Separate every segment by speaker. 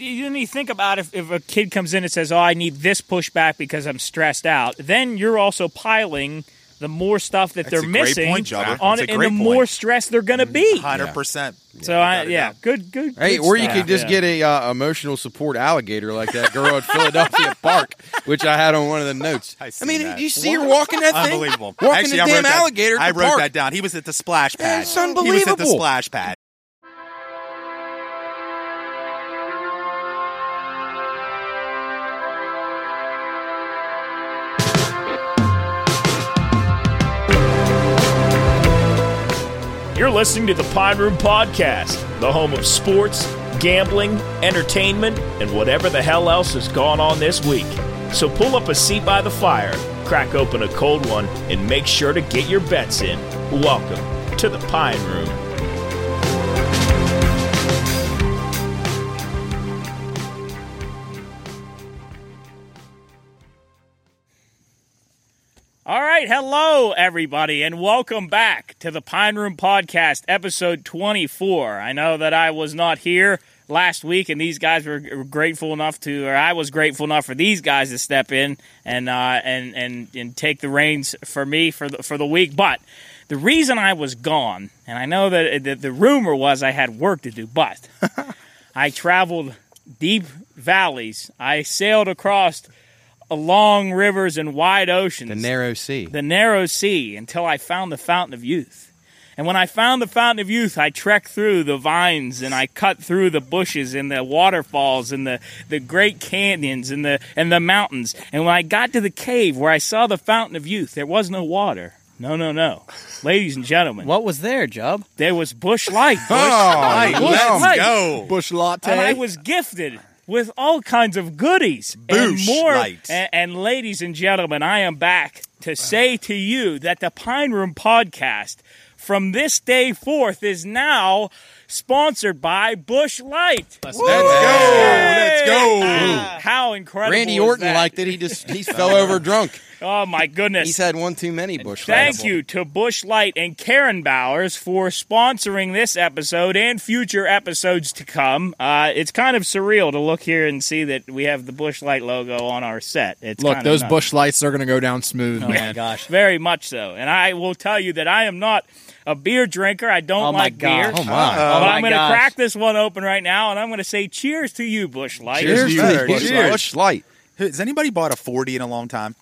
Speaker 1: you need to think about if, if a kid comes in and says, "Oh, I need this pushback because I'm stressed out," then you're also piling the more stuff that
Speaker 2: That's
Speaker 1: they're
Speaker 2: a great
Speaker 1: missing
Speaker 2: point, Java.
Speaker 1: on
Speaker 2: That's
Speaker 1: it,
Speaker 2: a
Speaker 1: and the
Speaker 2: great
Speaker 1: more
Speaker 2: point. Mm-hmm.
Speaker 1: stressed they're going to be.
Speaker 2: Hundred percent.
Speaker 1: so, I, yeah, good, good.
Speaker 3: Hey,
Speaker 1: good
Speaker 3: or you
Speaker 1: stuff.
Speaker 3: could just
Speaker 1: Yeah.
Speaker 3: get a uh, emotional support alligator like that girl at Philadelphia Park, which I had on one of the notes.
Speaker 2: I
Speaker 3: I,
Speaker 2: seen
Speaker 3: mean,
Speaker 2: that.
Speaker 3: you see her walking that thing?
Speaker 2: Unbelievable. Actually,
Speaker 3: Walking the
Speaker 2: I wrote
Speaker 3: damn
Speaker 2: that-
Speaker 3: alligator. at
Speaker 2: I
Speaker 3: the
Speaker 2: wrote
Speaker 3: park.
Speaker 2: that down. He was at the splash pad.
Speaker 3: That's
Speaker 2: He was at the
Speaker 3: unbelievable.
Speaker 2: splash pad.
Speaker 4: You're listening to the Pine Room Podcast, the home of sports, gambling, entertainment, and whatever the hell else has gone on this week. So pull up a seat by the fire, crack open a cold one, and make sure to get your bets in. Welcome to the Pine Room.
Speaker 1: All right, hello everybody, and welcome back to the Pine Room Podcast, episode 24. I know that I was not here last week, and these guys were were grateful enough to, or I was grateful enough for these guys to step in and uh, and and and take the reins for me for the, for the week. But the reason I was gone, and I know that that the rumor was I had work to do, but I traveled deep valleys, I sailed across. Long rivers and wide oceans
Speaker 3: The narrow sea.
Speaker 1: the narrow sea until I found the fountain of youth. And when I found the fountain of youth, I trekked through the vines and I cut through the bushes and the waterfalls and the, the great canyons and the and the mountains. And when I got to the cave where I saw the fountain of youth, there was no water. No, no, no. Ladies and gentlemen,
Speaker 5: What was there, Job?
Speaker 1: there was bush light.
Speaker 3: oh,
Speaker 1: Bush
Speaker 2: Let's
Speaker 1: light.
Speaker 2: go.
Speaker 5: Bush latte.
Speaker 1: And I was gifted with all kinds of goodies and
Speaker 2: Boosh
Speaker 1: more.
Speaker 2: lights.
Speaker 1: And, and ladies and gentlemen, I am back to say to you that the Pine Room Podcast from this day forth is now sponsored by Bush Light. Let's
Speaker 3: Let's go.
Speaker 2: Let's go.
Speaker 1: How incredible!
Speaker 3: Randy
Speaker 1: is
Speaker 3: Orton
Speaker 1: that?
Speaker 3: liked it. He just he fell over drunk.
Speaker 1: Oh my goodness!
Speaker 3: He's had one too many bush.
Speaker 1: Thank
Speaker 3: lights.
Speaker 1: you to Bush Light and Karen Bowers for sponsoring this episode and future episodes to come. Uh, it's kind of surreal to look here and see that we have the Bush Light logo on our set. It's
Speaker 6: Look,
Speaker 1: kind of
Speaker 6: those
Speaker 1: nuts.
Speaker 6: bush lights are going to go down smooth,
Speaker 5: oh
Speaker 6: man.
Speaker 5: my gosh.
Speaker 1: very much so. And I will tell you that I am not a beer drinker. I don't
Speaker 5: Oh my
Speaker 1: like beer.
Speaker 5: gosh.
Speaker 3: Oh
Speaker 6: Uh,
Speaker 3: my.
Speaker 1: But
Speaker 5: my
Speaker 1: I'm going to
Speaker 5: gosh.
Speaker 1: crack this one open right now, and I'm going to say cheers to you, Bush Light.
Speaker 3: Cheers,
Speaker 6: Cheers,
Speaker 3: to
Speaker 6: Bush
Speaker 3: Bush,
Speaker 6: Light.
Speaker 3: Bush Light.
Speaker 2: Has anybody bought a forty in a long time?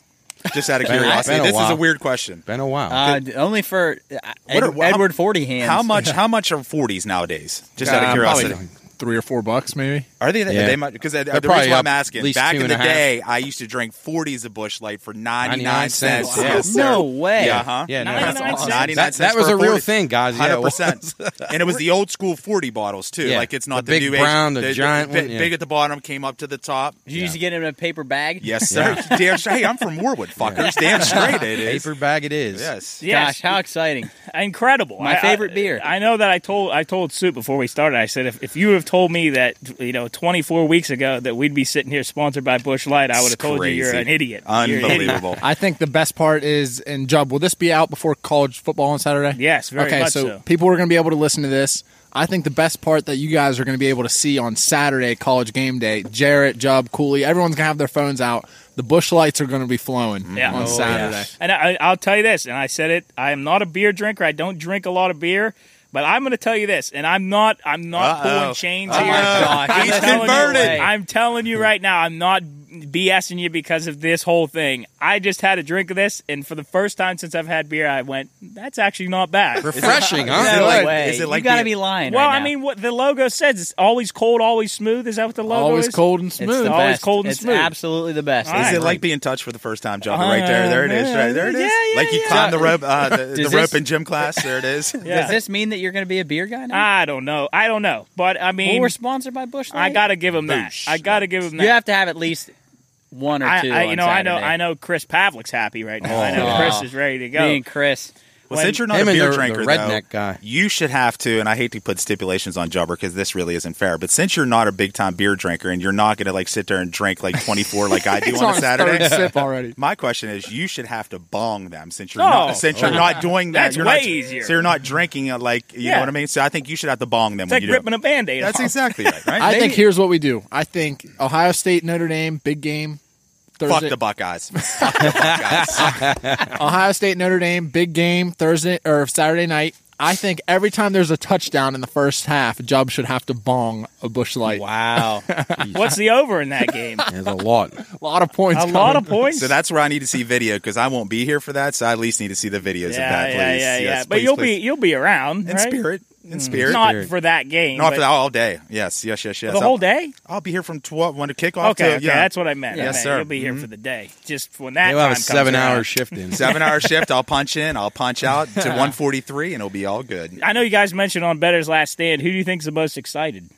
Speaker 2: Just out of
Speaker 3: Been a-
Speaker 2: curiosity.
Speaker 3: been a
Speaker 2: This is a
Speaker 3: while.
Speaker 2: weird question.
Speaker 3: Been a while.
Speaker 5: Uh, d- only for uh, Ed-
Speaker 2: What are- how-
Speaker 5: Edward Forty hands.
Speaker 2: How much? How much are forties nowadays? Just out of
Speaker 6: Uh, probably
Speaker 2: curiosity.
Speaker 6: three or four bucks, maybe.
Speaker 2: Are they?
Speaker 3: Yeah.
Speaker 2: They might because the reason
Speaker 3: probably
Speaker 2: why
Speaker 3: up
Speaker 2: I'm
Speaker 3: at
Speaker 2: asking.
Speaker 3: least
Speaker 2: Back
Speaker 3: two
Speaker 2: in
Speaker 3: and
Speaker 2: the
Speaker 3: a half.
Speaker 2: day, I used to drink forties of Bush Light for ninety
Speaker 3: 99
Speaker 2: nine
Speaker 3: cents.
Speaker 2: cents.
Speaker 3: Wow.
Speaker 2: Yes, sir.
Speaker 5: No way.
Speaker 2: Yeah, huh?
Speaker 3: Yeah, no,
Speaker 1: That's awesome.
Speaker 2: 99
Speaker 3: that,
Speaker 2: cents
Speaker 3: that was
Speaker 2: for
Speaker 3: a real
Speaker 2: 40.
Speaker 3: thing, guys. Yeah, it
Speaker 2: Hundred
Speaker 3: was.
Speaker 2: percent, and it was the old school forty bottles too.
Speaker 3: Yeah,
Speaker 2: Like it's not
Speaker 3: the
Speaker 2: the,
Speaker 3: big
Speaker 2: new
Speaker 3: brown, the
Speaker 2: age,
Speaker 3: giant
Speaker 2: big,
Speaker 3: one, yeah.
Speaker 2: big at the bottom, came up to the top.
Speaker 5: Did you used to get it in a paper bag?
Speaker 2: Yes, sir. Damn straight. Hey, I'm from Warwood, fuckers. Damn straight it is.
Speaker 3: Paper bag it is.
Speaker 2: Yes.
Speaker 1: Yes.
Speaker 5: Gosh, how exciting!
Speaker 1: incredible.
Speaker 5: My
Speaker 1: I-
Speaker 5: favorite
Speaker 1: I-
Speaker 5: beer.
Speaker 1: I know that I told I told Sue before we started. I said if, if you would have told me that you know 24 weeks ago that we'd be sitting here sponsored by Bush Light, I would have
Speaker 2: It's
Speaker 1: told you you're
Speaker 2: crazy.
Speaker 1: an idiot. You're an idiot.
Speaker 2: Unbelievable.
Speaker 6: I think the best part is, and Jub, will this be out before college football on Saturday?
Speaker 1: Yes, very
Speaker 6: okay,
Speaker 1: much
Speaker 6: so,
Speaker 1: so.
Speaker 6: people are going to be able to listen to this. I think the best part that you guys are going to be able to see on Saturday, college game day, Jarrett, Jub, Cooley, everyone's going to have their phones out. The bush lights are going to be flowing
Speaker 1: Yeah.
Speaker 6: on
Speaker 1: Oh,
Speaker 6: Saturday.
Speaker 1: And I, I'll tell you this, and I said it. I am not a beer drinker. I don't drink a lot of beer. But I'm going to tell you this, and I'm not. I'm not
Speaker 2: Uh-oh.
Speaker 1: pulling chains
Speaker 5: Oh
Speaker 1: here.
Speaker 5: my gosh.
Speaker 1: I'm
Speaker 5: He's
Speaker 1: telling you-
Speaker 5: converted.
Speaker 1: I'm telling you right now, I'm not BSing you because of this whole thing. I just had a drink of this, and for the first time since I've had beer, I went, "That's actually not bad."
Speaker 3: Refreshing, huh?
Speaker 5: No
Speaker 2: like-
Speaker 5: way.
Speaker 2: is it like
Speaker 5: you gotta
Speaker 2: the-
Speaker 5: be lying.
Speaker 1: Well,
Speaker 5: right
Speaker 1: I
Speaker 5: now.
Speaker 1: mean, what the logo says it's always cold, always smooth. Is that what the logo
Speaker 6: Always
Speaker 1: is?
Speaker 6: cold and
Speaker 5: it's
Speaker 6: smooth.
Speaker 5: the
Speaker 1: Always
Speaker 5: best.
Speaker 1: cold and
Speaker 5: it's
Speaker 1: smooth.
Speaker 5: absolutely the best.
Speaker 1: All
Speaker 2: Is
Speaker 1: right.
Speaker 2: it like being touched for the first time, John? right there, there it is. Right there it is.
Speaker 1: Uh, yeah,
Speaker 2: like you
Speaker 1: yeah,
Speaker 2: climb the rope, uh, the, the
Speaker 5: Does
Speaker 2: rope
Speaker 5: this-
Speaker 2: in gym class. There it is.
Speaker 1: Yeah.
Speaker 5: Does this mean that you're going to be a beer guy now?
Speaker 1: I don't know. I don't know. But I
Speaker 5: well,
Speaker 1: mean,
Speaker 5: we're sponsored by Bush.
Speaker 1: I
Speaker 5: Light.
Speaker 1: gotta give him that.
Speaker 2: Boosh.
Speaker 1: I gotta give him that.
Speaker 5: You have to have at least one or
Speaker 1: I,
Speaker 5: two.
Speaker 1: I, you
Speaker 5: on
Speaker 1: know, I know,
Speaker 5: Saturday.
Speaker 1: I know. Chris Pavlik's happy right now. I know
Speaker 5: Oh.
Speaker 1: Chris is ready to go.
Speaker 5: Me and Chris.
Speaker 2: Well,
Speaker 1: When-
Speaker 2: since you're not
Speaker 3: Him
Speaker 2: a
Speaker 3: and
Speaker 2: beer
Speaker 3: the- the
Speaker 2: drinker,
Speaker 3: redneck
Speaker 2: though,
Speaker 3: guy.
Speaker 2: you should have to. And I hate to put stipulations on Jubber because this really isn't fair. But since you're not a big time beer drinker and you're not going to like sit there and drink like 24 like I do
Speaker 6: He's
Speaker 2: on
Speaker 6: on
Speaker 2: a
Speaker 6: his
Speaker 2: Saturday.
Speaker 6: third sip already.
Speaker 2: My question is, you should have to bong them since you're
Speaker 1: No.
Speaker 2: not since you're not doing that.
Speaker 1: Oh, That's
Speaker 2: you're
Speaker 1: way
Speaker 2: not,
Speaker 1: easier.
Speaker 2: So you're not drinking it like you
Speaker 1: Yeah.
Speaker 2: know what I mean. So I think you should have to bong them
Speaker 1: It's
Speaker 2: when
Speaker 1: like
Speaker 2: you
Speaker 1: ripping
Speaker 2: do.
Speaker 1: a band aid
Speaker 2: it. That's exactly right. right?
Speaker 6: I think here's what we do. I think Ohio State, Notre Dame, big game.
Speaker 2: Fuck
Speaker 6: Thursday.
Speaker 2: the Buckeyes. Fuck the Buckeyes.
Speaker 6: Ohio State, Notre Dame, big game Thursday or Saturday night. I think every time there's a touchdown in the first half, Jubb should have to bong a bush light.
Speaker 5: Wow.
Speaker 1: What's the over in that game?
Speaker 3: There's a lot.
Speaker 6: A lot of points.
Speaker 1: a lot of
Speaker 6: coming.
Speaker 1: points.
Speaker 2: so that's where I need to see video because I won't be here for that. So I at least need to see the videos of
Speaker 1: yeah,
Speaker 2: that, please.
Speaker 1: yeah, yeah, yeah.
Speaker 2: Yes,
Speaker 1: but
Speaker 2: please,
Speaker 1: you'll
Speaker 2: please.
Speaker 1: be you'll be around
Speaker 2: in
Speaker 1: right? Mm.
Speaker 2: spirit. In spirit.
Speaker 1: Not
Speaker 3: Spirit.
Speaker 1: for that game.
Speaker 2: Not for
Speaker 1: but
Speaker 2: that all day. Yes, yes, yes, yes.
Speaker 1: The whole day.
Speaker 2: I'll, I'll be here from twelve when the kickoff.
Speaker 1: Okay,
Speaker 2: to,
Speaker 1: okay,
Speaker 2: yeah.
Speaker 1: that's what I meant. I
Speaker 2: Yes,
Speaker 1: meant
Speaker 2: sir.
Speaker 1: You'll be here for the day. Just when that
Speaker 3: They'll
Speaker 1: time
Speaker 3: have a
Speaker 1: comes
Speaker 3: seven-hour
Speaker 1: around.
Speaker 3: shift in.
Speaker 2: Seven hour shift. I'll punch in. I'll punch out to one forty three, and it'll be all good.
Speaker 1: I know you guys mentioned on Better's Last Stand. Who do you think's the most excited?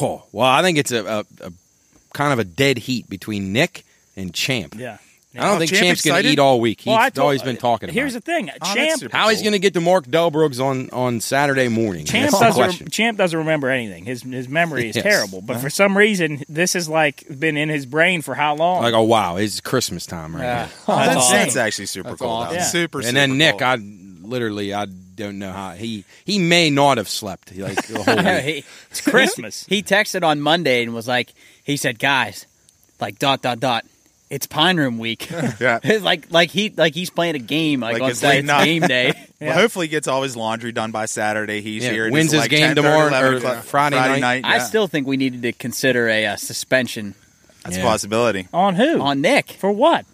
Speaker 3: Oh, well, I think it's a, a, a kind of a dead heat between Nick and Champ.
Speaker 1: Yeah.
Speaker 3: I don't
Speaker 2: Oh,
Speaker 3: think
Speaker 2: Champ
Speaker 3: Champ's going to
Speaker 2: excited?
Speaker 3: eat all week. He's
Speaker 1: Well, I told-
Speaker 3: always been talking about
Speaker 1: Here's
Speaker 3: it.
Speaker 1: the thing,
Speaker 2: Oh, that's
Speaker 1: Champ.
Speaker 2: super
Speaker 3: how he's
Speaker 2: cool.
Speaker 3: going to get to Mark Delbrug's on, on Saturday morning.
Speaker 1: Champ
Speaker 3: That's the
Speaker 1: doesn't.
Speaker 3: question.
Speaker 1: Champ doesn't remember anything. His his memory is
Speaker 3: Yes.
Speaker 1: terrible. But for some reason, this has like been in his brain for how long?
Speaker 3: Like, oh, wow, it's Christmas time right
Speaker 5: Yeah.
Speaker 2: Oh, that's,
Speaker 1: That's
Speaker 2: that's
Speaker 1: awesome.
Speaker 2: actually super
Speaker 6: That's
Speaker 2: cool.
Speaker 6: awesome.
Speaker 2: though.
Speaker 1: Yeah.
Speaker 2: Super.
Speaker 3: now.
Speaker 2: super
Speaker 3: And then Nick,
Speaker 2: cool.
Speaker 3: I literally, I don't know how. He he may not have slept like the whole week.
Speaker 5: he,
Speaker 1: it's Christmas.
Speaker 5: he texted on Monday and was like, he said, guys, like dot dot dot, it's Pine Room week.
Speaker 2: yeah.
Speaker 5: It's like like he like he's playing a game like,
Speaker 2: Like
Speaker 5: on
Speaker 2: it's late
Speaker 5: Saturday
Speaker 2: night.
Speaker 5: game day.
Speaker 2: Well, hopefully, he gets all his laundry done by Saturday. He's
Speaker 3: Yeah,
Speaker 2: here. It
Speaker 3: wins
Speaker 2: is
Speaker 3: his
Speaker 2: like
Speaker 3: game
Speaker 2: 10:30,
Speaker 3: tomorrow
Speaker 2: 11
Speaker 3: or
Speaker 2: o'clock.
Speaker 3: Friday
Speaker 2: Friday
Speaker 3: night.
Speaker 2: night.
Speaker 5: I
Speaker 2: yeah.
Speaker 5: still think we needed to consider a uh, suspension
Speaker 2: that's
Speaker 3: Yeah.
Speaker 2: a possibility.
Speaker 1: on who?
Speaker 5: on Nick
Speaker 1: for what?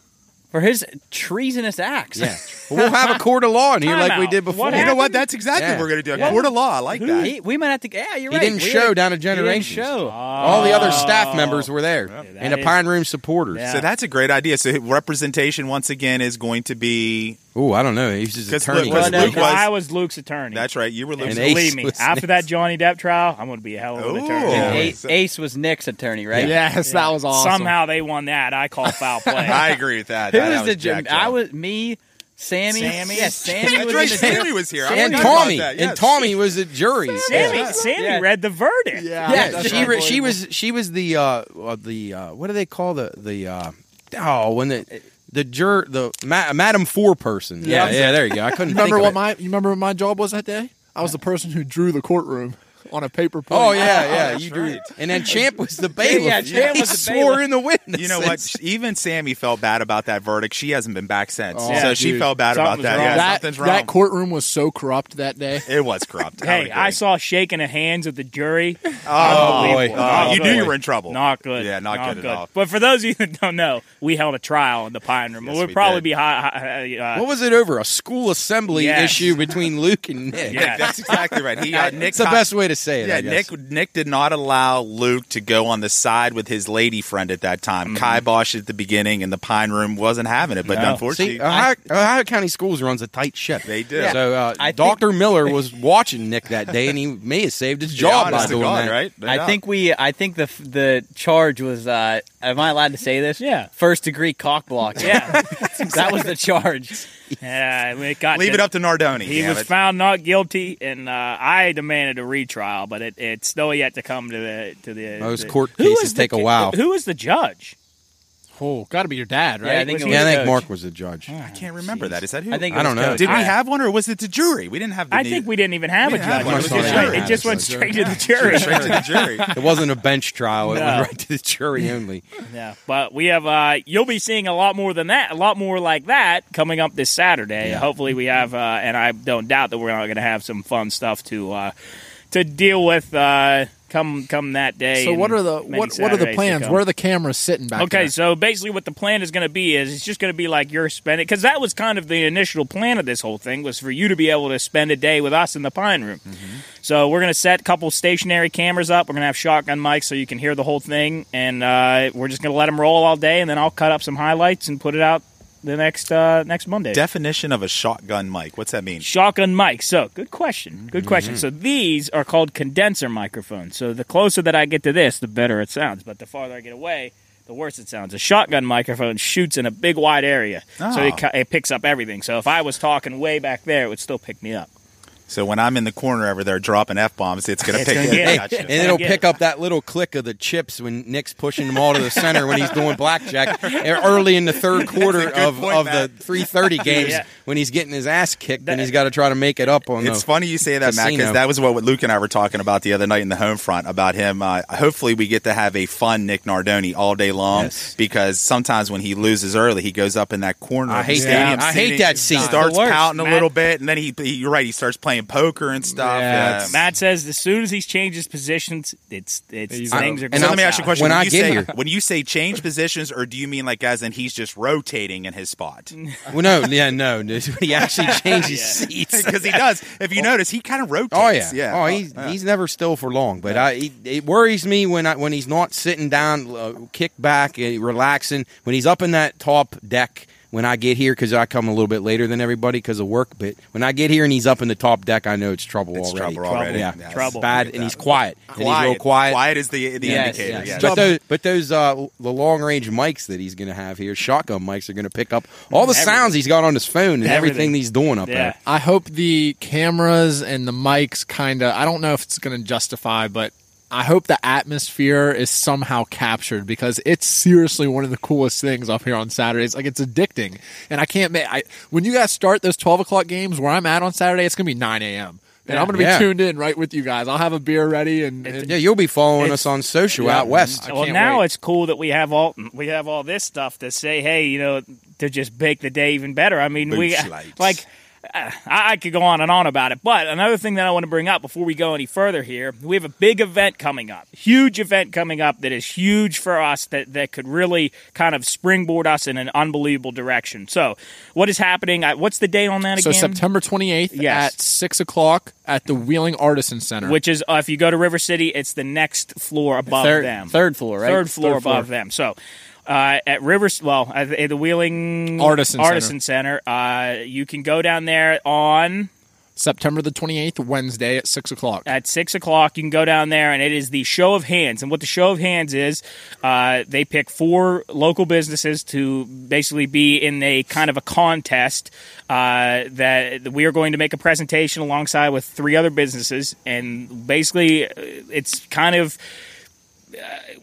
Speaker 5: for his treasonous acts.
Speaker 3: Yeah. Well, we'll have a court of law in here like we
Speaker 1: Timeout.
Speaker 3: did before.
Speaker 1: What
Speaker 2: You know
Speaker 1: happened?
Speaker 2: what? That's exactly
Speaker 3: Yeah.
Speaker 2: what we're going to do. A
Speaker 3: Yeah.
Speaker 2: court of law. I like that.
Speaker 5: He- we might have to. Yeah, you're
Speaker 3: He
Speaker 5: right.
Speaker 3: didn't
Speaker 5: we
Speaker 3: show down a
Speaker 5: he didn't
Speaker 3: generation.
Speaker 5: show.
Speaker 3: All the other staff members were there, and the
Speaker 1: is-
Speaker 3: Pine Room supporters.
Speaker 1: Yeah.
Speaker 2: So that's a great idea. So representation once again is going to be.
Speaker 3: Oh, I don't know. He's just
Speaker 2: 'Cause
Speaker 3: attorney.
Speaker 2: look, 'cause
Speaker 3: this
Speaker 5: Luke
Speaker 1: No,
Speaker 3: week.
Speaker 1: I was Luke's attorney.
Speaker 2: That's right. You were
Speaker 1: And
Speaker 2: losing.
Speaker 3: Ace
Speaker 1: believe me,
Speaker 3: was
Speaker 1: after
Speaker 3: Nick's.
Speaker 1: that Johnny Depp trial, I'm going to be a hell of an
Speaker 2: Ooh.
Speaker 1: attorney.
Speaker 2: Yeah.
Speaker 5: A- Ace was Nick's attorney, right?
Speaker 6: Yes, that was awesome.
Speaker 1: Somehow they won that. I call foul play.
Speaker 2: I agree with that.
Speaker 5: Who
Speaker 2: That
Speaker 5: was the
Speaker 2: jacked
Speaker 5: judge?
Speaker 2: up.
Speaker 5: I was me, Sammy.
Speaker 1: Sammy?
Speaker 5: Yeah, Sammy
Speaker 2: That's
Speaker 5: was
Speaker 2: right.
Speaker 5: in the
Speaker 2: Sammy was here. I
Speaker 5: Sammy
Speaker 3: and
Speaker 2: forgot about
Speaker 3: Tommy
Speaker 2: that.
Speaker 3: and
Speaker 2: Yes.
Speaker 3: Tommy was the jury.
Speaker 1: Sammy,
Speaker 5: Yeah.
Speaker 1: Sammy
Speaker 5: Yeah.
Speaker 1: read the verdict.
Speaker 5: Yeah,
Speaker 6: Yeah,
Speaker 3: Yeah,
Speaker 6: that's
Speaker 3: she, re- she
Speaker 6: unbelievable.
Speaker 3: was she was the uh, uh the uh, what do they call the the uh, oh when the the jur the ma- madam four person.
Speaker 5: Yeah.
Speaker 3: Yeah, yeah, There you go. I couldn't
Speaker 6: Remember
Speaker 3: think
Speaker 6: what
Speaker 3: of
Speaker 6: my you remember what my job was that day? I was the person who drew the courtroom on a paper
Speaker 3: it.
Speaker 6: plate.
Speaker 3: Oh yeah, yeah.
Speaker 2: that's
Speaker 3: you do.
Speaker 2: right.
Speaker 3: And then Champ was the bailiff.
Speaker 5: yeah, Champ
Speaker 3: he
Speaker 5: was the
Speaker 3: swore
Speaker 5: bailiff.
Speaker 3: in the witness.
Speaker 2: You know what? Even Sammy felt bad about that verdict. She hasn't been back since,
Speaker 6: Oh,
Speaker 2: so
Speaker 1: Yeah,
Speaker 2: she
Speaker 6: dude.
Speaker 2: felt bad about
Speaker 1: Something's
Speaker 2: that.
Speaker 1: wrong.
Speaker 2: Yeah,
Speaker 6: that,
Speaker 2: something's wrong.
Speaker 6: that courtroom was so corrupt that day.
Speaker 2: it was corrupt. I would
Speaker 1: Hey,
Speaker 2: agree.
Speaker 1: I saw shaking of hands with the jury.
Speaker 2: Oh,
Speaker 1: Unbelievable.
Speaker 3: boy.
Speaker 1: Not
Speaker 2: Oh, you
Speaker 1: good.
Speaker 2: knew you were in trouble.
Speaker 1: Not good.
Speaker 2: Yeah, not good at all.
Speaker 1: But for those of you that don't know, we held a trial in the Pine Room.
Speaker 2: Yes,
Speaker 1: it would
Speaker 2: we
Speaker 1: probably
Speaker 2: did.
Speaker 1: be high. high uh,
Speaker 3: What was it over? A school assembly
Speaker 1: Yes.
Speaker 3: issue between Luke and Nick.
Speaker 1: Yeah.
Speaker 2: That's exactly right. He, uh, Nick
Speaker 3: It's the
Speaker 2: Cox-
Speaker 3: best way to say it. I
Speaker 2: Yeah,
Speaker 3: guess.
Speaker 2: Nick Nick did not allow Luke to go on the side with his lady friend at that time. Kai Bosch at the beginning, and the Pine Room wasn't having it. But
Speaker 1: Mm-hmm. No.
Speaker 2: unfortunately,
Speaker 3: See, uh, Ohio, Ohio County Schools runs a tight ship.
Speaker 2: They do.
Speaker 3: So
Speaker 5: I
Speaker 3: uh,
Speaker 5: think-
Speaker 3: Dr. Miller was watching Nick that day, and he may have saved his
Speaker 2: Yeah,
Speaker 3: job
Speaker 2: honest
Speaker 3: by
Speaker 2: to
Speaker 3: doing
Speaker 2: God,
Speaker 3: that.
Speaker 2: right? No
Speaker 5: I
Speaker 2: doubt.
Speaker 5: think we. I think the the charge was. Uh, am I allowed to say this?
Speaker 1: Yeah.
Speaker 5: First degree cock block.
Speaker 1: Yeah,
Speaker 5: that was the charge.
Speaker 1: yeah. It got
Speaker 2: leave it up to Nardoni.
Speaker 1: He
Speaker 2: damn
Speaker 1: was
Speaker 2: it.
Speaker 1: found not guilty, and uh, I demanded a retrial, but it, it's still yet to come to the to the.
Speaker 3: Most
Speaker 1: the-
Speaker 3: court
Speaker 1: Who
Speaker 3: cases
Speaker 1: is the
Speaker 3: take a
Speaker 1: ki-
Speaker 3: while.
Speaker 1: Who was the judge?
Speaker 6: Oh, got to be your dad, right?
Speaker 5: Yeah, I think it was
Speaker 3: Yeah, I think
Speaker 5: Coach.
Speaker 3: Mark was the judge.
Speaker 2: I can't remember that. Is that who? Oh,
Speaker 5: I think. It
Speaker 3: Oh, I
Speaker 5: was
Speaker 3: don't know.
Speaker 5: Coach.
Speaker 2: Did we
Speaker 1: I-
Speaker 2: have one, or was it the jury? We didn't have. The
Speaker 1: I think we didn't even have
Speaker 2: We
Speaker 1: a
Speaker 2: didn't have
Speaker 1: judge.
Speaker 2: one.
Speaker 1: It,
Speaker 3: It
Speaker 1: was
Speaker 3: was
Speaker 1: just
Speaker 3: on the
Speaker 1: went, it
Speaker 3: jury.
Speaker 1: just went
Speaker 6: Yeah.
Speaker 1: straight to the jury.
Speaker 2: straight to the jury.
Speaker 3: It wasn't a bench trial. It
Speaker 1: No.
Speaker 3: went right to the jury only.
Speaker 1: Yeah, but we have uh you'll be seeing a lot more than that, a lot more like that coming up this Saturday.
Speaker 3: Yeah.
Speaker 1: Hopefully we have uh and I don't doubt that we're going to have some fun stuff to uh to deal with uh come come that day.
Speaker 6: So
Speaker 1: and
Speaker 6: what are the
Speaker 1: many
Speaker 6: what what are
Speaker 1: Saturdays
Speaker 6: the
Speaker 1: to
Speaker 6: plans?
Speaker 1: come.
Speaker 6: Where are the cameras sitting back
Speaker 1: Okay,
Speaker 6: there?
Speaker 1: so basically, what the plan is going to be is it's just going to be like you're spending because that was kind of the initial plan of this whole thing was for you to be able to spend a day with us in the Pine Room. So we're going to set a couple stationary cameras up. We're going to have shotgun mics so you can hear the whole thing, and uh, we're just going to let them roll all day, and then I'll cut up some highlights and put it out the next uh, next Monday.
Speaker 2: Definition of a shotgun mic. What's that mean?
Speaker 1: Shotgun mics. So, good question. Good question. So, these are called condenser microphones. So, the closer that I get to this, the better it sounds. But the farther I get away, the worse it sounds. A shotgun microphone shoots in a big wide area, so
Speaker 2: Oh.
Speaker 1: it, cu- it picks up everything. So if I was talking way back there, it would still pick me up.
Speaker 2: So when I'm in the corner over there dropping f bombs, it's gonna pick.
Speaker 3: gonna
Speaker 2: it
Speaker 1: get-
Speaker 2: up.
Speaker 3: And
Speaker 2: Gotcha.
Speaker 3: it'll
Speaker 1: Yeah.
Speaker 3: pick up that little click of the chips when Nick's pushing them all to the center when he's doing blackjack early in the third quarter
Speaker 2: good
Speaker 3: of,
Speaker 2: point,
Speaker 3: of the
Speaker 2: Matt.
Speaker 3: 330 games
Speaker 1: Yeah.
Speaker 3: when he's getting his ass kicked and he's got to try to make it up on
Speaker 2: It's
Speaker 3: the
Speaker 2: funny you say that, Matt,
Speaker 3: Casino.
Speaker 2: because that was what Luke and I were talking about the other night in the home front about him. Uh, hopefully, we get to have a fun Nick Nardoni all day long
Speaker 3: Yes.
Speaker 2: because sometimes when he loses early, he goes up in that corner.
Speaker 3: I
Speaker 2: of the
Speaker 3: hate that.
Speaker 2: stadium
Speaker 3: I hate
Speaker 2: seating,
Speaker 3: that seat.
Speaker 2: Starts
Speaker 3: The worst,
Speaker 2: pouting a
Speaker 1: Matt.
Speaker 2: little bit, and then he, he- you're right, he starts playing poker and stuff.
Speaker 6: Yeah,
Speaker 2: Yeah.
Speaker 6: it's-
Speaker 1: Matt says as soon as he's changed his positions, it's it's
Speaker 6: He's
Speaker 1: things
Speaker 6: out.
Speaker 1: are.
Speaker 3: And
Speaker 2: so
Speaker 1: going
Speaker 2: let me ask you a
Speaker 1: south.
Speaker 2: question.
Speaker 3: When
Speaker 2: When,
Speaker 3: I
Speaker 2: you
Speaker 3: get
Speaker 2: say,
Speaker 3: here-
Speaker 2: when you say change positions, or do you mean like as in he's just rotating in his spot?
Speaker 3: well, no, yeah, no. He actually changes seats.
Speaker 2: Because he does. If you notice, he kind of rotates.
Speaker 3: Oh yeah,
Speaker 2: yeah.
Speaker 3: Oh, he's, he's never still for long, but I he, it worries me when I, when he's not sitting down, uh, kick back, uh, relaxing. When he's up in that top deck, when I get here because I come a little bit later than everybody because of work. But when I get here and he's up in the top deck, I know it's trouble
Speaker 2: It's
Speaker 3: already.
Speaker 2: trouble already.
Speaker 3: Yeah,
Speaker 2: Yeah,
Speaker 3: It's
Speaker 1: trouble.
Speaker 3: bad, and he's quiet. And he's real quiet.
Speaker 2: Quiet is the, the
Speaker 5: Yes,
Speaker 2: indicator.
Speaker 5: yes.
Speaker 2: yes.
Speaker 3: But those, but those uh, the long range mics that he's going to have here, shotgun mics, are going to pick up all the
Speaker 1: Everything.
Speaker 3: sounds he's got on his phone and everything,
Speaker 1: Everything.
Speaker 3: he's doing up
Speaker 1: Yeah.
Speaker 3: there.
Speaker 6: I hope the cameras and the mics kind of. I don't know if it's going to justify, but I hope the atmosphere is somehow captured because it's seriously one of the coolest things up here on Saturdays. Like it's addicting, and I can't. Make, I when you guys start those twelve o'clock games where I'm at on Saturday, it's going to be nine a.m. And I'm going to be
Speaker 3: Yeah.
Speaker 6: tuned in right with you guys. I'll have a beer ready, and, and-
Speaker 3: Yeah, you'll be following
Speaker 1: It's-
Speaker 3: us on social
Speaker 6: Yeah.
Speaker 3: out west.
Speaker 6: I
Speaker 1: well,
Speaker 6: can't
Speaker 1: now
Speaker 6: wait.
Speaker 1: it's cool that we have all we have all this stuff to say. Hey, you know, to just make the day even better. I mean, we
Speaker 2: Bootschlites.
Speaker 1: like. uh, I I could go on and on about it, but another thing that I want to bring up before we go any further here, we have a big event coming up, huge event coming up that is huge for us that, that could really kind of springboard us in an unbelievable direction. So, what is happening? I- What's the date on that
Speaker 6: so
Speaker 1: again?
Speaker 6: September 28th
Speaker 1: Yes.
Speaker 6: at six o'clock at the Wheeling Artisan Center.
Speaker 1: Which is, uh, if you go to River City, it's the next floor above
Speaker 5: third,
Speaker 1: them.
Speaker 5: third floor, right?
Speaker 1: Third floor above them. So uh, at Rivers, well, at the- at the Wheeling
Speaker 6: Artisan
Speaker 1: Artisan Center, uh, you can go down there on
Speaker 6: September the 28th, Wednesday at six o'clock.
Speaker 1: at six o'clock. You can go down there, and it is the show of hands. And what the show of hands is, uh, they pick four local businesses to basically be in a kind of a contest uh, that we are going to make a presentation alongside with three other businesses, and basically, uh, it's kind of.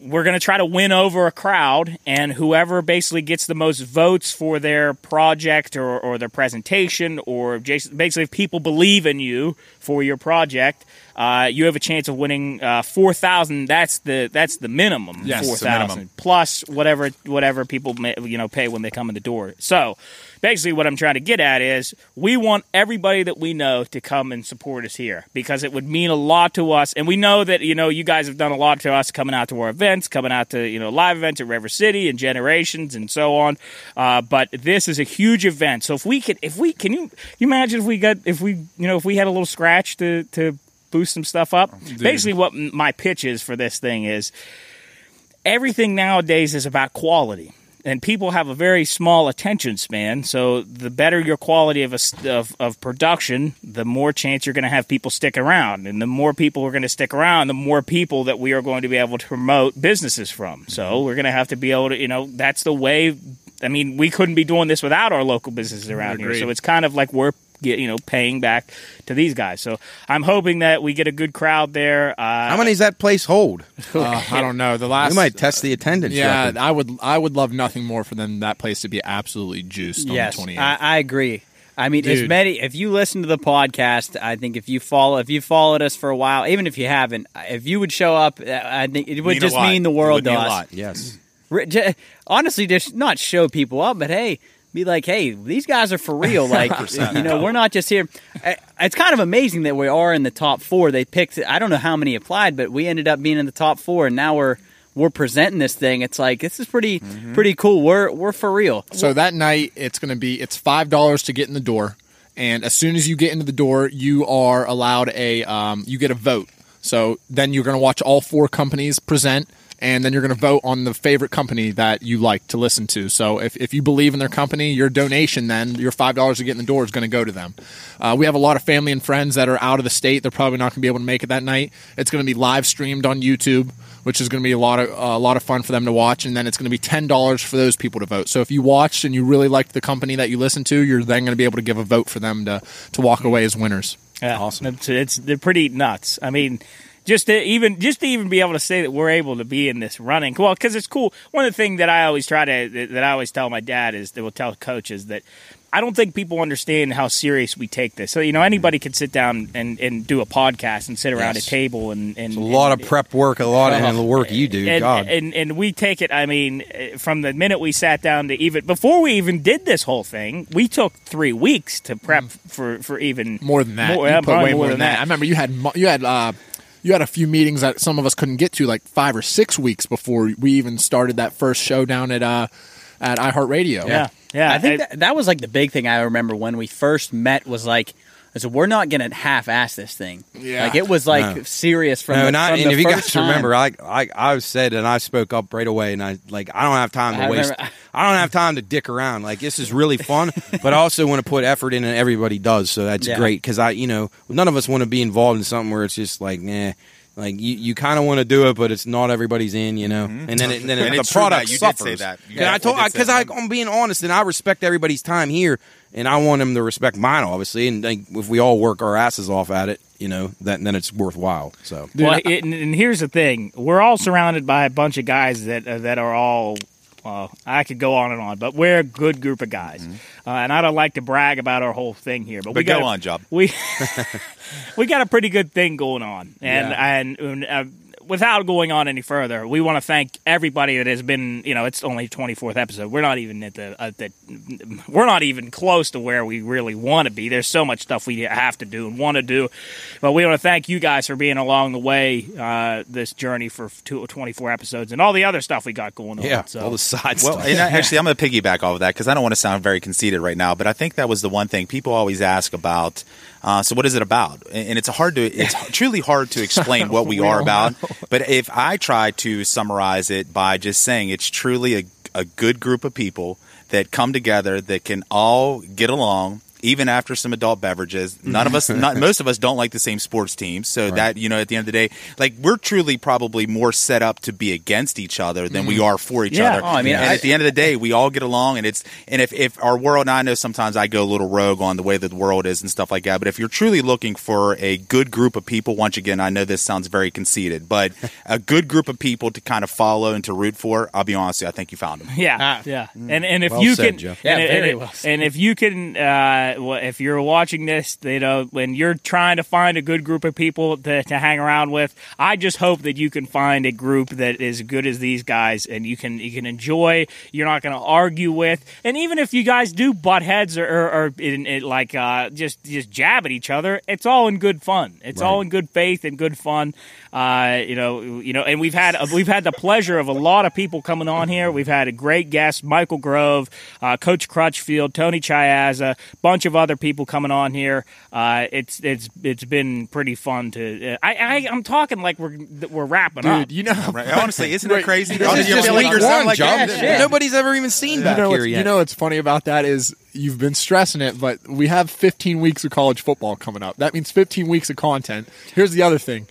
Speaker 1: we're going to try to win over a crowd, and whoever basically gets the most votes for their project or, or their presentation, or jas- basically if people believe in you for your project, uh, you have a chance of winning uh, four thousand. That's the that's the minimum
Speaker 6: Yes,
Speaker 1: four
Speaker 6: the
Speaker 1: thousand plus whatever whatever people may, you know pay when they come in the door. So basically, what I'm trying to get at is we want everybody that we know to come and support us here because it would mean a lot to us, and we know that you know you guys have done a lot to us coming out to our events, coming out to you know live events at River City and Generations and so on. Uh, but this is a huge event, so if we could, if we can you, you imagine if we got if we you know if we had a little scratch to to boost some stuff up. Basically, what m- my pitch is for this thing is everything nowadays is about quality and people have a very small attention span so the better your quality of, a, s- of, of production the more chance you're going to have people stick around and the more people are going to stick around the more people that we are going to be able to promote businesses from so we're going to have to be able to you know that's the way i mean we couldn't be doing this without our local businesses around here so it's kind of like we're get, you know paying back to these guys so i'm hoping that we get a good crowd there uh,
Speaker 3: How many does that place hold?
Speaker 6: Uh, I don't know. The last
Speaker 3: We might test the attendance.
Speaker 6: Yeah,
Speaker 3: record.
Speaker 6: I would. I would love nothing more for than that place to be absolutely juiced
Speaker 5: Yes,
Speaker 6: on the 28th.
Speaker 5: I, I agree. I mean, as
Speaker 6: Dude.
Speaker 5: many if you listen to the podcast, I think if you follow if you followed us for a while, even if you haven't, if you would show up, uh, I I think it would
Speaker 2: Mean a
Speaker 5: just
Speaker 2: lot.
Speaker 5: mean the
Speaker 2: It
Speaker 5: world
Speaker 2: would
Speaker 5: to
Speaker 2: mean a
Speaker 5: us.
Speaker 2: lot.
Speaker 3: Yes.
Speaker 5: Re- j- honestly just not show people up but hey be like hey these guys are for real like you know we're not just here I- it's kind of amazing that we are in the top four they picked i don't know how many applied but we ended up being in the top four and now we're we're presenting this thing it's like this is pretty
Speaker 3: Mm-hmm.
Speaker 5: pretty cool we're we're for real
Speaker 6: so that night, it's going to be. It's five dollars to get in the door, and as soon as you get into the door, you are allowed a. Um, you get a vote. So then you're going to watch all four companies present. and then you're going to vote on the favorite company that you like to listen to. So if, if you believe in their company, your donation then, your $5 to get in the door is going to go to them. Uh, we have a lot of family and friends that are out of the state. They're probably not going to be able to make it that night. It's going to be live streamed on YouTube, which is going to be a lot of a lot of fun for them to watch. And then it's going to be $10 for those people to vote. So if you watched and you really liked the company that you listened to, you're then going to be able to give a vote for them to, to walk away as winners.
Speaker 1: Yeah, awesome. It's, it's they're pretty nuts. I mean, just to even just to even be able to say that we're able to be in this running, well, because it's cool. One of the things that I always try to that I always tell my dad is that will tell coaches that I don't think people understand how serious we take this. So you
Speaker 6: Mm-hmm.
Speaker 1: know, anybody could sit down and, and do a podcast and sit around
Speaker 3: Yes.
Speaker 1: a table and and
Speaker 3: It's a lot
Speaker 1: and-
Speaker 3: of prep work, a lot of the work you do.
Speaker 1: and,
Speaker 3: God,
Speaker 1: And, and we take it. I mean, eh, from the minute we sat down to even before we even did this whole thing, we took three weeks to prep for for even
Speaker 6: Mm-hmm. more than that.
Speaker 1: yeah,
Speaker 6: you put
Speaker 1: probably
Speaker 6: way more, than that. I remember you had mu- you had uh, you had a few meetings that some of us couldn't get to, like five or six weeks before we even started that first show down at uh, at iHeartRadio.
Speaker 1: Yeah, yeah.
Speaker 5: I think
Speaker 1: it-
Speaker 5: that, that was like the big thing I remember when we first met was like, I said, we're not going to half ass this thing.
Speaker 6: Yeah.
Speaker 5: Like, it was like
Speaker 3: No.
Speaker 5: serious from
Speaker 3: no,
Speaker 5: the,
Speaker 3: and, I,
Speaker 5: from
Speaker 3: and
Speaker 5: the
Speaker 3: if you
Speaker 5: first
Speaker 3: guys
Speaker 5: time.
Speaker 3: remember, I, I I said and I spoke up right away, and I like I don't have time to
Speaker 5: I
Speaker 3: waste.
Speaker 5: remember-
Speaker 3: I don't have time to dick around. Like this is really fun, but I also want to put effort in, and everybody does, so that's
Speaker 5: Yeah.
Speaker 3: great. Because I, you know, none of us want to be involved in something where it's just like, nah. Like you, you kind of want to do it, but it's not everybody's in, you know.
Speaker 5: Mm-hmm.
Speaker 3: And then, it, then
Speaker 2: And
Speaker 3: it- the
Speaker 2: it's true that
Speaker 3: product
Speaker 2: you did say
Speaker 3: suffers.
Speaker 2: that. You
Speaker 3: and I
Speaker 2: definitely
Speaker 3: told
Speaker 2: did say
Speaker 3: because I,
Speaker 2: that.
Speaker 3: I'm being honest, and I respect everybody's time here, and I want them to respect mine, obviously. And like, if we all work our asses off at it, you know, that then it's worthwhile. So
Speaker 1: well, it- and, and here's the thing: we're all surrounded by a bunch of guys that uh, that are all. Well, I could go on and on, but we're a good group of guys, uh, and I don't like to brag about our whole thing here. But, we
Speaker 2: But go
Speaker 1: got a-
Speaker 2: on, Job.
Speaker 1: We we got a pretty good thing going on, and and, and uh, without going on any further, we want to thank everybody that has been. You know, it's only twenty fourth episode. We're not even at the at the we're not even close to where we really want to be. There's so much stuff we have to do and want to do, but we want to thank you guys for being along the way uh, this journey for two, 24 episodes and all the other stuff we got going on.
Speaker 3: yeah,
Speaker 1: so.
Speaker 3: all the side
Speaker 2: Well,
Speaker 3: stuff.
Speaker 2: and I- actually, I'm going to piggyback off of that because I don't want to sound very conceited right now, but I think that was the one thing people always ask about. Uh, so, what is it about? And and it's hard to, it's truly hard to explain what we, are about. But if I try to summarize it by just saying it's truly a, a good group of people that come together that can all get along. Even after some adult beverages, none of us, not, most of us, don't like the same sports teams. So that you know, at the end of the day, like we're truly probably more set up to be against each other than we are for each
Speaker 1: Yeah.
Speaker 2: other
Speaker 5: Oh, I mean,
Speaker 2: and
Speaker 5: I-
Speaker 2: at the end of the day, we all get along, and it's and if if our world, and I know sometimes I go a little rogue on the way that the world is and stuff like that. But if you're truly looking for a good group of people, once again, I know this sounds very conceited, but a good group of people to kind of follow and to root for, I'll be honest, with you, I think you found them.
Speaker 1: Yeah, yeah. And and if
Speaker 3: Ah. Mm. Well
Speaker 1: you
Speaker 3: said,
Speaker 1: can, and,
Speaker 3: Jeff.
Speaker 5: Yeah,
Speaker 1: and-
Speaker 5: very
Speaker 1: and-
Speaker 5: well said.
Speaker 1: and if you can, uh, well, if you're watching this, you know, when you're trying to find a good group of people to, to hang around with, I just hope that you can find a group that is good as these guys, and you can you can enjoy. You're not going to argue with, and even if you guys do butt heads or, or, or in, in, like uh, just just jab at each other, it's all in good fun. It's all in good faith and good fun. Uh, you know, you know, and we've had we've had the pleasure of a lot of people coming on here. We've had a great guest, Michael Grove, uh, Coach Crutchfield, Tony Chiazza, bunch of other people coming on here. Uh, it's it's it's been pretty fun to. uh, I, I I'm talking like we're that we're wrapping up.
Speaker 6: Dude, you know,
Speaker 2: Right? Honestly, isn't it crazy?
Speaker 6: This is
Speaker 2: Honestly,
Speaker 6: just
Speaker 2: you're
Speaker 6: week
Speaker 2: like- you're
Speaker 6: one,
Speaker 2: sounding like-
Speaker 3: Job.
Speaker 5: Yeah, shit.
Speaker 3: Nobody's ever even seen
Speaker 6: you
Speaker 3: back
Speaker 6: know,
Speaker 3: here
Speaker 6: what's,
Speaker 3: yet.
Speaker 6: you know what's funny about that is you've been stressing it, but we have 15 weeks of college football coming up. That means 15 weeks of content. Here's the other thing.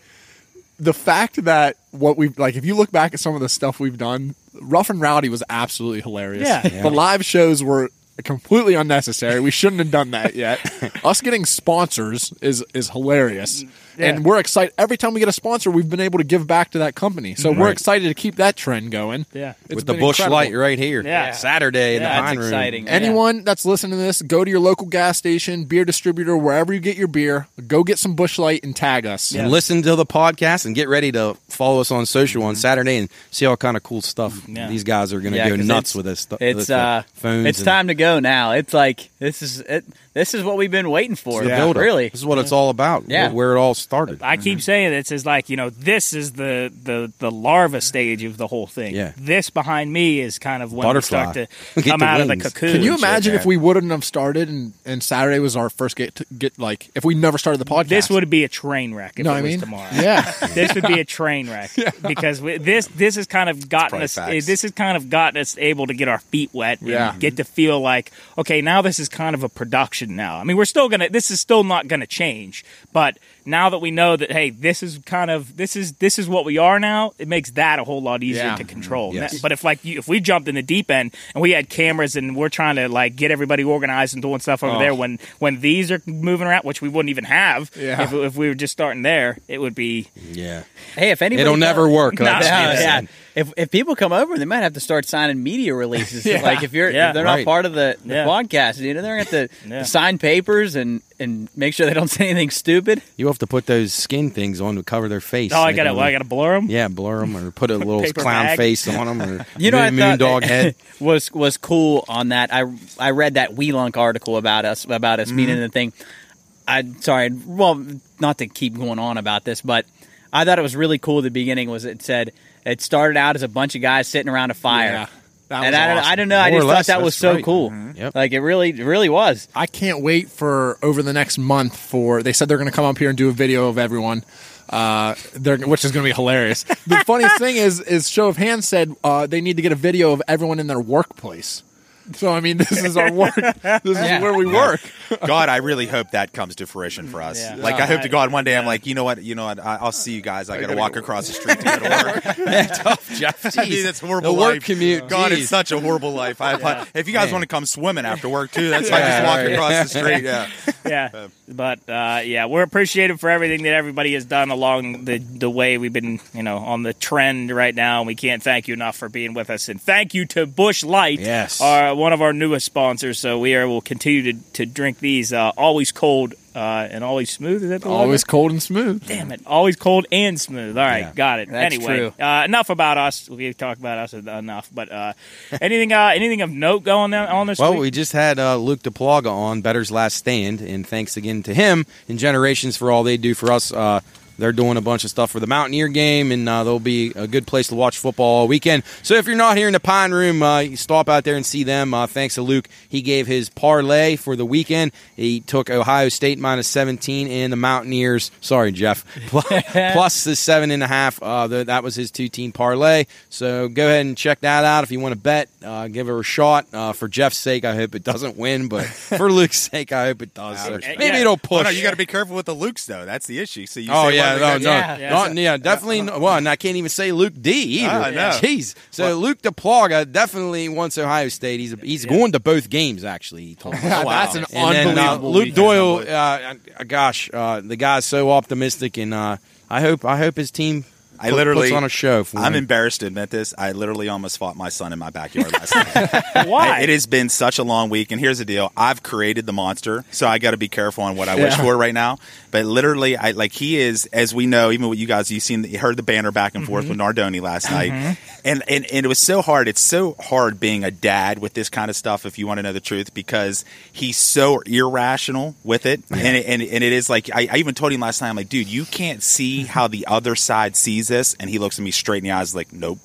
Speaker 6: The fact that what we've like, if you look back at some of the stuff we've done, Rough and Rowdy was absolutely hilarious.
Speaker 1: Yeah.
Speaker 6: The live shows were completely unnecessary. We shouldn't have done that yet. Us getting sponsors is is hilarious. And we're excited every time we get a sponsor, we've been able to give back to that company. So we're excited to keep that trend going.
Speaker 1: Yeah.
Speaker 6: It's
Speaker 3: with the
Speaker 6: been
Speaker 3: bush
Speaker 6: incredible.
Speaker 3: light right here,
Speaker 1: Yeah.
Speaker 3: Saturday in
Speaker 1: Yeah,
Speaker 3: the
Speaker 5: That's
Speaker 3: Pine Room.
Speaker 5: exciting.
Speaker 6: Anyone that's listening to this, go to your local gas station, beer distributor, wherever you get your beer. Go get some Bush Light and tag us.
Speaker 3: And listen to the podcast and get ready to follow us on social on Saturday and see all kind of cool stuff.
Speaker 1: Yeah.
Speaker 3: These guys are going to
Speaker 5: Mm-hmm. Yeah,
Speaker 3: go
Speaker 5: 'cause
Speaker 3: nuts
Speaker 5: it's-
Speaker 3: with this stuff.
Speaker 5: It's, uh,
Speaker 3: phones.
Speaker 5: it's
Speaker 3: and-
Speaker 5: time to go. know now. It's like this is it, this is what we've been waiting for.
Speaker 3: The buildup.
Speaker 5: really.
Speaker 3: This is what it's all about.
Speaker 5: Yeah.
Speaker 3: wh- where it all started.
Speaker 1: I
Speaker 6: Mhm.
Speaker 1: keep saying it's as like you know this is the the the larva stage of the whole thing.
Speaker 3: Yeah.
Speaker 1: This behind me is kind of when
Speaker 3: Butterfly.
Speaker 1: we start to
Speaker 3: Get
Speaker 1: come
Speaker 3: the
Speaker 1: out of the
Speaker 3: wings.
Speaker 1: cocoon.
Speaker 6: Can you
Speaker 1: and shit.
Speaker 6: imagine
Speaker 3: yeah.
Speaker 6: if we wouldn't have started and, and Saturday was our first get to get like if we never started the podcast?
Speaker 1: This would be a train wreck if
Speaker 6: know
Speaker 1: it
Speaker 6: what I
Speaker 1: was
Speaker 6: mean?
Speaker 1: tomorrow.
Speaker 6: Yeah.
Speaker 1: This would be a train wreck because we, this this has kind of gotten
Speaker 2: probably
Speaker 1: us. eh,
Speaker 2: facts.
Speaker 1: This has kind of gotten us able to get our feet wet and
Speaker 6: Yeah.
Speaker 1: get to feel like okay, now this is kind of a production. Now, I mean, we're still gonna. This is still not gonna change, but now that we know that hey, this is kind of this is this is what we are now. It makes that a whole lot easier
Speaker 6: Yeah.
Speaker 1: to control.
Speaker 3: Yes.
Speaker 1: But if like you, if we jumped in the deep end and we had cameras and we're trying to like get everybody organized and doing stuff over there when when these are moving around, which we wouldn't even have
Speaker 6: Yeah.
Speaker 1: if, if we were just starting there, it would be
Speaker 3: Yeah,
Speaker 5: Hey, if anybody
Speaker 3: it'll never work.
Speaker 1: No,
Speaker 3: Like
Speaker 5: Yeah,
Speaker 1: Yeah.
Speaker 5: yeah. If if people come over, they might have to start signing media releases. Like if you're
Speaker 1: Yeah.
Speaker 5: if they're
Speaker 3: Right.
Speaker 5: not part of the, the
Speaker 1: Yeah.
Speaker 5: podcast, you know, they're gonna have to
Speaker 1: Yeah.
Speaker 5: sign papers and and make sure they don't say anything stupid.
Speaker 3: You have to put those skin things on to cover their face.
Speaker 1: oh, I
Speaker 3: Make
Speaker 1: gotta
Speaker 3: them-
Speaker 1: I gotta blur them.
Speaker 3: Yeah, blur them or put a little
Speaker 1: Paper
Speaker 3: clown
Speaker 1: bag.
Speaker 3: face on them or
Speaker 5: You know,
Speaker 3: moon,
Speaker 5: I
Speaker 3: moon
Speaker 5: thought
Speaker 3: dog
Speaker 5: that-
Speaker 3: head.
Speaker 5: was was cool on that. I I read that Weelunk article about us about us meeting the thing. I sorry, well, not to keep going on about this, but I thought it was really cool. At the beginning was it said it started out as a bunch of guys sitting around a fire,
Speaker 6: Yeah. That
Speaker 5: and
Speaker 6: was
Speaker 5: I don't
Speaker 6: awesome.
Speaker 5: I don't know. I
Speaker 3: More or
Speaker 5: just
Speaker 3: less,
Speaker 5: thought that was
Speaker 3: that's
Speaker 5: so
Speaker 3: right.
Speaker 5: cool.
Speaker 3: Yep.
Speaker 5: Like it really it really was.
Speaker 6: I can't wait for over the next month for they said they're going to come up here and do a video of everyone. Uh, they're, which is going to be hilarious. The funniest thing is, is show of hands said uh, they need to get a video of everyone in their workplace. So I mean, this is our work. This
Speaker 5: Yeah.
Speaker 6: is where we work.
Speaker 2: God, I really hope that comes to fruition for us.
Speaker 1: Yeah.
Speaker 2: Like, I hope to God one day I'm like, you know what, you know what, I, I'll see you guys. I got to walk across the street to go to work. tough, Jeff. I mean, that's a horrible
Speaker 3: The work
Speaker 2: life.
Speaker 3: commute,
Speaker 2: God,
Speaker 3: geez.
Speaker 2: it's such a horrible life. I, If you guys want to come swimming after work too, that's fine.
Speaker 3: Yeah,
Speaker 2: Just walk
Speaker 3: right.
Speaker 2: across the street. Yeah.
Speaker 1: yeah. But uh, yeah, we're appreciative for everything that everybody has done along the, the way we've been, you know, on the trend right now, and we can't thank you enough for being with us. And thank you to Bush Light,
Speaker 3: Yes.
Speaker 1: our one of our newest sponsors. So we are will continue to, to drink these uh, always cold uh, and always smooth. Is that the one?
Speaker 6: Always cold and smooth.
Speaker 1: Damn it! Always cold and smooth. All right,
Speaker 3: Yeah.
Speaker 1: got it.
Speaker 5: That's
Speaker 1: anyway, Uh, enough about us. We've talked about us enough. But uh, anything, uh, anything of note going on on this
Speaker 3: Well,
Speaker 1: week?
Speaker 3: we just had uh, Luke DePlaga on Better's Last Stand, and thanks again to him and Generations for all they do for us. Uh, they're doing a bunch of stuff for the Mountaineer game, and uh, they'll be a good place to watch football all weekend. So if you're not here in the Pine Room, uh, you stop out there and see them. Uh, thanks to Luke, he gave his parlay for the weekend. He took Ohio State minus 17 and the Mountaineers. Sorry, Jeff, plus the seven and a half. Uh, th- that was his two-team parlay. So go ahead and check that out if you want to bet. Uh, give her a shot. Uh, for Jeff's sake, I hope it doesn't win, but for Luke's sake, I hope it does. So
Speaker 1: respect.
Speaker 3: maybe
Speaker 1: Yeah.
Speaker 3: it'll
Speaker 2: Oh,
Speaker 3: push.
Speaker 2: no, you got to be careful with the Luke's though. That's the issue. So you.
Speaker 3: Oh
Speaker 2: say
Speaker 3: yeah,
Speaker 2: one
Speaker 3: no,
Speaker 2: thing-
Speaker 3: no,
Speaker 5: Yeah, yeah.
Speaker 3: Not- yeah, definitely. No, well, and I can't even say Luke D either.
Speaker 2: Uh-huh. Ah, I know.
Speaker 3: Jeez. So Luke DePlaga definitely wants Ohio State. He's he's going to both games actually. He told me.
Speaker 2: Oh,
Speaker 6: That's an
Speaker 3: And then, uh,
Speaker 6: unbelievable.
Speaker 3: Luke
Speaker 6: weekend.
Speaker 3: Doyle, uh, uh, gosh, uh, the guy's so optimistic, and uh, I hope I hope his team.
Speaker 2: I
Speaker 3: put-
Speaker 2: literally
Speaker 3: puts on a show. For
Speaker 2: I'm
Speaker 3: him.
Speaker 2: embarrassed to admit this. I literally almost fought my son in my backyard last night.
Speaker 1: Why?
Speaker 2: It has been such a long week, and here's the deal: I've created the monster, so I got to be careful on what I wish for right now. But literally, I like he is, as we know, even with you guys, you seen, you heard the banner back and forth with Nardoni last night, and, and and it was so hard. It's so hard being a dad with this kind of stuff. If you want to know the truth, because he's so irrational with it, and it, and and it is like I, I even told him last time, like, dude, you can't see how the other side sees this, and he looks at me straight in the eyes, like, nope.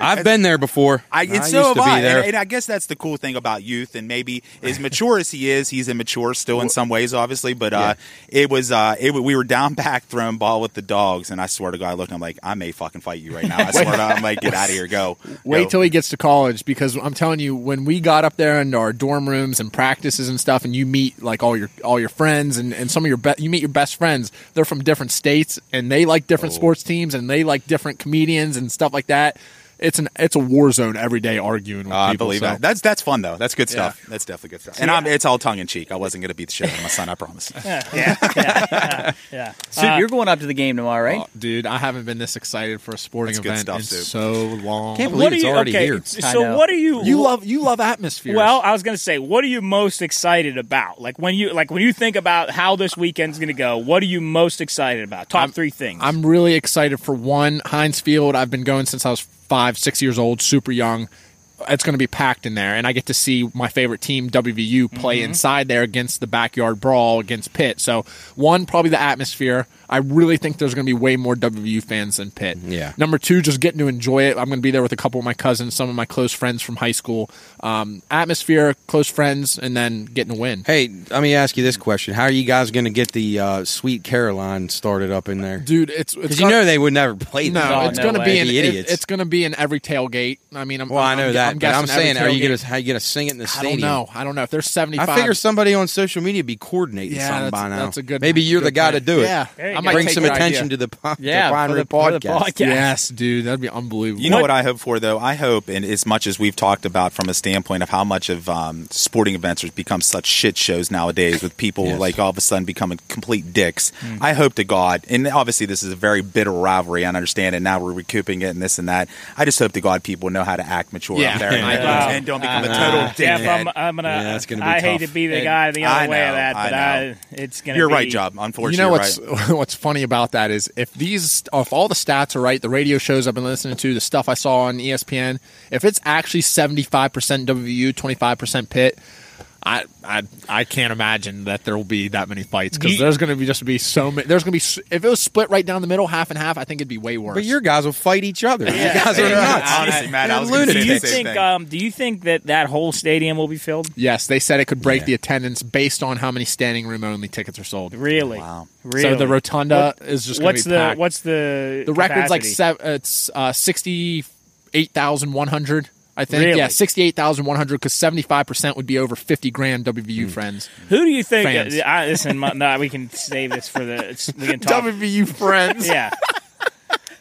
Speaker 3: I've been there before.
Speaker 2: I,
Speaker 3: I
Speaker 2: and so
Speaker 3: used
Speaker 2: have
Speaker 3: to be
Speaker 2: I.
Speaker 3: there.
Speaker 2: And, and I guess that's the cool thing about youth. And maybe as mature as he is, he's immature still in some ways, obviously. But uh, it was uh, it, wa- we were down back throwing ball with the dogs, and I swear to God, I looked, I'm like, I may fucking fight you right now. I swear to God, I'm like, get out of here, go.
Speaker 6: Wait
Speaker 2: Go.
Speaker 6: till he gets to college because I'm telling you, when we got up there into our dorm rooms and practices and stuff, and you meet like all your all your friends and, and some of your be- you meet your best friends. They're from different states and they like different
Speaker 2: Oh.
Speaker 6: sports teams and they like different comedians and stuff like that. It's an it's a war zone every day arguing with
Speaker 2: Uh, I
Speaker 6: people.
Speaker 2: believe
Speaker 6: so.
Speaker 2: that. That's that's fun though. That's good stuff. That's definitely good stuff. And I'm, it's all tongue in cheek. I wasn't going to beat the shit out of my son. I promise.
Speaker 1: yeah, yeah, yeah, yeah.
Speaker 5: So you're going up to the game tomorrow, right?
Speaker 6: Oh, dude, I haven't been this excited for a sporting
Speaker 2: That's good
Speaker 6: event
Speaker 2: stuff,
Speaker 6: in
Speaker 2: Sue.
Speaker 6: so long.
Speaker 3: Can't believe
Speaker 1: do
Speaker 3: it's already here.
Speaker 5: I
Speaker 1: So
Speaker 5: know.
Speaker 1: what are you?
Speaker 6: you love you love atmosphere.
Speaker 1: Well, I was going to say, what are you most excited about? Like when you like when you think about how this weekend's going to go, what are you most excited about? Top three things.
Speaker 6: I'm really excited for one Heinz Field. I've been going since I was five, six years old, super young. it's going to be packed in there, and I get to see my favorite team WVU play
Speaker 3: Mm-hmm.
Speaker 6: inside there against the backyard brawl against Pitt. So one, probably the atmosphere. I really think there's going to be way more WVU fans than Pitt.
Speaker 3: Mm-hmm. Yeah.
Speaker 6: Number two, just getting to enjoy it. I'm going to be there with a couple of my cousins, some of my close friends from high school. Um, atmosphere, close friends, and then getting to win.
Speaker 3: Hey, let me ask you this question: How are you guys going to get the uh, Sweet Caroline started up in there?
Speaker 6: Dude, it's
Speaker 3: Because
Speaker 6: it's
Speaker 3: you
Speaker 6: gonna-
Speaker 3: know they would never play that.
Speaker 6: no,
Speaker 1: Oh,
Speaker 6: it's
Speaker 1: no
Speaker 6: going to be
Speaker 1: way.
Speaker 6: in
Speaker 3: The
Speaker 6: it-
Speaker 3: idiots.
Speaker 6: it's going to be in every tailgate. I mean, I'm,
Speaker 3: Well, i
Speaker 6: I'm-
Speaker 3: know that, but I'm
Speaker 6: guessing every
Speaker 3: saying, are you
Speaker 6: tailgate.
Speaker 3: going to how you going to sing it in the
Speaker 6: I
Speaker 3: stadium?
Speaker 6: don't know. I don't know if there's 75.
Speaker 3: I figure somebody on social media be coordinating
Speaker 6: Yeah,
Speaker 3: something
Speaker 6: that's-
Speaker 3: by now.
Speaker 6: that's a good-
Speaker 3: Maybe you're the
Speaker 6: good
Speaker 3: guy
Speaker 6: plan.
Speaker 3: to do it.
Speaker 6: Yeah,
Speaker 1: There you
Speaker 6: I
Speaker 1: go.
Speaker 6: might
Speaker 3: bring
Speaker 6: take
Speaker 3: some
Speaker 6: your
Speaker 3: attention
Speaker 6: idea.
Speaker 3: to the po- to
Speaker 5: Yeah,
Speaker 3: Pine
Speaker 5: for
Speaker 3: Root
Speaker 5: the- for the
Speaker 3: podcast.
Speaker 5: podcast.
Speaker 6: Yes, dude, that'd be unbelievable.
Speaker 2: You know what I hope for, though? I hope, and as much as we've talked about from a standpoint of how much of um, sporting events has become such shit shows nowadays with people
Speaker 3: Yes.
Speaker 2: like all of a sudden becoming complete dicks,
Speaker 1: Mm.
Speaker 2: I hope to God, and obviously this is a very bitter rivalry, I understand it. Now we're recouping it and this and that. I just hope to God people know how to act mature
Speaker 6: Yeah.
Speaker 2: out there and,
Speaker 6: I
Speaker 1: know. Uh,
Speaker 2: and don't become a total
Speaker 1: Jeff,
Speaker 2: dickhead.
Speaker 1: I'm, I'm gonna.
Speaker 3: Yeah, that's gonna be
Speaker 1: I hate
Speaker 3: tough.
Speaker 1: to be the
Speaker 6: And
Speaker 1: guy the other
Speaker 2: I
Speaker 1: way
Speaker 2: know,
Speaker 1: of that,
Speaker 2: I
Speaker 1: but
Speaker 2: know.
Speaker 1: I, it's gonna.
Speaker 2: You're
Speaker 1: be,
Speaker 2: right, Job. Unfortunately,
Speaker 6: You know
Speaker 2: you're
Speaker 6: what's
Speaker 2: right.
Speaker 6: what's funny about that is if these if all the stats are right, the radio shows I've been listening to, the stuff I saw on E ESPN, if it's actually seventy five percent WVU, twenty five percent Pitt, I, I I can't imagine that there will be that many fights
Speaker 1: Do
Speaker 6: because
Speaker 1: you-
Speaker 6: there's going to be just be so many. There's going to be s- if it was split right down the middle, half and half, I think it'd be way worse.
Speaker 3: But your guys will fight each other. You guys are
Speaker 2: Yeah.
Speaker 3: nuts.
Speaker 2: Honestly, Matt, I was gonna
Speaker 1: Do
Speaker 2: say
Speaker 1: you
Speaker 2: the same
Speaker 1: think?
Speaker 2: thing.
Speaker 1: Um, do you think that that whole stadium will be filled?
Speaker 6: yes, they said it could break the attendance based on how many standing room only tickets are sold.
Speaker 1: Really?
Speaker 2: Wow.
Speaker 1: Really?
Speaker 6: So the rotunda is just going
Speaker 1: what's
Speaker 6: to be
Speaker 1: the
Speaker 6: packed.
Speaker 1: what's the
Speaker 6: the record's like
Speaker 1: capacity?
Speaker 6: seven, it's uh, sixty eight thousand one hundred. I think
Speaker 1: Really?
Speaker 6: yeah, sixty eight thousand one hundred because seventy five percent would be over fifty grand
Speaker 1: Hmm.
Speaker 6: WVU friends.
Speaker 1: Who do you think?
Speaker 6: Fans.
Speaker 1: I, listen, my, no, we can save this for the. We can talk.
Speaker 6: WVU friends.
Speaker 1: yeah,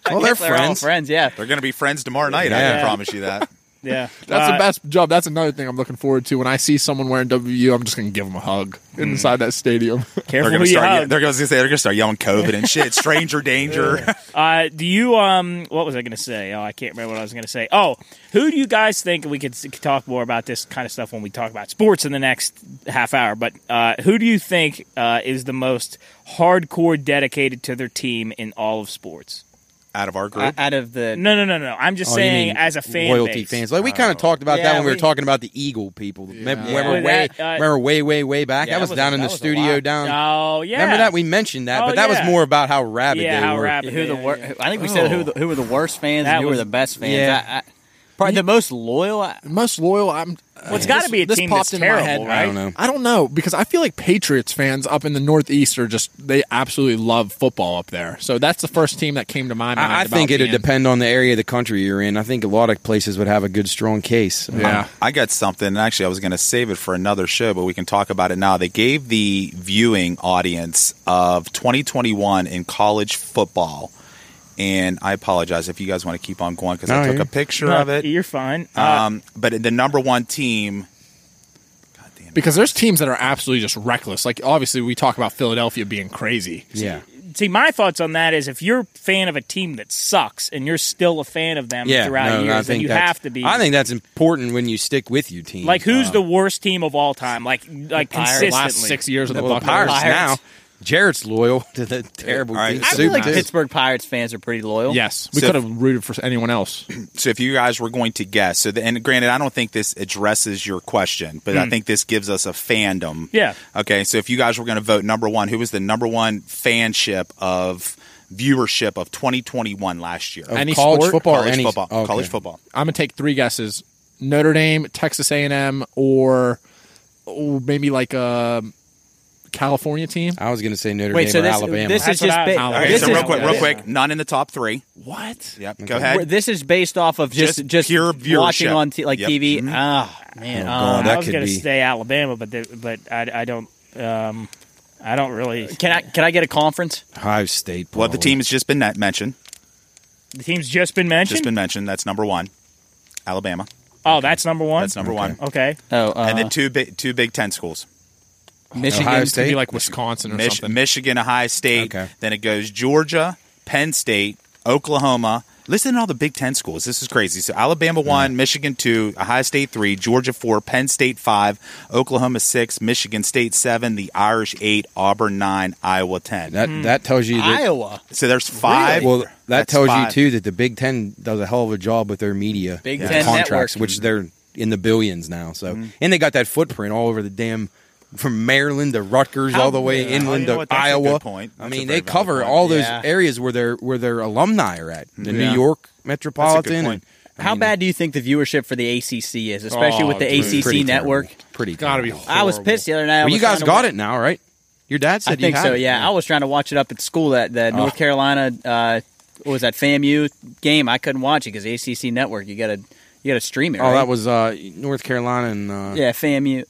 Speaker 3: Well, they're friends.
Speaker 5: friends, yeah.
Speaker 2: They're going to be friends tomorrow night. I
Speaker 3: Yeah.
Speaker 2: can promise you that.
Speaker 1: yeah.
Speaker 6: That's
Speaker 1: Uh,
Speaker 6: the best job. That's another thing I'm looking forward to. When I see someone wearing WVU, I'm just gonna give them a hug
Speaker 1: Hmm.
Speaker 6: inside that stadium.
Speaker 1: Careful
Speaker 2: They're
Speaker 1: who
Speaker 2: going to
Speaker 1: you
Speaker 2: start.
Speaker 1: hug.
Speaker 2: They're going to say they're going to start yelling COVID and shit, stranger danger.
Speaker 1: Uh, do you um? What was I going to say? Oh, I can't remember what I was going to say. Oh, who do you guys think we could s- talk more about this kind of stuff when we talk about sports in the next half hour? But uh, who do you think uh, is the most hardcore dedicated to their team in all of sports?
Speaker 2: Out of our group,
Speaker 5: Uh, out of the
Speaker 1: No, no, no, no. I'm just
Speaker 3: Oh, you
Speaker 1: saying
Speaker 3: mean
Speaker 1: as a fan
Speaker 3: loyalty
Speaker 1: base.
Speaker 3: fans. Like we kind of talked about
Speaker 5: Yeah,
Speaker 3: that when we,
Speaker 5: we-
Speaker 3: were talking about the Eagle people. Remember,
Speaker 6: Yeah.
Speaker 3: remember way,
Speaker 1: That, uh,
Speaker 3: remember way, way, way back.
Speaker 5: Yeah,
Speaker 3: that was
Speaker 5: that was-
Speaker 3: down in
Speaker 5: that
Speaker 3: the
Speaker 5: was a
Speaker 3: studio
Speaker 5: lot.
Speaker 3: down.
Speaker 1: Oh yeah.
Speaker 3: Remember that we mentioned that,
Speaker 1: Oh,
Speaker 3: but that
Speaker 1: yeah.
Speaker 3: was more about how rabid
Speaker 1: Yeah,
Speaker 3: they
Speaker 1: how
Speaker 3: were.
Speaker 1: rabid.
Speaker 5: who the
Speaker 1: Yeah,
Speaker 5: wor-
Speaker 1: yeah.
Speaker 5: I think we said who the, who were the worst fans
Speaker 1: That
Speaker 5: and who were
Speaker 1: was-
Speaker 5: the best fans.
Speaker 3: Yeah.
Speaker 5: I, I, probably the most loyal. I,
Speaker 6: Most loyal. I'm.
Speaker 1: Well, it's got to
Speaker 6: this-
Speaker 1: be a
Speaker 6: this
Speaker 1: team
Speaker 6: popped
Speaker 1: that's
Speaker 6: into my
Speaker 1: terrible,
Speaker 6: head.
Speaker 1: right?
Speaker 3: I don't know.
Speaker 6: I don't know because I feel like Patriots fans up in the Northeast are just they absolutely love football up there. So that's the first team that came to my mind.
Speaker 3: I, I
Speaker 6: about
Speaker 3: think it'd
Speaker 6: being-
Speaker 3: depend on the area of the country you're in. I think a lot of places would have a good, strong case.
Speaker 6: Yeah,
Speaker 2: I got something. and Actually, I was going to save it for another show, but we can talk about it now. They gave the viewing audience of 2021 in college football, and I apologize if you guys want to keep on going because
Speaker 3: No,
Speaker 2: I took
Speaker 3: you're-
Speaker 2: a picture
Speaker 1: No,
Speaker 2: of it.
Speaker 1: You're fine. Uh,
Speaker 2: Um, but the number one team. God damn it.
Speaker 6: because there's teams that are absolutely just reckless. Like obviously, we talk about Philadelphia being crazy.
Speaker 3: yeah.
Speaker 1: see, my thoughts on that is if you're a fan of a team that sucks and you're still a fan of them
Speaker 3: Yeah,
Speaker 1: throughout
Speaker 3: no, I
Speaker 1: years, then
Speaker 3: think
Speaker 1: you
Speaker 3: that's-
Speaker 1: have to be.
Speaker 3: I think that's important when you stick with your team.
Speaker 1: Like who's
Speaker 3: Uh,
Speaker 1: the worst team of all time? Like like consistently.
Speaker 6: The last six years of the
Speaker 3: well, the
Speaker 6: Buccaneers.
Speaker 3: Pirates now? Jared's loyal to the terrible
Speaker 2: All right.
Speaker 3: team.
Speaker 2: I
Speaker 5: I feel
Speaker 3: Soup
Speaker 5: like
Speaker 3: too.
Speaker 5: Pittsburgh Pirates fans are pretty loyal.
Speaker 6: Yes, we
Speaker 2: So-
Speaker 6: could have rooted for anyone else.
Speaker 2: so if you guys were going to guess, so the, and granted, I don't think this addresses your question, but I think this gives us a fandom.
Speaker 1: Yeah.
Speaker 2: Okay. So if you guys were going to vote number one, who was the number one fanship of viewership of 2021 last year?
Speaker 3: Of
Speaker 6: Any
Speaker 3: college
Speaker 6: sport?
Speaker 3: football, or
Speaker 2: college
Speaker 3: any oh,
Speaker 2: football.
Speaker 3: okay.
Speaker 2: College football.
Speaker 6: I'm gonna take three guesses: Notre Dame, Texas A&M, or, or maybe like a California team.
Speaker 3: I was going to say Notre Dame
Speaker 5: Wait, so
Speaker 3: or
Speaker 5: this,
Speaker 3: Alabama.
Speaker 5: this is
Speaker 1: That's what
Speaker 5: just
Speaker 1: I-
Speaker 5: ba-
Speaker 6: Alabama.
Speaker 2: Okay.
Speaker 5: this
Speaker 2: so
Speaker 5: is,
Speaker 2: real quick, real
Speaker 1: yeah.
Speaker 2: quick, none in the top three.
Speaker 6: What?
Speaker 2: Yep. Go
Speaker 3: Okay.
Speaker 2: ahead.
Speaker 5: This is based off of just
Speaker 2: Just
Speaker 5: just,
Speaker 2: pure
Speaker 5: watching
Speaker 2: viewership.
Speaker 5: on t- like
Speaker 2: Yep.
Speaker 5: TV. Ah man,
Speaker 3: Oh,
Speaker 5: ah.
Speaker 3: God.
Speaker 1: Uh, I
Speaker 3: that
Speaker 1: was
Speaker 3: could
Speaker 1: going to
Speaker 3: be-
Speaker 1: say Alabama, but the, but I, I don't um, I don't really.
Speaker 5: can I can I get a conference?
Speaker 3: Ohio State.
Speaker 2: Well, the
Speaker 3: probably.
Speaker 2: team has just been net- mentioned.
Speaker 1: The team's just been mentioned.
Speaker 2: Just been mentioned. That's number one. Alabama.
Speaker 1: oh, that's number one.
Speaker 2: That's number one.
Speaker 1: Okay,
Speaker 5: Oh, uh,
Speaker 2: And then two big two Big Ten schools.
Speaker 5: Michigan.
Speaker 3: Ohio
Speaker 6: It'd
Speaker 3: State.
Speaker 6: be like Wisconsin or
Speaker 2: Mich-
Speaker 6: something.
Speaker 2: Michigan, Ohio State.
Speaker 3: Okay.
Speaker 2: Then it goes Georgia, Penn State, Oklahoma, Listen to all the Big Ten schools. This is crazy. So Alabama one, Michigan two, Ohio State three, Georgia four, Penn State five, Oklahoma six, Michigan State seven, the Irish eight, Auburn nine, Iowa ten.
Speaker 3: That that tells you that.
Speaker 5: Iowa,
Speaker 2: so there's five.
Speaker 3: Well, that
Speaker 2: That's
Speaker 3: tells
Speaker 2: five.
Speaker 3: you too that the Big Ten does a hell of a job with their media
Speaker 5: Big
Speaker 3: and
Speaker 5: Ten
Speaker 3: contracts,
Speaker 5: network.
Speaker 3: which they're in the billions now. So,
Speaker 2: Mm-hmm.
Speaker 3: and they got that footprint all over the damn. From Maryland to Rutgers,
Speaker 2: How-
Speaker 3: all the way
Speaker 2: yeah. Oh, you
Speaker 3: inland
Speaker 2: know
Speaker 3: to
Speaker 2: what? That's a
Speaker 3: Iowa.
Speaker 2: good point.
Speaker 3: I
Speaker 2: That's a
Speaker 3: mean,
Speaker 2: very valid
Speaker 3: they cover
Speaker 2: point.
Speaker 3: all those
Speaker 5: Yeah.
Speaker 3: areas where their where their alumni are at. The
Speaker 6: Yeah.
Speaker 3: New York metropolitan. and- I
Speaker 5: how
Speaker 3: mean,
Speaker 5: bad do you think the viewership for the ACC is, especially
Speaker 6: Oh,
Speaker 5: with the
Speaker 6: dude,
Speaker 5: ACC
Speaker 3: pretty terrible.
Speaker 5: network?
Speaker 3: Pretty
Speaker 6: Gotta be.
Speaker 3: terrible.
Speaker 5: I was
Speaker 6: horrible.
Speaker 5: pissed the other night.
Speaker 3: Well,
Speaker 5: I was
Speaker 3: you guys
Speaker 5: trying to
Speaker 3: got
Speaker 5: wa-
Speaker 3: it now, right? Your dad said
Speaker 5: I think
Speaker 3: you had
Speaker 5: so.
Speaker 3: it.
Speaker 5: Yeah. I was trying to watch it up at school. That that
Speaker 6: Oh.
Speaker 5: North Carolina, uh, what was that FAMU game? I couldn't watch it because ACC network. You gotta you gotta stream it.
Speaker 3: Oh,
Speaker 5: right?
Speaker 3: that was uh, North Carolina and uh,
Speaker 5: yeah FAMU,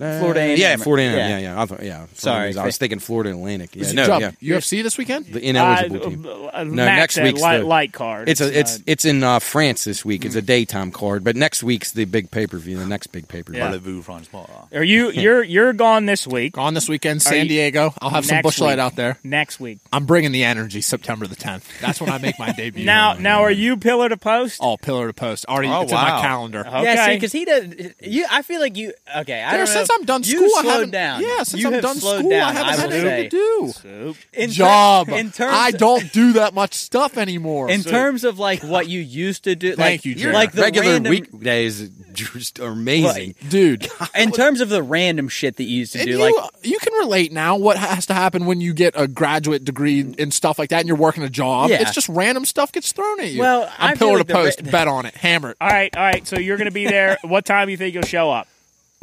Speaker 3: uh,
Speaker 5: Florida. A&M.
Speaker 3: Yeah, Florida. A&M,
Speaker 5: Yeah.
Speaker 3: Yeah, yeah. I thought, yeah. Florida
Speaker 5: Sorry.
Speaker 3: was- I was thinking Florida Atlantic. Yeah,
Speaker 6: Is
Speaker 3: no,
Speaker 6: it
Speaker 3: yeah.
Speaker 6: job- UFC this weekend?
Speaker 3: The ineligible team.
Speaker 1: Uh,
Speaker 3: No,
Speaker 1: Max
Speaker 3: next
Speaker 1: said
Speaker 3: week's
Speaker 1: light,
Speaker 3: the-
Speaker 1: light card.
Speaker 3: It's a, it's
Speaker 1: not- Mm.
Speaker 3: it's in uh, France this week. It's a daytime card, but next week's the big pay per view. The next big pay per view.
Speaker 1: Yeah.
Speaker 2: Parlez-vous, Francois?
Speaker 1: Are you you're you're gone this week?
Speaker 6: Gone this weekend,
Speaker 1: Are
Speaker 6: San
Speaker 1: you-
Speaker 6: Diego. I'll have some
Speaker 1: Next
Speaker 6: bushlight
Speaker 1: week.
Speaker 6: out there.
Speaker 1: next week.
Speaker 6: I'm bringing the energy September the 10th. That's when I make my debut.
Speaker 1: Now now are you pillar to post?
Speaker 3: Oh.
Speaker 6: all pillar to post. Already,
Speaker 2: Oh,
Speaker 6: it's in my
Speaker 2: wow.
Speaker 6: calendar.
Speaker 1: Okay.
Speaker 5: Yeah, see, because he does. You, I feel like you. Okay, I
Speaker 6: Ever
Speaker 5: don't know.
Speaker 6: since I'm done
Speaker 5: You
Speaker 6: school, I
Speaker 5: slowed
Speaker 6: haven't.
Speaker 5: down.
Speaker 6: Yeah, since
Speaker 5: You
Speaker 6: I'm
Speaker 5: have
Speaker 6: done
Speaker 5: slowed
Speaker 6: school,
Speaker 5: down,
Speaker 6: I haven't
Speaker 5: will
Speaker 6: had anything to
Speaker 5: say.
Speaker 6: do.
Speaker 1: Soup.
Speaker 5: In ter-
Speaker 6: Job.
Speaker 5: in terms,
Speaker 6: I don't do that much stuff anymore.
Speaker 5: In terms of like what you used to do, like
Speaker 6: Thank you, Jared.
Speaker 5: like the
Speaker 3: Regular
Speaker 5: random,
Speaker 3: weekdays just are amazing.
Speaker 6: dude,
Speaker 5: In terms of the random shit that you used to
Speaker 6: and
Speaker 5: do,
Speaker 6: you,
Speaker 5: like
Speaker 6: you can relate now what has to happen when you get a graduate degree and stuff like that, and you're working a job.
Speaker 5: Yeah.
Speaker 6: It's just random stuff gets thrown at you.
Speaker 5: Well, I
Speaker 6: I'm
Speaker 5: feel
Speaker 6: pillar
Speaker 5: like
Speaker 6: to
Speaker 5: the ra-
Speaker 6: post. bet on it. Hammer it.
Speaker 1: All right, all right. So you're going to be there. what time do you think you'll show up?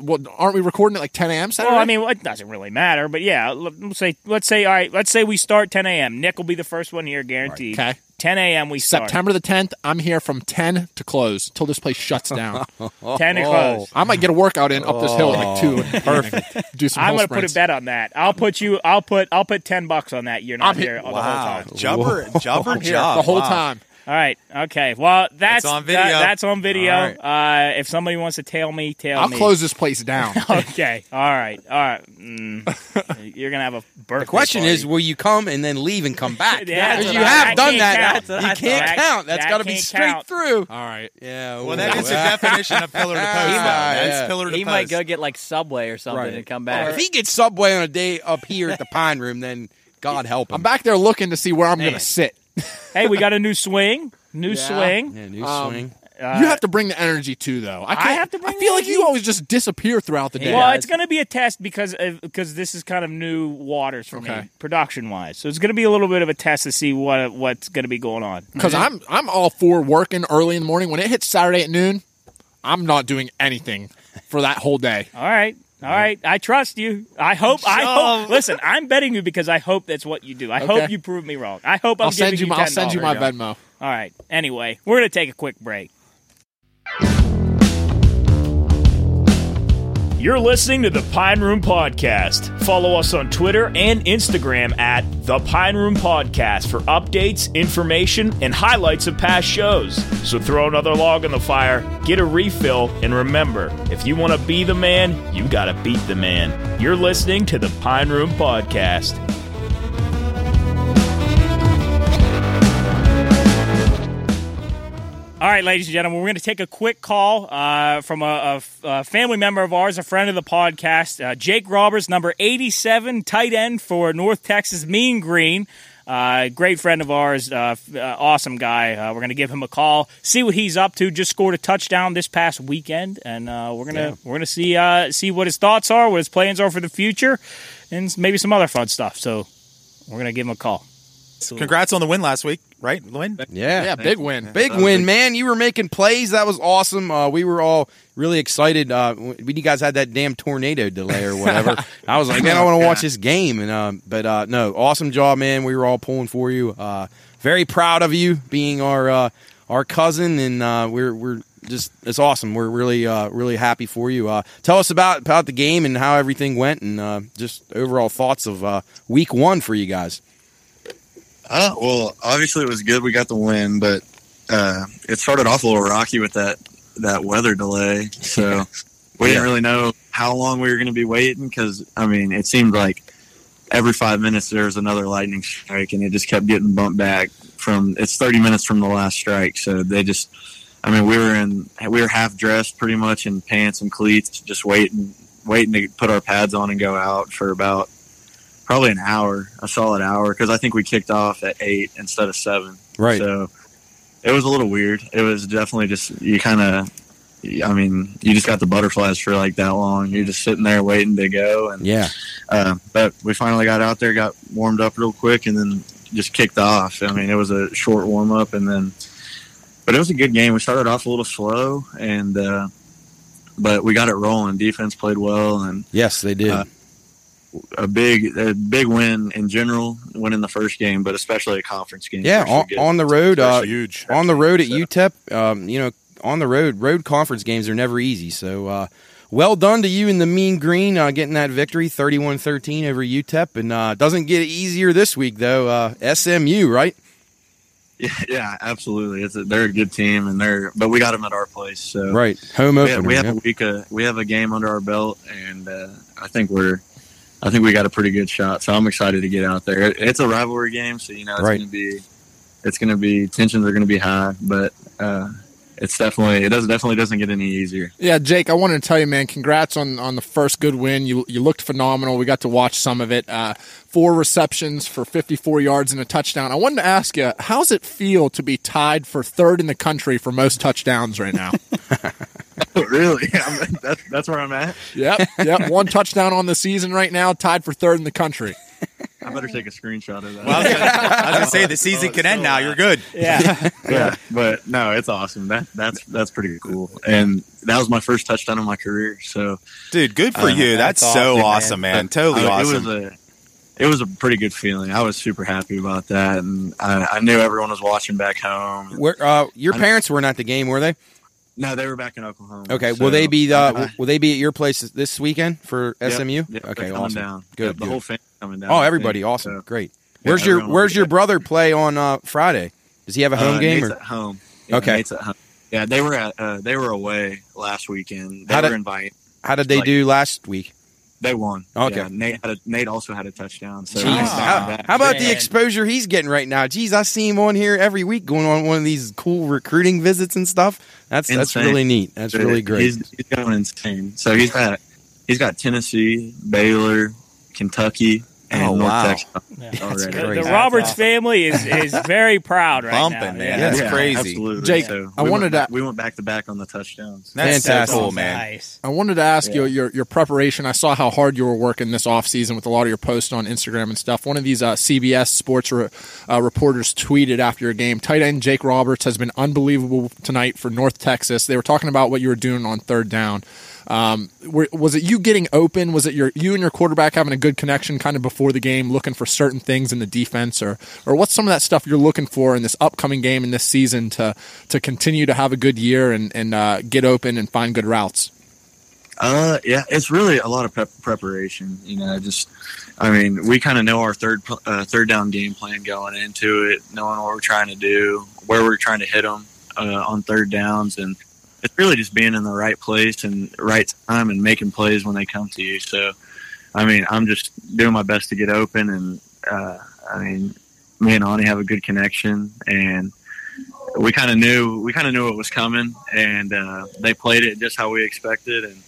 Speaker 6: Well, aren't we recording at like 10 a.m. Saturday?
Speaker 1: Well, I mean, well, it doesn't really matter. But yeah, l- let's say let's say all right. Let's say we start 10 a.m. Nick will be the first one here, guaranteed.
Speaker 6: Okay.
Speaker 1: 10 a.m. We start.
Speaker 6: September the 10th, I'm here from 10 to close till this place shuts down.
Speaker 1: 10 Oh,
Speaker 3: Oh.
Speaker 1: to close.
Speaker 6: I might get a workout in up this hill at like
Speaker 5: Oh,
Speaker 6: two. Perfect. Do some.
Speaker 1: I'm
Speaker 6: going to
Speaker 1: put a bet on that. I'll put you. I'll put. I'll put 10 bucks on that. You're not
Speaker 6: I'm hit-
Speaker 1: here all the whole
Speaker 2: Wow,
Speaker 1: time.
Speaker 2: jubber, jubber,
Speaker 6: here
Speaker 2: job
Speaker 6: the whole
Speaker 2: Wow.
Speaker 6: time.
Speaker 1: All right. Okay. Well, that's
Speaker 2: It's on
Speaker 1: that-
Speaker 2: video.
Speaker 1: that's on video.
Speaker 3: All
Speaker 1: Uh, if somebody wants to tail me, tail
Speaker 6: I'll
Speaker 1: me.
Speaker 6: close this place down.
Speaker 1: Okay. All right. All right. Mm. You're gonna have a birthday.
Speaker 3: The question
Speaker 1: party.
Speaker 3: is, will you come and then leave and come back?
Speaker 1: Yeah, that's
Speaker 3: Because you
Speaker 1: what I-
Speaker 3: have
Speaker 1: that
Speaker 3: done
Speaker 1: can't
Speaker 3: that.
Speaker 1: count. That's
Speaker 3: you
Speaker 1: what I
Speaker 3: can't
Speaker 1: thought.
Speaker 3: count. That's
Speaker 1: That
Speaker 3: got to be
Speaker 1: can't
Speaker 3: straight
Speaker 1: count.
Speaker 3: through.
Speaker 6: All right.
Speaker 3: Yeah.
Speaker 2: Well, that is the
Speaker 3: well.
Speaker 2: definition of pillar to post. though. That's
Speaker 3: yeah.
Speaker 2: pillar to
Speaker 5: he
Speaker 2: post.
Speaker 5: might go get like Subway or something
Speaker 3: Right.
Speaker 5: and come
Speaker 3: Or
Speaker 5: back.
Speaker 3: if he gets Subway on a day up here at the Pine Room, then God help him.
Speaker 6: I'm back there looking to see where I'm going to sit.
Speaker 1: hey, we got a new swing. New swing.
Speaker 3: Yeah, new swing.
Speaker 6: you have to bring the energy too, though. I, can't,
Speaker 1: have to bring
Speaker 6: I feel
Speaker 1: the
Speaker 6: like you
Speaker 1: energy?
Speaker 6: always just disappear throughout the day.
Speaker 1: Well,
Speaker 5: Yeah,
Speaker 1: it's going to be a test because of, because this is kind of new waters for me,
Speaker 6: Okay.
Speaker 1: production wise. So it's going to be a little bit of a test to see what what's going to be going on.
Speaker 6: Because I'm I'm all for working early in the morning. When it hits Saturday at noon, I'm not doing anything for that whole day.
Speaker 1: All right, all right. I trust you. I hope. I hope. Listen, I'm betting you because I hope that's what you do. I
Speaker 6: Okay.
Speaker 1: hope you prove me wrong. I hope I'm
Speaker 6: I'll send
Speaker 1: giving
Speaker 6: you my, I'll send you my
Speaker 1: $10.
Speaker 6: Venmo.
Speaker 1: All right. Anyway, we're going to take a quick break.
Speaker 4: You're listening to the Pine Room Podcast. Follow us on Twitter and Instagram at The Pine Room Podcast for updates, information, and highlights of past shows. So throw another log on the fire, get a refill, and remember if you want to be the man, you got to beat the man. You're listening to the Pine Room Podcast.
Speaker 1: All right, ladies and gentlemen, we're going to take a quick call uh, from a, a f- a family member of ours, a friend of the podcast, uh, Jake Roberts, number 87, tight end for North Texas Mean Green. Uh, great friend of ours, uh, f- uh, awesome guy. Uh, we're going to give him a call, see what he's up to. Just scored a touchdown this past weekend, and uh, we're gonna we're gonna see uh, see what his thoughts are, what his plans are for the future, and maybe some other fun stuff. So we're gonna give him a call.
Speaker 2: Congrats on the win last week, right, Lynn?
Speaker 3: Yeah.
Speaker 6: Yeah, big win.
Speaker 3: Big win, man. You were making plays. That was awesome. Uh, we were all really excited uh, when you guys had that damn tornado delay or whatever. I was like, man, I want to watch this game. And um, But uh, no, awesome job, man. We were all pulling for you. Uh, very proud of you being our uh, our cousin. And uh, we're, we're just, it's awesome. We're really, uh, really happy for you. Uh, tell us about, about the game and how everything went and uh, just overall thoughts of uh, week one for you guys.
Speaker 7: Uh, well, obviously it was good. We got the win, but uh, it started off a little rocky with that that weather delay. So we didn't really know how long we were going to be waiting because I mean it seemed like every five minutes there was another lightning strike, and it just kept getting bumped back. from it's 30 minutes from the last strike. So they just, I mean, we were in we were half dressed pretty much in pants and cleats, just waiting waiting to put our pads on and go out for about probably an hour, a solid hour, because I think we kicked off at eight instead of seven.
Speaker 3: Right.
Speaker 7: So it was a little weird. It was definitely just you kind of. I mean, you just got the butterflies for like that long. You're just sitting there waiting to go, and
Speaker 3: Yeah.
Speaker 7: uh, but we finally got out there, got warmed up real quick, and then just kicked off. I mean, it was a short warm up, and then, but it was a good game. We started off a little slow, and uh, but we got it rolling. Defense played well, and
Speaker 3: Yes, they did.
Speaker 7: Uh, a big, a big win in general, winning the first game, but especially a conference game.
Speaker 3: yeah,
Speaker 7: First
Speaker 3: on,
Speaker 7: good.
Speaker 3: on the road. Uh,
Speaker 2: huge.
Speaker 3: on the road at UTEP, um, you know, on the road, road conference games are never easy. So, uh, well done to you in the mean green uh, getting that victory 31 13 over UTEP. And uh, doesn't get easier this week, though. Uh, SMU, right?
Speaker 7: yeah, yeah, absolutely. It's a, they're a good team, and they're but we got them at our place, so
Speaker 3: Right. Home
Speaker 7: we,
Speaker 3: opener.
Speaker 7: we have
Speaker 3: yeah.
Speaker 7: a week uh, we have a game under our belt and uh, i think we're i think we got a pretty good shot so i'm excited to get out there It- it's a rivalry game so you know it's
Speaker 3: Right.
Speaker 7: gonna be it's gonna be tensions are gonna be high but uh it's definitely it does definitely doesn't get any easier
Speaker 6: Yeah, Jake, I wanted to tell you, man, congrats on, on the first good win. You you looked phenomenal. We got to watch some of it. Uh, four receptions for 54 yards and a touchdown. I wanted to ask you, how's it feel to be tied for third in the country for most touchdowns right now?
Speaker 7: really I'm, that's that's where i'm at
Speaker 6: yep, yep. One touchdown on the season right now, tied for third in the country.
Speaker 7: i better take a screenshot of that
Speaker 2: Well, I was gonna- I was gonna say the season can end now. You're good.
Speaker 1: Yeah.
Speaker 7: yeah but no it's awesome that that's that's pretty cool and that was my first touchdown in my career so
Speaker 2: Dude, good for
Speaker 7: Uh,
Speaker 2: you. That's,
Speaker 5: that's
Speaker 2: so awesome,
Speaker 5: awesome,
Speaker 2: man. Totally
Speaker 7: Uh,
Speaker 2: awesome.
Speaker 7: It was a it was a pretty good feeling. I was super happy about that, and I, I knew everyone was watching back home.
Speaker 3: Where, uh, your parents were not at the game, were they?
Speaker 7: No, they were back in Oklahoma.
Speaker 3: Okay.
Speaker 7: so-
Speaker 3: will they be uh,
Speaker 7: Yep,
Speaker 3: will they be at your place this weekend for
Speaker 7: yep,
Speaker 3: SMU?
Speaker 7: they're
Speaker 3: okay,
Speaker 7: coming
Speaker 3: awesome.
Speaker 7: Down.
Speaker 3: Good,
Speaker 7: Yep, the
Speaker 3: good.
Speaker 7: whole family coming down.
Speaker 3: Oh,
Speaker 7: I
Speaker 3: everybody,
Speaker 7: think.
Speaker 3: awesome.
Speaker 7: So,
Speaker 3: Great.
Speaker 7: yeah,
Speaker 3: Where's your
Speaker 7: everyone will
Speaker 3: Where's
Speaker 7: be
Speaker 3: your
Speaker 7: back.
Speaker 3: brother play on uh, Friday? Does he have a home
Speaker 7: Uh,
Speaker 3: game?
Speaker 7: Nate's
Speaker 3: Or?
Speaker 7: at home. Yeah,
Speaker 3: Okay.
Speaker 7: Nate's at home. Yeah, they were at uh, they were away last weekend. They
Speaker 3: How
Speaker 7: were
Speaker 3: did-
Speaker 7: in Vian-
Speaker 3: How did they
Speaker 7: like-
Speaker 3: do last week?
Speaker 7: They won.
Speaker 3: Okay.
Speaker 7: Yeah, Nate had a, Nate also had a touchdown. So
Speaker 3: Jeez.
Speaker 7: nice to have
Speaker 3: How,
Speaker 7: that.
Speaker 3: how about the
Speaker 1: Man.
Speaker 3: exposure he's getting right now? Jeez, I see him on here every week going on one of these cool recruiting visits and stuff. That's that's
Speaker 7: Insane.
Speaker 3: really neat. That's really great.
Speaker 7: He's, he's going insane. So he's got he's got Tennessee, Baylor, Kentucky, and
Speaker 2: Oh,
Speaker 7: North
Speaker 2: wow.
Speaker 7: Texas
Speaker 1: Yeah.
Speaker 7: already.
Speaker 1: The, the
Speaker 3: That's
Speaker 1: Roberts
Speaker 5: awesome.
Speaker 1: family is, is very proud right now.
Speaker 2: Bumping, man.
Speaker 1: Yeah.
Speaker 2: That's
Speaker 7: Yeah,
Speaker 2: crazy.
Speaker 7: absolutely.
Speaker 6: Jake,
Speaker 7: So
Speaker 6: I
Speaker 7: we
Speaker 6: wanted
Speaker 7: went back-
Speaker 6: to-
Speaker 7: We went back to back on the touchdowns.
Speaker 2: That's
Speaker 3: Fantastic.
Speaker 2: so cool, man.
Speaker 1: Nice.
Speaker 6: I wanted to ask you
Speaker 7: Yeah.
Speaker 6: your, your preparation. I saw how hard you were working this offseason with a lot of your posts on Instagram and stuff. One of these uh, CBS sports re- uh, reporters tweeted after your game tight end Jake Roberts has been unbelievable tonight for North Texas. They were talking about what you were doing on third down. Um, were, was it you getting open? Was it your you and your quarterback having a good connection kind of before the game, looking for certain things in the defense, or or what's some of that stuff you're looking for in this upcoming game in this season to to continue to have a good year and and uh, get open and find good routes?
Speaker 7: Uh, yeah, it's really a lot of prep- preparation. You know, just I mean, we kind of know our third pl- uh, third down game plan going into it, knowing what we're trying to do, where we're trying to hit them uh, on third downs, and it's really just being in the right place and right time and making plays when they come to you. So, I mean, I'm just doing my best to get open, and uh, I mean, me and Ani have a good connection, and we kind of knew we kind of knew it was coming, and uh, they played it just how we expected, and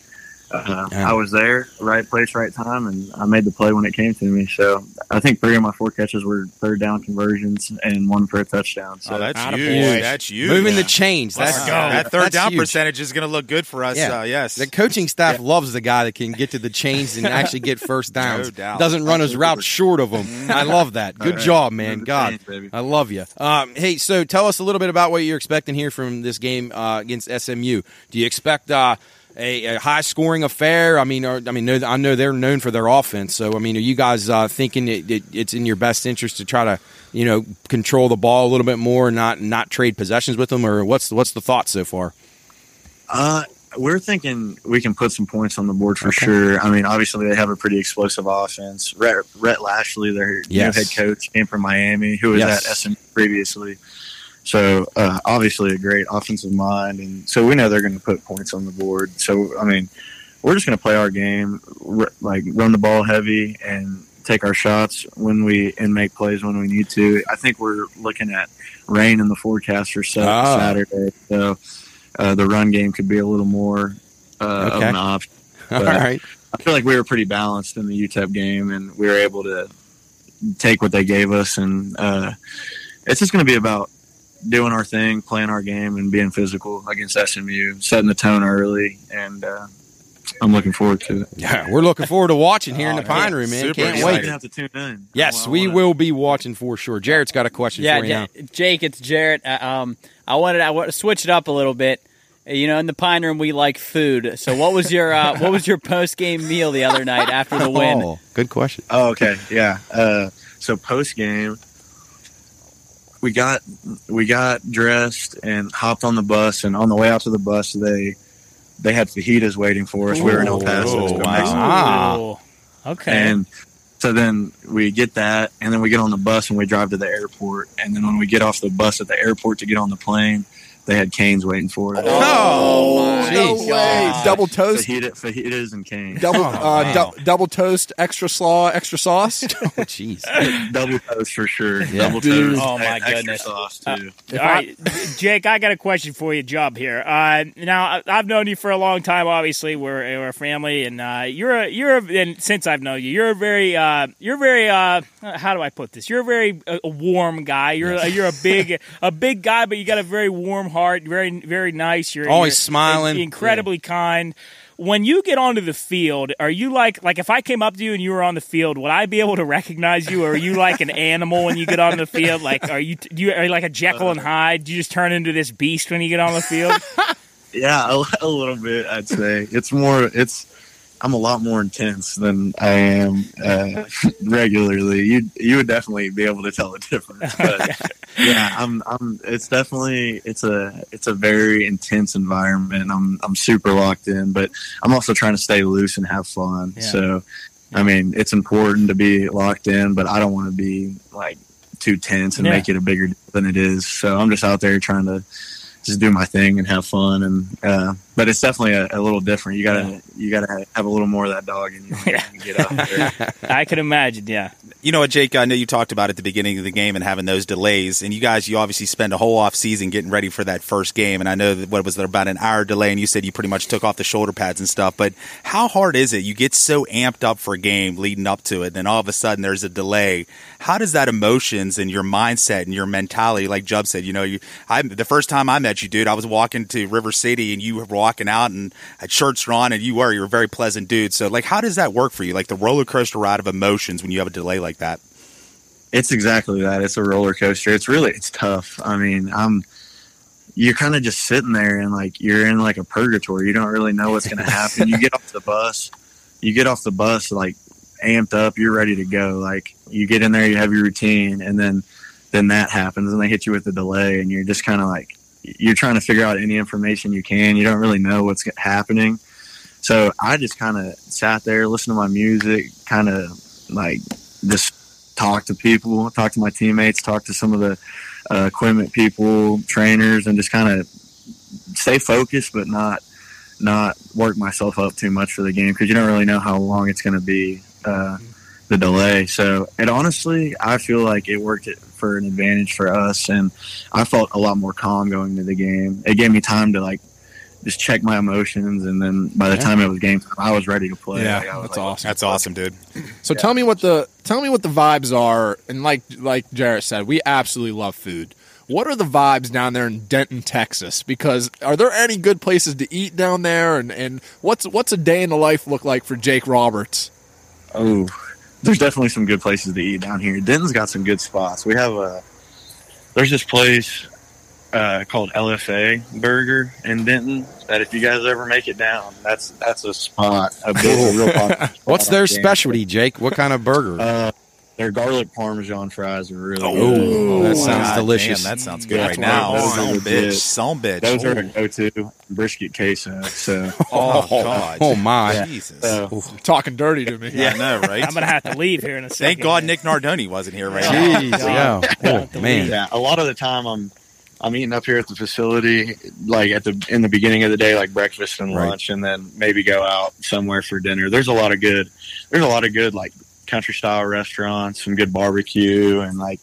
Speaker 7: uh,
Speaker 3: Yeah.
Speaker 7: I was there, right place, right time, and I made the play when it came to me. So I think three of my four catches were third down conversions, and one for a touchdown. So
Speaker 2: Oh, that's
Speaker 1: Atta
Speaker 2: huge.
Speaker 1: boy.
Speaker 2: That's huge.
Speaker 3: Moving
Speaker 2: Yeah.
Speaker 3: the chains. That's
Speaker 1: Let's go.
Speaker 2: That third
Speaker 3: that's
Speaker 2: down
Speaker 3: huge.
Speaker 2: percentage is going to look good for us.
Speaker 3: Yeah.
Speaker 2: Uh, yes.
Speaker 3: The coaching staff loves the guy that can get to the chains and actually get first downs.
Speaker 2: doubt.
Speaker 3: Doesn't run his route short of them. I love that. Good
Speaker 7: right.
Speaker 3: job, man.
Speaker 7: Move the
Speaker 3: God,
Speaker 7: chains, baby.
Speaker 3: I love you. Um, hey, so tell us a little bit about what you're expecting here from this game uh, against SMU. Do you expect uh, a, a high scoring affair? I mean, are, I mean, no, I know they're known for their offense. So, I mean, are you guys uh, thinking it, it, it's in your best interest to try to, you know, control the ball a little bit more, and not not trade possessions with them, or what's what's the thought so far?
Speaker 7: Uh, we're thinking we can put some points on the board for sure. I mean, obviously they have a pretty explosive offense. Rhett, Rhett Lashley, their
Speaker 3: Yes.
Speaker 7: new head coach, came from Miami, who was
Speaker 3: Yes.
Speaker 7: at SMU previously. So uh, obviously a great offensive mind, and so we know they're going to put points on the board. So I mean, we're just going to play our game, r- like run the ball heavy and take our shots when we and make plays when we need to. I think we're looking at rain in the forecast for Sa-
Speaker 3: Ah.
Speaker 7: Saturday, so uh, the run game could be a little more uh, of
Speaker 3: Okay.
Speaker 7: an option.
Speaker 3: All
Speaker 7: But
Speaker 3: right.
Speaker 7: I feel like we were pretty balanced in the UTEP game, and we were able to take what they gave us. And uh, it's just going to be about doing our thing, playing our game, and being physical against SMU, setting the tone early. And uh, I'm looking forward to it.
Speaker 3: Yeah, we're looking forward to watching here in the
Speaker 2: Oh,
Speaker 3: Pine
Speaker 2: man.
Speaker 3: Room, man.
Speaker 2: Super
Speaker 3: Can't
Speaker 7: You're
Speaker 2: excited.
Speaker 3: wait.
Speaker 7: gonna have to tune in.
Speaker 3: Yes,
Speaker 7: I
Speaker 3: we
Speaker 7: wanna-
Speaker 3: will be watching for sure. Jarrett's got a question
Speaker 5: Yeah,
Speaker 3: for you
Speaker 5: Ja-
Speaker 3: now.
Speaker 5: Jake, it's Jarrett. Uh, um, I wanted I want to switch it up a little bit. Uh, You know, in the Pine Room, we like food. So, what was your uh, what was your post game meal the other night after the win?
Speaker 3: Oh, good question.
Speaker 7: Oh, okay. Yeah. Uh, so post game, we got we got dressed and hopped on the bus, and on the way out to the bus, they they had fajitas waiting for us. we were in El Paso.
Speaker 2: Ooh,
Speaker 7: so
Speaker 2: wow.
Speaker 7: Mexican.
Speaker 3: Ah.
Speaker 1: Ooh. Okay.
Speaker 7: And so then we get that, and then we get on the bus and we drive to the airport. And then when we get off the bus at the airport to get on the plane, they had canes waiting for us.
Speaker 3: Oh,
Speaker 6: no
Speaker 3: geez.
Speaker 6: way! Double toast,
Speaker 7: Fajita, fajitas and canes.
Speaker 6: double uh,
Speaker 3: wow.
Speaker 6: dou- double toast, extra slaw, extra sauce.
Speaker 3: Oh, Jeez.
Speaker 7: Double toast for sure.
Speaker 3: Yeah.
Speaker 7: Double
Speaker 6: Dude.
Speaker 7: toast.
Speaker 1: Oh, my
Speaker 7: Extra
Speaker 1: goodness.
Speaker 7: Sauce too.
Speaker 1: All right, Jake, I got a question for you. Job here. Uh, now, I- I've known you for a long time. Obviously, we're, we're a family, and uh, you're a you're a, and since I've known you, you're a very uh, you're very uh, how do I put this? You're a very uh, a warm guy. You're a, you're a big a big guy, but you got a very warm heart. Very very nice. You're
Speaker 3: Always
Speaker 1: you're
Speaker 3: smiling.
Speaker 1: in- Incredibly kind. When you get onto the field, are you like like if I came up to you and you were on the field, would I be able to recognize you? Or are you like an animal when you get on the field? Like are you do you are you like a Jekyll and Hyde? Do you just turn into this beast when you get on the field?
Speaker 7: Yeah, a, a little bit. I'd say it's more. It's I'm a lot more intense than I am uh, regularly. You you would definitely be able to tell the difference. But yeah, I'm I'm. It's definitely it's a it's a very intense environment. I'm I'm super locked in, but I'm also trying to stay loose and have fun.
Speaker 1: Yeah.
Speaker 7: So, I mean, it's important to be locked in, but I don't want to be like too tense and
Speaker 1: Yeah.
Speaker 7: make it a bigger deal than it is. So I'm just out there trying to just do my thing and have fun and uh but it's definitely a, a little different you gotta you gotta ha- have a little more of that dog in you when you get up there.
Speaker 1: I can imagine, yeah.
Speaker 2: You know what, Jake? I know you talked about at the beginning of the game and having those delays, and you guys, you obviously spend a whole off season getting ready for that first game. And I know that what was there about an hour delay, and you said you pretty much took off the shoulder pads and stuff. But how hard is it? You get so amped up for a game leading up to it, then all of a sudden there's a delay. How does that emotions and your mindset and your mentality, like Jub said, you know, you I the first time I met you, dude, I was walking to River City, and you were walking out and had shirts on, and you were you're a very pleasant dude. So like, how does that work for you? Like the roller coaster ride of emotions when you have a delay like that.
Speaker 7: it's exactly that it's a roller coaster it's really it's tough i mean i'm you're kind of just sitting there and like you're in like a purgatory you don't really know what's gonna happen you get off the bus you get off the bus like amped up you're ready to go like you get in there you have your routine and then then that happens and they hit you with a delay and you're just kind of like you're trying to figure out any information you can you don't really know what's happening so i just kind of sat there listened to my music kind of like just talk to people talk to my teammates talk to some of the uh, equipment people trainers and just kind of stay focused but not not work myself up too much for the game because you don't really know how long it's going to be uh, the delay so it honestly i feel like it worked it for an advantage for us and i felt a lot more calm going into the game it gave me time to like just check my emotions and then by the
Speaker 6: Yeah.
Speaker 7: time it was game time i was ready to play Like, I was
Speaker 6: that's
Speaker 7: like,
Speaker 6: awesome.
Speaker 2: That's awesome, dude.
Speaker 6: So tell me what the tell me what the vibes are, and like like Jarrett said, we absolutely love food. What are the vibes down there in Denton, Texas? Because are there any good places to eat down there? And, and what's what's a day in the life look like for Jake Roberts?
Speaker 7: Oh, there's definitely some good places to eat down here. Denton's got some good spots. We have a there's this place uh, called LFA Burger in Denton that if you guys ever make it down, that's that's a spot. A big, a real popular spot
Speaker 3: What's
Speaker 7: on
Speaker 3: their
Speaker 7: Denton.
Speaker 3: specialty, Jake? What kind of burger?
Speaker 7: Uh, their garlic parmesan fries are really good.
Speaker 3: Oh, that sounds
Speaker 2: God
Speaker 3: delicious.
Speaker 2: damn, that sounds good
Speaker 7: Yeah,
Speaker 2: right
Speaker 7: that's
Speaker 2: now.
Speaker 7: what I
Speaker 2: Son
Speaker 7: wanted.
Speaker 2: bitch, son bitch.
Speaker 7: Those are a go-to brisket queso. So,
Speaker 2: oh, God.
Speaker 3: oh my!
Speaker 2: Jesus.
Speaker 7: so
Speaker 6: You're talking dirty to me.
Speaker 2: Yeah, I know, right?
Speaker 1: I'm gonna have to leave here in a second.
Speaker 2: Thank God Nick Nardoni wasn't here right now.
Speaker 3: Jeez, yeah. Oh, man.
Speaker 7: yeah, a lot of the time I'm I'm eating up here at the facility, like at the in the beginning of the day, like breakfast and
Speaker 3: Right.
Speaker 7: lunch, and then maybe go out somewhere for dinner. There's a lot of good, there's a lot of good like country style restaurants, some good barbecue, and like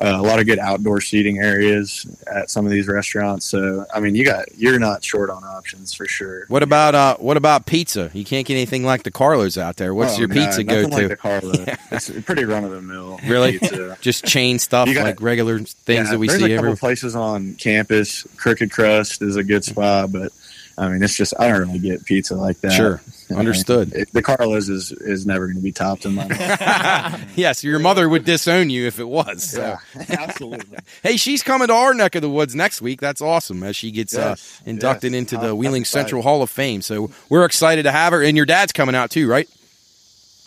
Speaker 7: uh, a lot of good outdoor seating areas at some of these restaurants. So I mean, you got you're not short on options for sure.
Speaker 3: What about uh? What about pizza? You can't get anything like the Carlos out there. What's
Speaker 7: Oh,
Speaker 3: your
Speaker 7: no,
Speaker 3: pizza
Speaker 7: nothing
Speaker 3: go to?
Speaker 7: Like the Carlo. It's pretty run of the mill.
Speaker 3: Really?
Speaker 7: pizza.
Speaker 3: Just chain stuff
Speaker 7: You got-
Speaker 3: like regular things
Speaker 7: Yeah,
Speaker 3: that we
Speaker 7: there's
Speaker 3: see
Speaker 7: a couple
Speaker 3: everywhere.
Speaker 7: places on campus. Crooked Crust is a good
Speaker 3: Mm-hmm.
Speaker 7: spot, but I mean, it's just I don't really get pizza like that.
Speaker 3: Sure,
Speaker 7: I mean,
Speaker 3: understood.
Speaker 7: it- the Carlos is is never going to be topped in my mind.
Speaker 3: Yes, your mother would disown you if it was. So.
Speaker 7: absolutely.
Speaker 3: Hey, she's coming to our neck of the woods next week. That's awesome. As she gets
Speaker 7: Yes,
Speaker 3: uh, inducted
Speaker 7: yes.
Speaker 3: into
Speaker 7: I'm-
Speaker 3: the
Speaker 7: I'm
Speaker 3: Wheeling
Speaker 7: excited.
Speaker 3: Central Hall of Fame, so we're excited to have her. And your dad's coming out too, right?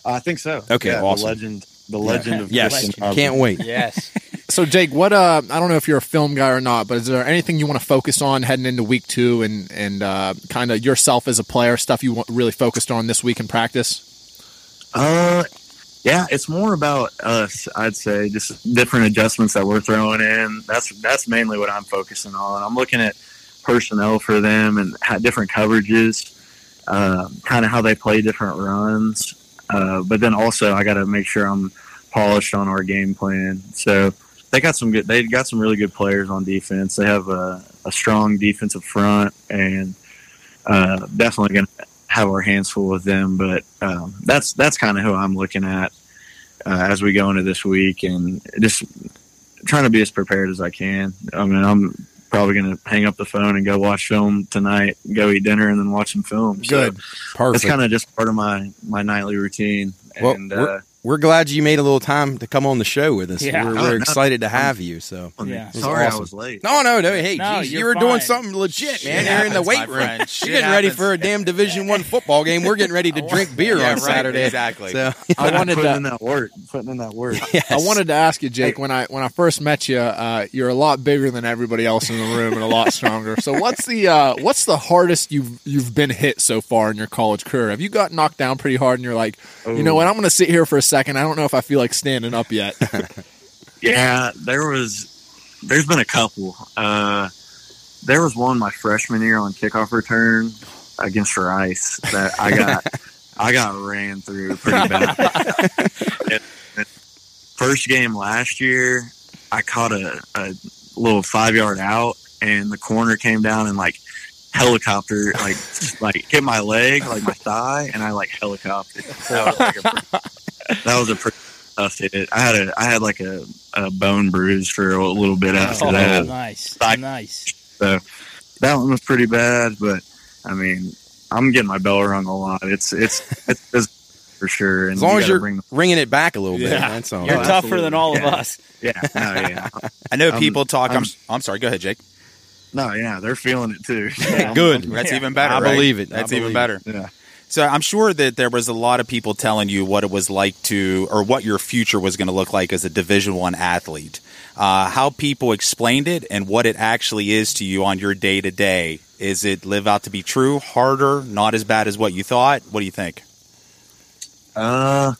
Speaker 7: I think so.
Speaker 3: Okay,
Speaker 7: Yeah,
Speaker 3: awesome.
Speaker 7: The legend, the legend of
Speaker 3: Yes,
Speaker 7: Kristen Hubbard.
Speaker 3: can't wait.
Speaker 5: Yes.
Speaker 6: So Jake, what uh, I don't know if you're a film guy or not, but is there anything you want to focus on heading into week two and and uh, kind of yourself as a player, stuff you want, really focused on this week in practice?
Speaker 7: Uh, yeah, it's more about us, I'd say, just different adjustments that we're throwing in. That's that's mainly what I'm focusing on. I'm looking at personnel for them and ha- different coverages, um, kind of how they play different runs. Uh, but then also, I got to make sure I'm polished on our game plan. So they got some good. They got some really good players on defense. They have a, a strong defensive front, and uh, definitely going to have our hands full with them. But um, that's that's kind of who I'm looking at uh, as we go into this week, and just trying to be as prepared as I can. I mean, I'm probably going to hang up the phone and go watch film tonight, go eat dinner, and then watch some film.
Speaker 6: Good.
Speaker 7: so
Speaker 3: Perfect.
Speaker 7: that's kind of just part of my my nightly routine.
Speaker 3: Well,
Speaker 7: and
Speaker 3: we're-
Speaker 7: uh,
Speaker 3: we're glad you made a little time to come on the show with us.
Speaker 1: Yeah.
Speaker 3: We're,
Speaker 7: Oh,
Speaker 3: we're
Speaker 7: no.
Speaker 3: excited to have you. So
Speaker 1: Yeah.
Speaker 3: This is
Speaker 7: sorry
Speaker 3: awesome.
Speaker 7: I was late.
Speaker 3: no, no, no. Hey,
Speaker 1: No,
Speaker 3: geez, you
Speaker 1: you're
Speaker 3: were doing
Speaker 1: fine.
Speaker 3: something legit, man.
Speaker 2: Shit
Speaker 3: You're in the
Speaker 2: happens,
Speaker 3: weight
Speaker 2: my
Speaker 3: room.
Speaker 2: friend.
Speaker 3: You're
Speaker 2: Shit
Speaker 3: getting ready
Speaker 2: happens.
Speaker 3: for a damn Division One football game. We're getting ready to drink beer
Speaker 2: Yeah,
Speaker 3: on
Speaker 2: right,
Speaker 3: Saturday.
Speaker 2: exactly.
Speaker 3: So
Speaker 6: I
Speaker 7: Not
Speaker 6: wanted
Speaker 7: putting
Speaker 6: to
Speaker 7: in that work. Putting in that work.
Speaker 6: I wanted to ask you, Jake, when I when I first met you, uh, you're a lot bigger than everybody else in the room and a lot stronger. So what's the uh, what's the hardest you've you've been hit so far in your college career? Have you got knocked down pretty hard and you're like, you
Speaker 7: Oh.
Speaker 6: know what, I'm going to sit here for a second. I don't know if I feel like standing up yet.
Speaker 7: Yeah, there was. There's been a couple. Uh, there was one my freshman year on kickoff return against Rice that I got. I got ran through pretty bad. And- and First game last year, I caught a, a little five yard out, and the corner came down and like helicopter, like like hit my leg, like my thigh, and I like helicoptered. That was, like, a pretty- that was a pretty tough hit. I had a I had like a, a bone bruise for a little bit after
Speaker 1: Oh,
Speaker 7: that
Speaker 1: nice,
Speaker 7: Like-
Speaker 1: nice.
Speaker 7: that one was pretty bad, but I mean, I'm getting my bell rung a lot. It's it's it's, it's for sure. And
Speaker 3: as
Speaker 7: you
Speaker 3: long as
Speaker 7: gotta
Speaker 3: you're
Speaker 7: bring the,
Speaker 3: ringing it back a little bit,
Speaker 1: Yeah.
Speaker 3: that's all.
Speaker 1: You're
Speaker 7: Oh,
Speaker 1: tougher
Speaker 7: absolutely.
Speaker 1: than all of
Speaker 7: Yeah.
Speaker 1: us.
Speaker 7: yeah, no, yeah,
Speaker 2: I know
Speaker 7: Um,
Speaker 2: people talk. I'm,
Speaker 7: I'm-
Speaker 2: I'm, sorry. Go ahead, Jake.
Speaker 7: no, yeah, they're feeling it too.
Speaker 3: Good.
Speaker 2: That's even better.
Speaker 3: I
Speaker 2: right?
Speaker 3: believe it. I
Speaker 2: That's
Speaker 3: believe
Speaker 2: even
Speaker 3: it.
Speaker 2: better.
Speaker 7: Yeah.
Speaker 2: So I'm sure that there was a lot of people telling you what it was like to, or what your future was going to look like as a Division One athlete. Uh, how people explained it and what it actually is to you on your day to day. Is it live out to be true? Harder? Not as bad as what you thought? What do you think?
Speaker 7: Uh,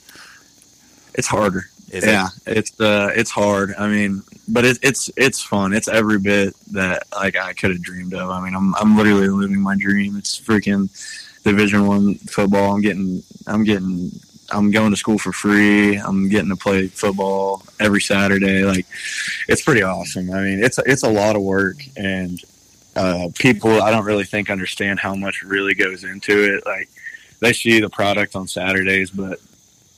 Speaker 7: it's harder.
Speaker 2: Is
Speaker 7: yeah, it's uh, it's hard. I mean, but it, it's it's fun. It's every bit that like I could have dreamed of. I mean, I'm I'm literally living my dream. It's freaking Division One football. I'm getting I'm getting I'm going to school for free. I'm getting to play football every Saturday. Like, it's pretty awesome. I mean, it's it's a lot of work and. Uh, people, I don't really think understand how much really goes into it. Like they see the product on Saturdays, but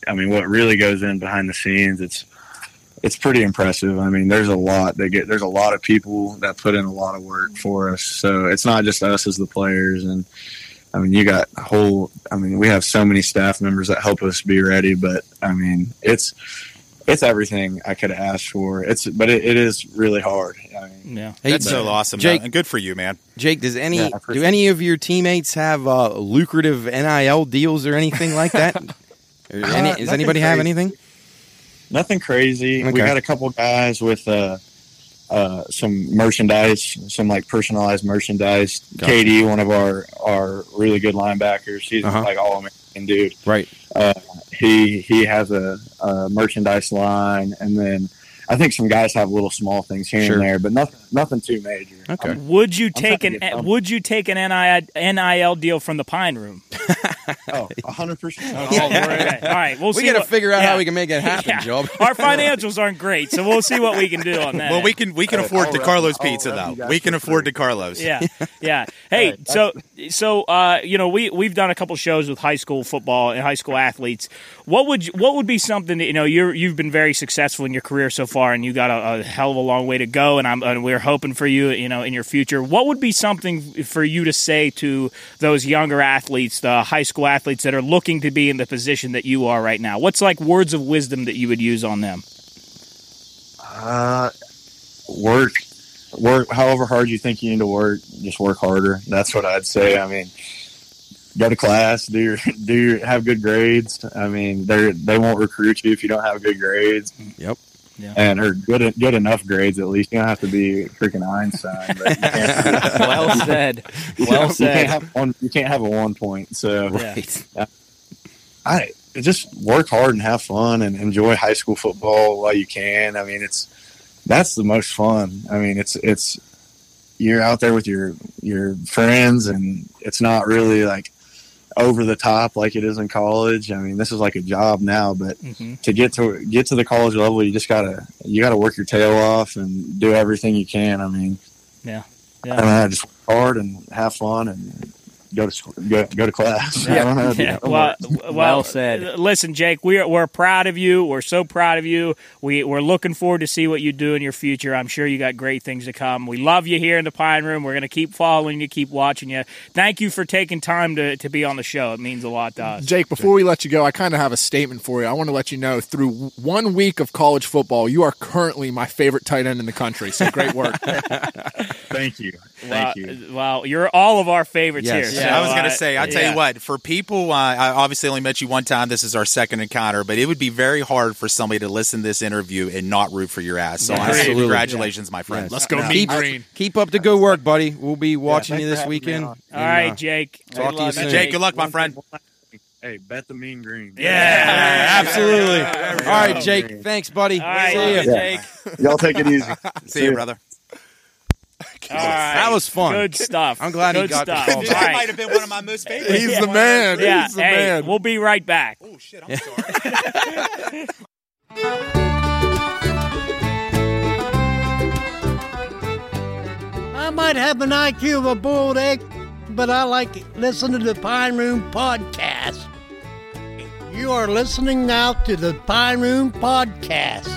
Speaker 7: I mean, what really goes in behind the scenes, it's it's pretty impressive. I mean, there's a lot that get there's a lot of people that put in a lot of work for us. So it's not just us as the players, and I mean, you got whole. I mean, we have so many staff members that help us be ready. But I mean, it's it's everything I could ask for. It's but it, it is really hard. I mean,
Speaker 1: Yeah.
Speaker 3: Hey,
Speaker 2: That's so awesome,
Speaker 3: Jake-
Speaker 2: Jake. And good for you, man.
Speaker 3: Jake, does any
Speaker 7: Yeah, I appreciate
Speaker 3: do any of your teammates have uh, lucrative NIL deals or anything like that? Or any,
Speaker 7: Uh,
Speaker 3: does
Speaker 7: nothing
Speaker 3: anybody have
Speaker 7: crazy.
Speaker 3: anything?
Speaker 7: nothing crazy.
Speaker 3: Okay.
Speaker 7: We got a couple guys with uh, uh, some merchandise, some like personalized merchandise.
Speaker 3: Gotcha.
Speaker 7: KD, one of our our really good linebackers, he's
Speaker 3: Uh-huh.
Speaker 7: like all American dude.
Speaker 3: Right.
Speaker 7: Uh, he he has a, a merchandise line, and then I think some guys have little small things here
Speaker 3: Sure.
Speaker 7: and there, but nothing nothing too major.
Speaker 3: Okay.
Speaker 1: Would you
Speaker 7: I'm
Speaker 1: take
Speaker 7: trying
Speaker 1: an
Speaker 7: to get some.
Speaker 1: Would you take an NIL deal from the Pine Room?
Speaker 7: Oh, 100%.
Speaker 1: Oh, okay. All right, we'll
Speaker 3: we
Speaker 1: see
Speaker 3: got to
Speaker 1: what-
Speaker 3: figure out
Speaker 1: yeah.
Speaker 3: how we can make it happen,
Speaker 1: Yeah.
Speaker 3: Job.
Speaker 1: Our financials aren't great, so we'll see what we can do on that.
Speaker 2: Well, we can we can
Speaker 7: I'll
Speaker 2: afford the
Speaker 7: rep-
Speaker 2: Carlos
Speaker 7: I'll
Speaker 2: pizza
Speaker 7: rep you
Speaker 2: though.
Speaker 7: guys
Speaker 2: We can
Speaker 7: for
Speaker 2: afford
Speaker 7: free.
Speaker 2: the Carlos.
Speaker 1: Yeah, yeah. Hey, so so uh, you know we we've done a couple shows with high school football and high school athletes. What would you, what would be something that, you know you you've been very successful in your career so far, and you got a, a hell of a long way to go, and I'm and we're hoping for you you know in your future. What would be something for you to say to those younger athletes, the high school athletes that are looking to be in the position that you are right now? What's like words of wisdom that you would use on them?
Speaker 7: Uh, work, work. However hard you think you need to work, just work harder. That's what I'd say. I mean, go to class, do your, do your, have good grades. I mean, they they won't recruit you if you don't have good grades.
Speaker 3: Yep.
Speaker 1: Yeah.
Speaker 7: And or good good enough grades at least. You don't have to be freaking Einstein. But you can't,
Speaker 5: well said.
Speaker 7: you
Speaker 5: Well
Speaker 7: can't- you can't
Speaker 5: said.
Speaker 7: have one, you can't have a one point. So
Speaker 3: Right.
Speaker 7: I just work hard and have fun and enjoy high school football while you can. I mean, it's that's the most fun. I mean, it's it's you're out there with your your friends and it's not really like over the top like it is in college. I mean, this is like a job now, but
Speaker 1: Mm-hmm.
Speaker 7: to get to get to the college level, you just gotta you gotta work your tail off and do everything you can. I mean,
Speaker 1: Yeah.
Speaker 7: I don't know, just work hard and have fun and go to school, go, go to class. I don't know.
Speaker 1: Yeah, well, well,
Speaker 5: Well said.
Speaker 1: Listen, Jake, we're we're proud of you. We're so proud of you. We we're looking forward to see what you do in your future. I'm sure you got great things to come. We love you here in the Pine Room. We're gonna keep following you, keep watching you. Thank you for taking time to, to be on the show. It means a lot to us.
Speaker 6: Jake, before we let you go, I kind of have a statement for you. I want to let you know through w- one week of college football, you are currently my favorite tight end in the country. So great work.
Speaker 7: Thank you.
Speaker 1: Well,
Speaker 7: Thank you.
Speaker 1: well, you're all of our favorites
Speaker 3: Yes.
Speaker 1: here.
Speaker 2: Yeah, I was
Speaker 1: so,
Speaker 2: gonna
Speaker 1: uh,
Speaker 2: say. I tell
Speaker 1: yeah.
Speaker 2: you what, for people, uh, I obviously only met you one time. This is our second encounter, but it would be very hard for somebody to listen to this interview and not root for your ass. So,
Speaker 1: Yeah.
Speaker 2: honestly,
Speaker 3: Absolutely.
Speaker 2: congratulations, my friend.
Speaker 3: Yes.
Speaker 6: Let's go, meet
Speaker 3: Keep,
Speaker 6: Green.
Speaker 3: keep up the good work, buddy. We'll be watching
Speaker 7: thanks
Speaker 3: you
Speaker 7: for
Speaker 3: this
Speaker 7: having me
Speaker 3: weekend. uh,
Speaker 7: on.
Speaker 1: All
Speaker 2: uh,
Speaker 1: right, Jake.
Speaker 3: talk
Speaker 1: We
Speaker 3: to you
Speaker 1: love
Speaker 3: soon.
Speaker 2: Jake, good luck, my friend.
Speaker 7: Hey, bet the mean green.
Speaker 1: Yeah.
Speaker 3: Absolutely.
Speaker 1: There we
Speaker 3: All right,
Speaker 1: go.
Speaker 3: Jake. Thanks, buddy.
Speaker 1: All right,
Speaker 3: See ya.
Speaker 1: love you, Jake.
Speaker 7: Y'all take it easy.
Speaker 2: See you, brother.
Speaker 1: All right.
Speaker 3: That was fun.
Speaker 1: Good stuff.
Speaker 3: I'm glad he
Speaker 1: Good
Speaker 3: got the
Speaker 1: stuff.
Speaker 3: call
Speaker 1: All
Speaker 3: back.
Speaker 2: That
Speaker 1: right.
Speaker 2: might have been one of my most favorite.
Speaker 6: He's the man.
Speaker 1: Yeah.
Speaker 6: He's the
Speaker 1: hey,
Speaker 6: man.
Speaker 1: we'll be right back.
Speaker 2: Oh shit! I'm sorry.
Speaker 8: I might have an IQ of a boiled egg, but I like to listen to the Pine Room Podcast. You are listening now to the Pine Room Podcast.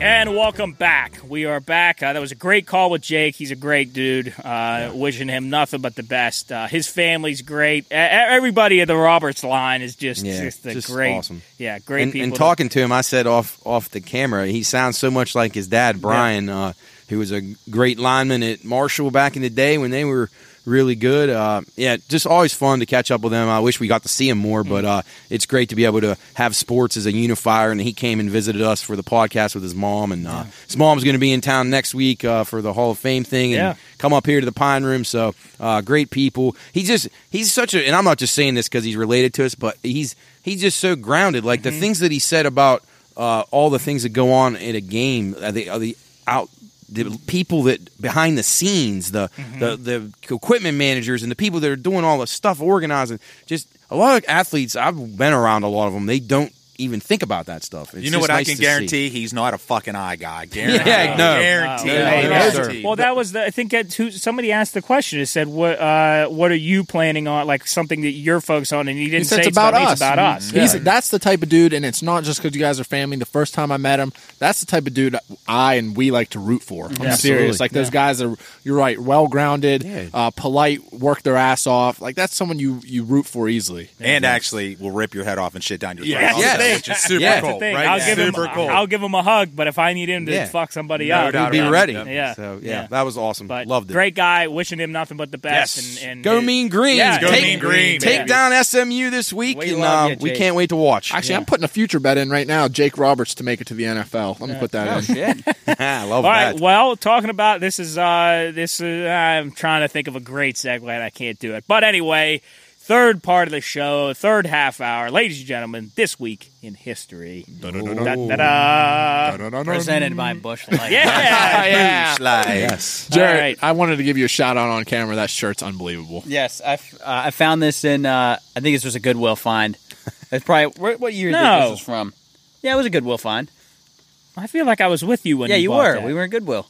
Speaker 1: And welcome back. We are back. Uh, that was a great call with Jake. He's a great dude. Uh, Wishing him nothing but the best. Uh, his family's great. E- everybody at the Roberts line is just
Speaker 3: Yeah,
Speaker 1: just, the
Speaker 3: just
Speaker 1: great.
Speaker 3: awesome.
Speaker 1: Yeah, great
Speaker 3: and,
Speaker 1: people.
Speaker 3: and talking to him, I said off off the camera, he sounds so much like his dad, Brian, uh, who was a great lineman at Marshall back in the day when they were really good. Uh, yeah, just always fun to catch up with him. I wish we got to see him
Speaker 1: Hmm.
Speaker 3: more, but uh, it's great to be able to have sports as a unifier. And he came and visited us for the podcast with his mom, and uh, his mom's going to be in town next week uh, for the Hall of Fame thing, and
Speaker 1: Yeah.
Speaker 3: come up here to the Pine Room. So uh, great people. He's just he's such a, and I'm not just saying this because he's related to us, but he's he's just so grounded. Like
Speaker 1: Mm-hmm.
Speaker 3: the things that he said about uh, all the things that go on in a game, uh, the, uh, the out the people that behind the scenes, the,
Speaker 1: Mm-hmm.
Speaker 3: the the equipment managers, and the people that are doing all the stuff, organizing. Just a lot of athletes. I've been around a lot of them. They don't even think about that stuff. It's
Speaker 2: you know
Speaker 3: just
Speaker 2: what? I
Speaker 3: nice
Speaker 2: can
Speaker 3: to see.
Speaker 2: guarantee he's not a fucking eye guy. Guarantee.
Speaker 3: Yeah, no.
Speaker 2: Guarantee.
Speaker 1: No,
Speaker 3: no,
Speaker 1: no,
Speaker 3: sir.
Speaker 2: Guarantee.
Speaker 1: Well, that was the. I think that's who somebody asked the question. It said, "What uh, what are you planning on? Like something that you're focused on?" And he didn't
Speaker 6: He
Speaker 1: say
Speaker 6: said
Speaker 1: it's about us. It's about us.
Speaker 6: He's,
Speaker 1: Yeah.
Speaker 6: That's the type of dude, and it's not just because you guys are family. The first time I met him, that's the type of dude I and we like to root for. I'm serious.
Speaker 3: Absolutely.
Speaker 6: Like those guys are, you're right, well grounded,
Speaker 3: Yeah.
Speaker 6: uh, polite, work their ass off. Like that's someone you you root for easily.
Speaker 2: and actually, will rip your head off and shit down your throat.
Speaker 1: Yes.
Speaker 2: also,
Speaker 3: Yes.
Speaker 2: which is super
Speaker 3: Yes.
Speaker 1: That's the
Speaker 2: cool,
Speaker 1: thing.
Speaker 2: right?
Speaker 1: I'll give
Speaker 2: super
Speaker 1: him.
Speaker 2: cool.
Speaker 1: I'll give him a hug, but if I need him to
Speaker 3: Yeah.
Speaker 1: fuck somebody
Speaker 2: No
Speaker 1: up,
Speaker 2: doubt
Speaker 3: We'll be
Speaker 2: around it.
Speaker 3: ready.
Speaker 1: Yeah.
Speaker 3: So yeah,
Speaker 1: Yeah.
Speaker 3: that was awesome.
Speaker 1: But
Speaker 3: Loved it.
Speaker 1: Great guy. Wishing him nothing but the best.
Speaker 2: Yes.
Speaker 1: And, and
Speaker 3: Go Mean Green.
Speaker 1: Yeah,
Speaker 2: Go
Speaker 3: take,
Speaker 2: Mean Green,
Speaker 3: Take
Speaker 2: baby.
Speaker 3: down SMU this week,
Speaker 5: We
Speaker 3: and
Speaker 5: love
Speaker 3: uh,
Speaker 5: you,
Speaker 3: we
Speaker 5: Jake.
Speaker 3: can't wait to watch.
Speaker 6: Actually, I'm putting a future bet in right now. Jake Roberts to make it to the NFL. Let me put that in.
Speaker 3: I love
Speaker 1: All
Speaker 3: that.
Speaker 1: right. Well, talking about this is uh this is I'm trying to think of a great segue and I can't do it. But anyway, third part of the show, third half hour. Ladies and gentlemen, this week in history. Da-da-da.
Speaker 5: Presented by Bush Light.
Speaker 1: Yeah.
Speaker 6: yeah.
Speaker 2: Slide.
Speaker 6: Jared,
Speaker 1: All right.
Speaker 6: I wanted to give you a shout out on camera. That shirt's unbelievable.
Speaker 5: Yes, I, f- uh, I found this in. Uh, I think this was a Goodwill find. It's probably what, what year do you think
Speaker 1: No.
Speaker 5: this was from? Yeah, it was a Goodwill find.
Speaker 1: I feel like I was with you when
Speaker 5: yeah, you
Speaker 1: bought
Speaker 5: were.
Speaker 1: that.
Speaker 5: We were in Goodwill,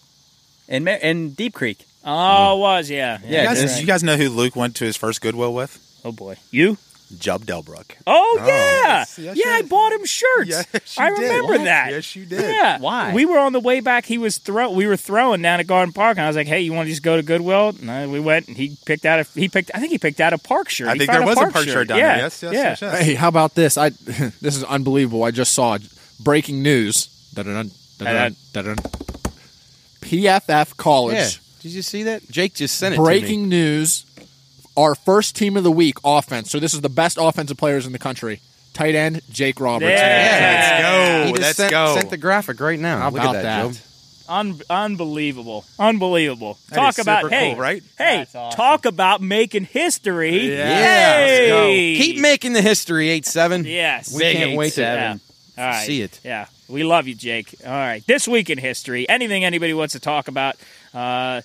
Speaker 5: in Mar- in Deep Creek.
Speaker 1: Oh, it was yeah.
Speaker 5: Yeah,
Speaker 2: You guys,
Speaker 5: that's
Speaker 2: you guys know who Luke went to his first Goodwill with?
Speaker 1: Oh boy, you.
Speaker 2: Jub Delbruck.
Speaker 1: Oh, yeah,
Speaker 2: yes, yes,
Speaker 1: yeah. I
Speaker 2: yes.
Speaker 1: bought him shirts.
Speaker 2: Yes,
Speaker 1: I
Speaker 2: you did.
Speaker 1: remember
Speaker 2: What?
Speaker 1: that.
Speaker 2: Yes, you did.
Speaker 1: Yeah.
Speaker 5: Why?
Speaker 1: We were on the way back. He was throw. We were throwing down at Garden Park, and I was like, "Hey, you want to just go to Goodwill?" And I, we went, and he picked out a. He picked. I think he picked out a park shirt.
Speaker 2: I
Speaker 1: He
Speaker 2: think
Speaker 1: found
Speaker 2: there was a park shirt down
Speaker 1: yeah.
Speaker 2: there. Yes, yes,
Speaker 1: yeah.
Speaker 2: yes, yes.
Speaker 6: Hey, how about this? I this is unbelievable. I just saw it. breaking news. Dun-dun-dun, dun-dun-dun, dun-dun. PFF College
Speaker 3: Yeah. Did you see that? Jake just sent it
Speaker 6: breaking news. Our first team of the week offense. So this is the best offensive players in the country. Tight end Jake Roberts.
Speaker 1: Yeah.
Speaker 3: to
Speaker 2: Let's go.
Speaker 3: me. He just
Speaker 2: Let's
Speaker 3: sent,
Speaker 2: go.
Speaker 3: sent the graphic right now.
Speaker 6: How
Speaker 3: Look
Speaker 6: about
Speaker 3: at
Speaker 6: that?
Speaker 3: that,
Speaker 1: Un- unbelievable, unbelievable.
Speaker 2: That
Speaker 1: talk
Speaker 2: is
Speaker 1: about
Speaker 2: super
Speaker 1: hey,
Speaker 2: cool, right?
Speaker 1: Hey,
Speaker 5: That's awesome.
Speaker 1: talk about making history.
Speaker 3: Yeah.
Speaker 1: Hey.
Speaker 3: Joe. Keep making the history, 8 7.
Speaker 1: Yes.
Speaker 3: We can't wait to
Speaker 1: Yeah. All right.
Speaker 3: see it.
Speaker 1: Yeah. We love you, Jake. All right. This week in history, anything anybody wants to talk about. Uh,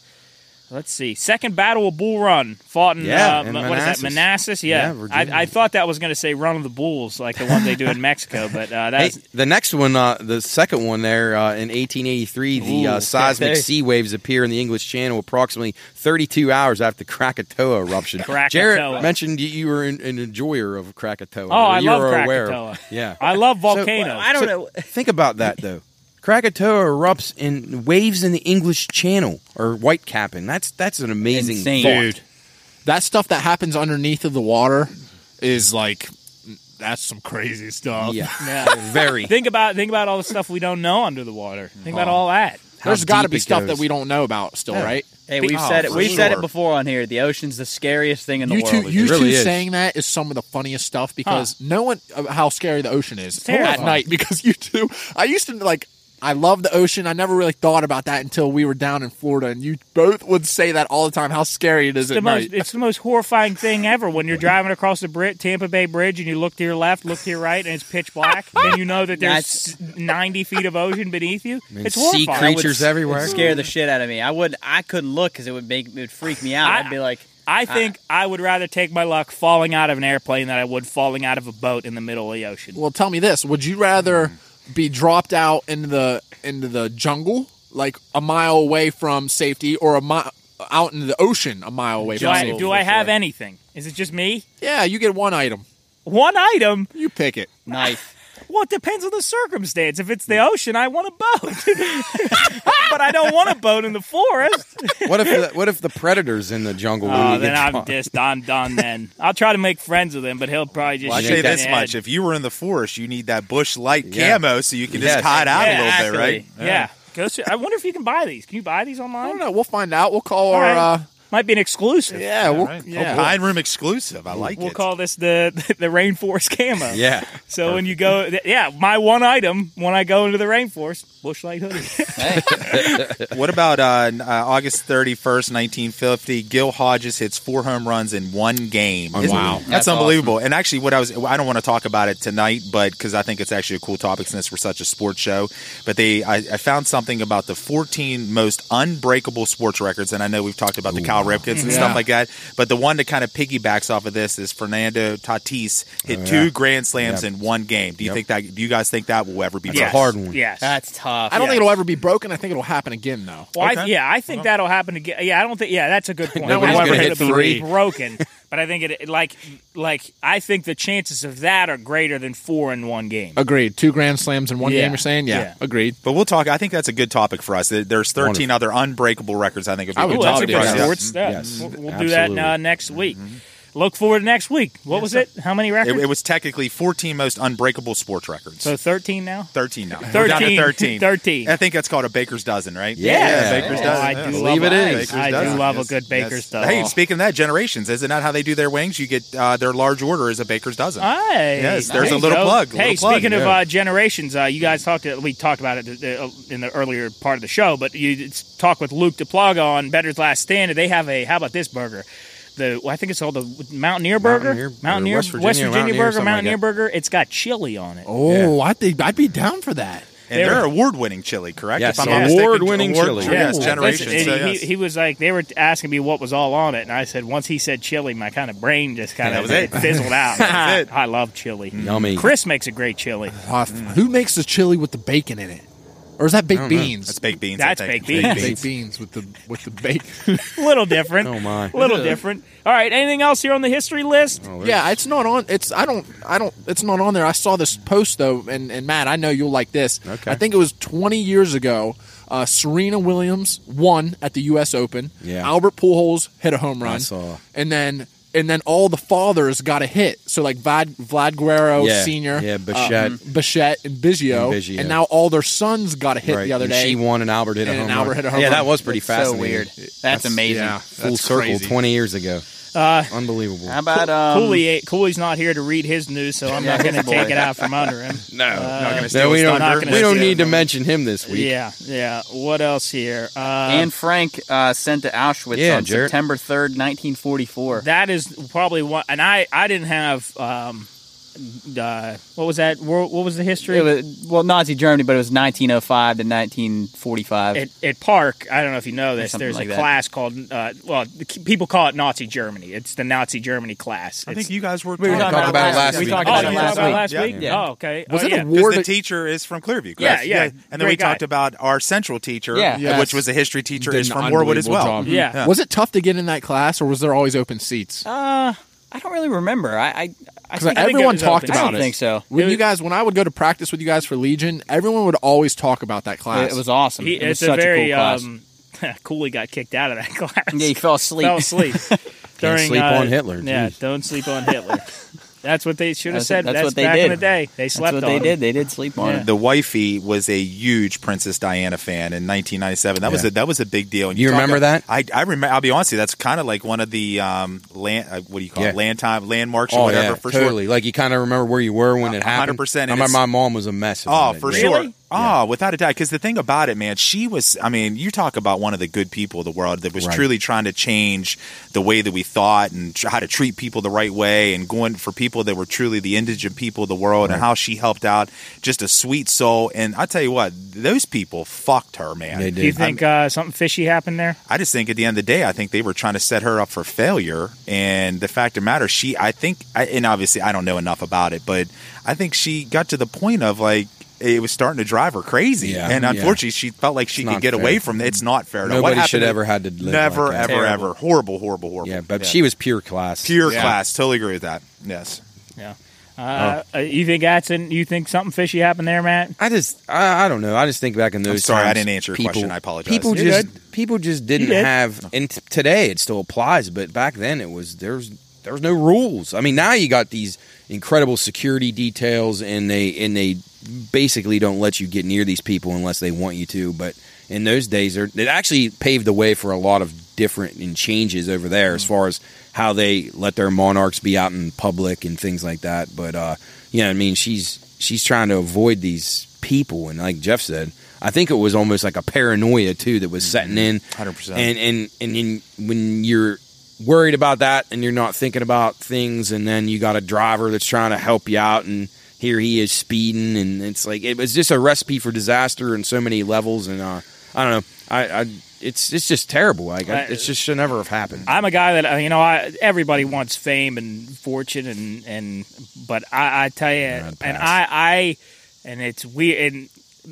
Speaker 1: let's see. Second Battle of Bull Run, fought in,
Speaker 3: Yeah,
Speaker 1: uh,
Speaker 3: in
Speaker 1: what is that,
Speaker 3: Manassas.
Speaker 1: Manassas? Yeah.
Speaker 3: Yeah, Virginia.
Speaker 1: I, I thought that was going to say Run of the Bulls, like the one they do in Mexico, but uh,
Speaker 3: Hey,
Speaker 1: that's.
Speaker 3: the next one, uh, the second one there uh, in 1883, the
Speaker 5: Ooh.
Speaker 3: uh, seismic
Speaker 5: Hey.
Speaker 3: sea waves appear in the English Channel approximately 32 hours after Krakatoa eruption.
Speaker 1: Krakatoa.
Speaker 3: Jared mentioned you, you were an, an enjoyer of Krakatoa.
Speaker 1: Oh, I
Speaker 3: you
Speaker 1: love
Speaker 3: were aware
Speaker 1: Krakatoa.
Speaker 3: of- Yeah.
Speaker 1: I love
Speaker 3: So,
Speaker 1: volcanoes.
Speaker 5: I don't know.
Speaker 3: Think about that though. Krakatoa erupts in waves in the English Channel or white capping. That's that's an amazing
Speaker 5: Insane.
Speaker 3: thought.
Speaker 6: Dude, that stuff that happens underneath of the water is like that's some crazy stuff.
Speaker 3: Yeah.
Speaker 1: Yeah.
Speaker 3: Very.
Speaker 1: think about think about all the stuff we don't know under the water. Think about
Speaker 6: Oh.
Speaker 1: all that.
Speaker 3: How
Speaker 6: There's got to
Speaker 3: deep
Speaker 6: be
Speaker 3: it
Speaker 6: stuff
Speaker 3: goes.
Speaker 6: that we don't know about still, right?
Speaker 5: Hey, we've
Speaker 2: Oh,
Speaker 5: said it.
Speaker 2: for
Speaker 5: We've said it
Speaker 2: sure.
Speaker 5: before on here. The ocean's the scariest thing in the
Speaker 6: You
Speaker 5: world.
Speaker 6: two, you
Speaker 3: It really
Speaker 6: two
Speaker 3: is.
Speaker 6: saying that is some of the funniest stuff because no one uh, how scary the ocean is at
Speaker 1: terrifying.
Speaker 6: night. Because you two, I used to like, I love the ocean. I never really thought about that until we were down in Florida, and you both would say that all the time. How scary it is
Speaker 1: the
Speaker 6: at
Speaker 1: most,
Speaker 6: night.
Speaker 1: it's the most horrifying thing ever when you're driving across the Brit, Tampa Bay Bridge and you look to your left, look to your right, and it's pitch black, and you know that there's 90 feet of ocean beneath you.
Speaker 3: I mean,
Speaker 1: it's
Speaker 3: sea
Speaker 1: horrifying.
Speaker 3: creatures everywhere.
Speaker 5: It'd scare the shit out of me. I would. I couldn't look because it would make it would freak me out.
Speaker 1: I-
Speaker 5: I, would be like,
Speaker 1: I think I would rather take my luck falling out of an airplane than I would falling out of a boat in the middle of the ocean.
Speaker 6: well, tell me this: Would you rather be dropped out into the into the jungle, like a mile away from safety, or a mile out into the ocean, a mile away
Speaker 1: Do
Speaker 6: from
Speaker 1: I,
Speaker 6: safety?
Speaker 1: do I have anything? Is it just me?
Speaker 6: Yeah, you get one item.
Speaker 1: One item?
Speaker 6: You pick it.
Speaker 5: knife.
Speaker 1: Well, it depends on the circumstance. If it's the ocean, I want a boat. but I don't want a boat in the forest.
Speaker 3: what if the, what if the predators in the jungle? when
Speaker 1: Oh,
Speaker 3: you
Speaker 1: then
Speaker 3: get
Speaker 1: I'm
Speaker 3: caught?
Speaker 1: just I'm done. Then I'll try to make friends with him, but he'll probably just.
Speaker 2: Well, I
Speaker 1: shoot
Speaker 2: say
Speaker 1: me in
Speaker 2: this
Speaker 1: the
Speaker 2: much:
Speaker 1: head.
Speaker 2: if you were in the forest, you need that bush light
Speaker 3: Yeah.
Speaker 2: camo so you can
Speaker 3: Yes.
Speaker 2: just hide out
Speaker 1: Yeah,
Speaker 2: a little
Speaker 1: actually.
Speaker 2: bit, right?
Speaker 1: Yeah. Go see- I wonder if you can buy these. Can you buy these online?
Speaker 6: I don't know. We'll find out. We'll call
Speaker 1: Hmm. All
Speaker 6: our.
Speaker 1: right.
Speaker 6: Uh,
Speaker 1: Might be an exclusive.
Speaker 6: yeah, we'll,
Speaker 2: Right.
Speaker 6: yeah.
Speaker 2: Oh, Pine Room exclusive. I like
Speaker 1: We'll
Speaker 2: it.
Speaker 1: call this the the rainforest camo.
Speaker 3: Yeah.
Speaker 1: So when you go, th- yeah, my one item when I go into the rainforest, bushlight hoodie.
Speaker 5: Hey,
Speaker 2: what about uh, n- uh, August 31st, 1950? Gil Hodges hits four home runs in one game.
Speaker 6: Oh, wow.
Speaker 2: That's,
Speaker 5: That's
Speaker 2: unbelievable. And actually, what I was, I don't want to talk about it tonight, but because I think it's actually a cool topic since we're such a sports show. But they, I, I found something about the 14 most unbreakable sports records. And I know we've talked about the Cal Ripkins and
Speaker 6: Yeah.
Speaker 2: stuff like that. But the one that kind of piggybacks off of this is Fernando Tatis
Speaker 6: Oh,
Speaker 2: hit two grand slams in one game. Do you think that, do you guys think that will ever be
Speaker 1: Yes.
Speaker 2: broken?
Speaker 3: hard one.
Speaker 1: Yes.
Speaker 5: that's tough.
Speaker 6: I
Speaker 1: Yeah.
Speaker 6: don't think it'll ever be broken. I think it'll happen again, though.
Speaker 1: Well, I,
Speaker 2: Okay.
Speaker 1: yeah, I think that'll happen again. Yeah, I don't think. Yeah, that's a good point.
Speaker 3: Nobody's
Speaker 1: However,
Speaker 3: gonna hit
Speaker 1: it'll be
Speaker 3: three.
Speaker 1: broken, but I think it like like I think the chances of that are greater than four in one game.
Speaker 6: Agreed. Two grand slams in one
Speaker 1: Yeah.
Speaker 6: game. You're saying, yeah,
Speaker 1: Yeah.
Speaker 6: agreed.
Speaker 2: But we'll talk. I think that's a good topic for us. There- There's 13 other unbreakable records. I think would be
Speaker 6: I would
Speaker 2: good
Speaker 1: Cool, that's a
Speaker 6: love
Speaker 2: topic
Speaker 6: to
Speaker 1: good
Speaker 2: for
Speaker 6: do
Speaker 2: us.
Speaker 6: that.
Speaker 1: sports. Yeah.
Speaker 3: Yes.
Speaker 1: We'll, we'll do that uh,
Speaker 3: Absolutely. Mm-hmm.
Speaker 1: next week. Look forward to next week. What was it? How many
Speaker 2: It,
Speaker 1: records?
Speaker 2: it was technically 14 most unbreakable sports records.
Speaker 1: so 13 now?
Speaker 2: 13 now. We're down to
Speaker 1: 13.
Speaker 2: 13.
Speaker 1: 13.
Speaker 2: I think that's called a baker's dozen, right?
Speaker 3: Yeah.
Speaker 2: baker's
Speaker 1: Oh,
Speaker 2: dozen.
Speaker 1: I
Speaker 2: yeah.
Speaker 1: do
Speaker 3: Believe
Speaker 1: love
Speaker 3: it
Speaker 1: a-
Speaker 3: is.
Speaker 1: I do
Speaker 2: Baker's
Speaker 1: love a
Speaker 2: dozen.
Speaker 1: good
Speaker 2: Yes.
Speaker 1: baker's dozen.
Speaker 2: Hey, speaking of that, generations. Is it not how they do their wings? You get uh, their large order is a baker's dozen.
Speaker 1: Hey,
Speaker 2: Yes,
Speaker 1: there
Speaker 2: there's a
Speaker 1: you
Speaker 2: little
Speaker 1: go.
Speaker 2: plug, a
Speaker 1: hey,
Speaker 2: little plug,
Speaker 1: speaking of
Speaker 2: yeah.
Speaker 1: uh, generations, uh, you guys talked. we talked about it uh, in the earlier part of the show, but you talked with Luke DePlaga on Better's Last Stand, and they have a how about this burger? the I think it's called the Mountaineer Burger,
Speaker 3: Mountaineer- or
Speaker 1: Mountaineer
Speaker 3: West Virginia Mountaineer,
Speaker 1: Burger,
Speaker 3: something like
Speaker 1: Mountaineer
Speaker 3: that.
Speaker 1: Burger. It's got chili on it.
Speaker 6: Oh, I think I'd be down for that.
Speaker 2: And
Speaker 1: They
Speaker 2: they're
Speaker 1: were-
Speaker 2: award-winning chili, correct?
Speaker 3: Yes,
Speaker 2: If I'm not mistaken,
Speaker 3: award-winning chili.
Speaker 2: Yes,
Speaker 1: Ooh.
Speaker 2: generation.
Speaker 1: That's-
Speaker 2: so
Speaker 1: and he,
Speaker 2: yes.
Speaker 1: he was like, they were asking me what was all on it, and I said, once he said chili, my kind of brain just kind
Speaker 2: That
Speaker 1: of
Speaker 2: was it.
Speaker 1: fizzled out.
Speaker 2: That's it. Mm-hmm.
Speaker 1: I love chili.
Speaker 3: Yummy.
Speaker 1: Chris makes a great chili.
Speaker 6: Uh, Who makes the chili with the bacon in it? Or is that baked beans?
Speaker 2: That's baked beans.
Speaker 1: That's
Speaker 2: I think.
Speaker 1: baked beans.
Speaker 6: baked beans with the with the bacon.
Speaker 1: Little different.
Speaker 3: Oh, my.
Speaker 1: Little different. All right. Anything else here on the history list?
Speaker 6: yeah, it's not on. It's I don't I don't. It's not on there. I saw this post though, and and Matt, I know you'll like this.
Speaker 3: Okay.
Speaker 6: I think it was 20 years ago. Uh, Serena Williams won at the U.S. Open.
Speaker 3: Yeah.
Speaker 6: Albert Pujols hit a home run.
Speaker 3: saw.
Speaker 6: And then and then all the fathers got a hit. So like Vlad Vlad Guerrero
Speaker 3: Yeah.
Speaker 6: Senior.
Speaker 3: Yeah, Bichette.
Speaker 6: uh, Bichette and Biggio,
Speaker 3: And Biggio.
Speaker 6: and now all their sons got a hit
Speaker 3: Right.
Speaker 6: the other
Speaker 3: And
Speaker 6: day.
Speaker 3: She won and Albert hit a
Speaker 6: And
Speaker 3: home
Speaker 6: Albert
Speaker 3: run.
Speaker 6: hit a home
Speaker 3: yeah,
Speaker 6: run.
Speaker 3: that was pretty
Speaker 5: so
Speaker 3: fascinating.
Speaker 5: weird. That's amazing.
Speaker 6: Yeah,
Speaker 3: Full
Speaker 6: that's
Speaker 3: circle,
Speaker 6: crazy.
Speaker 3: 20 years ago. Unbelievable.
Speaker 5: How about
Speaker 3: Oh.
Speaker 5: um,
Speaker 1: Cooley, Cooley's not here to read his news, so I'm not going to take it out from under him.
Speaker 2: No, not gonna
Speaker 3: No,
Speaker 2: steal
Speaker 3: we
Speaker 2: his
Speaker 3: don't,
Speaker 1: not
Speaker 2: thunder.
Speaker 1: gonna
Speaker 3: we don't
Speaker 1: steal
Speaker 3: need to mention him this week.
Speaker 1: Yeah, yeah. What else here? Uh,
Speaker 5: Anne Frank uh, sent to Auschwitz
Speaker 3: Yeah,
Speaker 5: on
Speaker 3: Jarrett.
Speaker 5: September 3rd, 1944.
Speaker 1: that is probably one. And I, I didn't have. Um, uh, what was that? Wha- What was the history?
Speaker 5: It was, well, Nazi Germany, but it was 1905 to 1945.
Speaker 1: at, at Park, I don't know if you know this.
Speaker 5: something
Speaker 1: There's
Speaker 5: like
Speaker 1: a
Speaker 5: that.
Speaker 1: class called, uh, well, the k- people call it Nazi Germany. It's the Nazi Germany class.
Speaker 2: I
Speaker 1: It's-
Speaker 2: think you guys were
Speaker 5: we were
Speaker 2: talking
Speaker 5: talking
Speaker 3: about it last
Speaker 5: we
Speaker 3: week.
Speaker 5: talked
Speaker 1: oh,
Speaker 5: about
Speaker 1: you
Speaker 5: it
Speaker 1: talked
Speaker 5: last
Speaker 1: about it
Speaker 5: week.
Speaker 1: last
Speaker 2: Yeah.
Speaker 1: week.
Speaker 5: Yeah.
Speaker 1: Oh, okay.
Speaker 6: Was
Speaker 1: oh,
Speaker 6: it a
Speaker 1: yeah.
Speaker 6: war- Or
Speaker 2: Because the
Speaker 6: the-
Speaker 2: teacher is from Clearview, correct?
Speaker 1: Yeah, yeah.
Speaker 2: And then we
Speaker 1: Great guy.
Speaker 2: talked about our central teacher, uh,
Speaker 5: Yeah.
Speaker 6: Yes.
Speaker 2: which was a history teacher,
Speaker 6: Did
Speaker 2: is
Speaker 6: an
Speaker 2: from Warwood as
Speaker 6: unbelievable
Speaker 2: well.
Speaker 6: job.
Speaker 1: Yeah.
Speaker 2: Yeah.
Speaker 6: Was it tough to get in that class, or was there always open seats?
Speaker 5: Uh, I don't really remember. I, I, I
Speaker 6: Because
Speaker 5: think
Speaker 1: it
Speaker 6: everyone
Speaker 1: was
Speaker 6: talked
Speaker 1: open.
Speaker 5: I
Speaker 6: about
Speaker 5: don't
Speaker 6: it.
Speaker 5: think so.
Speaker 6: When
Speaker 1: It
Speaker 6: you
Speaker 1: was-
Speaker 6: guys, when I would go to practice with you guys for Legion, everyone would always talk about that class.
Speaker 5: It, it was awesome.
Speaker 1: He,
Speaker 5: it was
Speaker 1: it's
Speaker 5: such
Speaker 1: a very
Speaker 5: cool class.
Speaker 1: um, Cooley got kicked out of that class.
Speaker 5: yeah, he fell asleep.
Speaker 1: fell asleep. during,
Speaker 3: sleep
Speaker 1: uh,
Speaker 3: on Hitler,
Speaker 1: Yeah,
Speaker 3: geez.
Speaker 1: don't sleep on Hitler. that's what they should have
Speaker 5: That's-
Speaker 1: said.
Speaker 5: that's
Speaker 1: That's,
Speaker 5: what they
Speaker 1: back in
Speaker 5: did.
Speaker 1: the day. They
Speaker 5: That's
Speaker 1: slept
Speaker 5: what
Speaker 1: on.
Speaker 5: they
Speaker 1: him.
Speaker 5: did. They did sleep on
Speaker 1: Yeah.
Speaker 5: it.
Speaker 2: The wifey was a huge Princess Diana fan in 1997. That was a, that was a big deal. And
Speaker 3: You
Speaker 2: talk
Speaker 3: remember
Speaker 2: about-
Speaker 3: that?
Speaker 2: I, I remember. I'll be honest with you. That's kind of like one of the um, land. Uh, what do you call
Speaker 3: Yeah.
Speaker 2: it? Land time landmarks or
Speaker 3: Oh,
Speaker 2: whatever.
Speaker 3: yeah,
Speaker 2: for sure.
Speaker 3: totally. Like, you kind of remember where you were when it happened.
Speaker 2: 100%, and
Speaker 3: I remember
Speaker 2: it's-
Speaker 3: my mom was a mess.
Speaker 2: Oh,
Speaker 3: about it,
Speaker 2: for
Speaker 3: yeah.
Speaker 2: sure. Oh, without a doubt. Because the thing about it, man, she was, I mean, you talk about one of the good people of the world that was
Speaker 3: Right.
Speaker 2: truly trying to change the way that we thought and tr- how to treat people the right way and going for people that were truly the indigent people of the world and how she helped out. Just a sweet soul. And I tell you what, those people fucked her, man.
Speaker 3: They did.
Speaker 1: Do you think uh, something fishy happened there?
Speaker 2: I just think at the end of the day, I think they were trying to set her up for failure. And the fact of the matter, she, I think, I, and obviously I don't know enough about it, but I think she got to the point of like, it was starting to drive her crazy.
Speaker 3: Yeah.
Speaker 2: and
Speaker 3: Yeah.
Speaker 2: unfortunately, she felt like she
Speaker 3: It's
Speaker 2: could
Speaker 3: not
Speaker 2: get
Speaker 3: fair.
Speaker 2: away from it. It's not fair. at all. What
Speaker 3: Nobody should
Speaker 2: happened
Speaker 3: ever had to live like
Speaker 2: Never,
Speaker 3: that.
Speaker 2: ever,
Speaker 1: Terrible.
Speaker 2: ever. Horrible, horrible, horrible.
Speaker 3: Yeah, but she was pure class.
Speaker 2: pure class. Totally agree with that. Yes.
Speaker 1: Yeah. Uh, uh,
Speaker 5: Oh.
Speaker 1: You think that's in, you think something fishy happened there, Matt?
Speaker 3: I just, I, I don't know. I just think back in those.
Speaker 2: sorry, I
Speaker 3: times,
Speaker 2: didn't answer your
Speaker 3: people-
Speaker 2: question. I apologize.
Speaker 3: People
Speaker 1: You're
Speaker 3: just, people just didn't
Speaker 1: You did.
Speaker 3: have. And t- today, it still applies, but back then, it was there's there's no rules. I mean, now you got these incredible security details, and they and they basically don't let you get near these people unless they want you to. But in those days, they're- it actually paved the way for a lot of different and changes over there
Speaker 2: Mm.
Speaker 3: as far as how they let their monarchs be out in public and things like that. But uh, you know, I mean, she's she's trying to avoid these people, and like Jeff said, I think it was almost like a paranoia too that was setting in.
Speaker 2: 100%.
Speaker 3: And and and then when you're worried about that and you're not thinking about things, and then you got a driver that's trying to help you out, and here he is speeding, and it's like it was just a recipe for disaster in so many levels. And uh, I don't know, I, I it's it's just terrible. Like I,
Speaker 1: I-
Speaker 3: it just should never have happened.
Speaker 1: I'm a guy that uh, you know. I, everybody wants fame and fortune, and and but I, I tell you, and I I and it's weird. And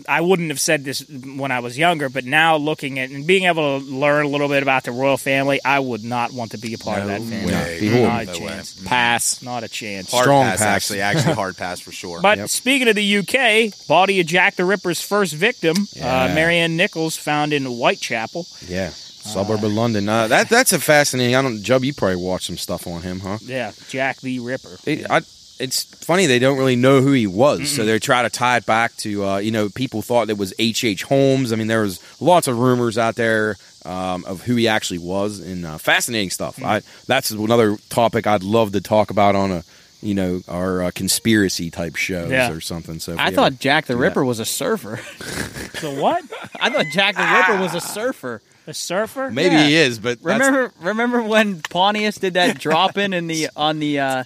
Speaker 1: I wouldn't have said this when I was younger, but now looking at and being able to learn a little bit about the royal family, I would not want to be a part of that family.
Speaker 3: way. Mm-hmm.
Speaker 1: Not a
Speaker 2: No way.
Speaker 1: chance.
Speaker 6: pass.
Speaker 1: Not a chance.
Speaker 2: Hard
Speaker 3: Strong
Speaker 2: pass,
Speaker 3: pass.
Speaker 2: actually. Actually, hard pass for sure.
Speaker 1: But speaking of the UK, body of Jack the Ripper's first victim, uh,
Speaker 3: Yeah.
Speaker 1: Marianne Nichols, found in Whitechapel.
Speaker 3: Yeah, suburb of London. Uh, that that's a fascinating. I don't, Jub. You probably watched some stuff on him, huh?
Speaker 1: Yeah, Jack the Ripper.
Speaker 3: They, I, it's funny they don't really know who he was, so they try to tie it back to uh, you know people thought it was H. H. Holmes. I mean, there was lots of rumors out there um, of who he actually was, and uh, fascinating stuff. I, that's another topic I'd love to talk about on a you know our uh, conspiracy type shows
Speaker 1: Yeah.
Speaker 3: or something. So if
Speaker 5: I
Speaker 3: we
Speaker 5: thought Jack the
Speaker 3: that.
Speaker 5: Ripper was a surfer.
Speaker 1: So what? Ah.
Speaker 5: I thought Jack the Ripper was a surfer.
Speaker 1: A surfer?
Speaker 3: Maybe
Speaker 5: Yeah.
Speaker 3: he is, but that's-
Speaker 5: Remember, remember when Pontius did that drop in in the on the uh,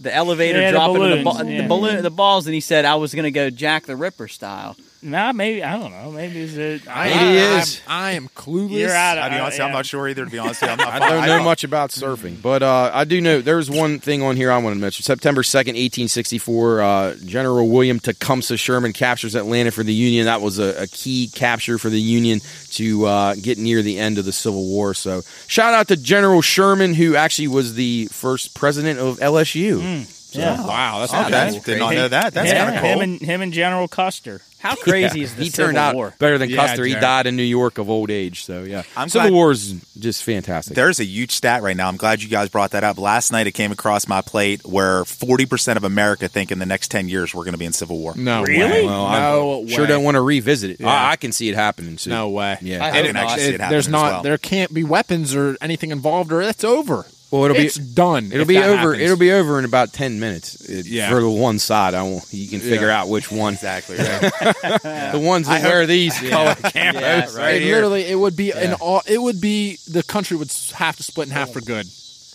Speaker 5: the elevator
Speaker 1: Yeah, the
Speaker 5: dropping the,
Speaker 1: balloons,
Speaker 5: ba- the,
Speaker 1: yeah.
Speaker 5: balloon the balls, and he said I was gonna go Jack the Ripper style.
Speaker 1: Nah, maybe I don't know. Maybe it's a. I,
Speaker 6: I,
Speaker 3: Maybe he
Speaker 6: I'm-
Speaker 3: is.
Speaker 6: I am clueless.
Speaker 1: you're out.
Speaker 2: I'll be
Speaker 1: I-
Speaker 2: honest,
Speaker 1: yeah.
Speaker 2: I'm not sure either. To be honest, with you. I'm not.
Speaker 3: I don't know much about surfing, but uh, I do know there's one thing on here I want to mention. September 2nd, 1864, uh, General William Tecumseh Sherman captures Atlanta for the Union. That was a, a key capture for the Union to uh, get near the end of the Civil War. So, shout out to General Sherman, who actually was the first president of LSU.
Speaker 1: yeah.
Speaker 6: Wow, that's
Speaker 2: Okay,
Speaker 6: not
Speaker 2: did not know that. That's
Speaker 1: yeah,
Speaker 2: kind of
Speaker 1: him
Speaker 2: cool.
Speaker 1: and him and General Custer.
Speaker 5: How crazy is the
Speaker 3: he
Speaker 5: Civil
Speaker 3: turned out
Speaker 5: War?
Speaker 3: better than
Speaker 6: Yeah,
Speaker 3: Custer. He
Speaker 6: Jared.
Speaker 3: died in New York of old age. So, yeah.
Speaker 2: I'm
Speaker 3: Civil
Speaker 2: glad-
Speaker 3: War is just fantastic.
Speaker 2: There's a huge stat right now. I'm glad you guys brought that up. Last night it came across my plate where 40% of America think in the next 10 years we're going to be in civil war.
Speaker 6: No, way.
Speaker 1: Really?
Speaker 3: Well, I
Speaker 6: no,
Speaker 3: sure
Speaker 6: way.
Speaker 3: don't want to revisit it.
Speaker 6: Yeah.
Speaker 3: I, I can see it happening soon.
Speaker 6: No way.
Speaker 3: Yeah.
Speaker 5: I
Speaker 2: I
Speaker 5: hope
Speaker 2: didn't
Speaker 5: not.
Speaker 2: actually see it happen.
Speaker 6: There's
Speaker 2: as
Speaker 6: not.
Speaker 2: well.
Speaker 6: There can't be weapons or anything involved, or it's over.
Speaker 3: Well, it'll be-
Speaker 6: It's done.
Speaker 3: It'll
Speaker 6: if
Speaker 3: be
Speaker 6: that
Speaker 3: over.
Speaker 6: happens.
Speaker 3: It'll be over in about ten minutes. It-
Speaker 6: Yeah.
Speaker 3: For the one side, I won't, you can figure out which one.
Speaker 2: Exactly. Right.
Speaker 3: The ones that wear these color cameras
Speaker 5: Yeah,
Speaker 3: right
Speaker 6: it
Speaker 3: here.
Speaker 6: literally, it would be an
Speaker 3: Yeah.
Speaker 6: all. It would be the country would s- have to split in half for good,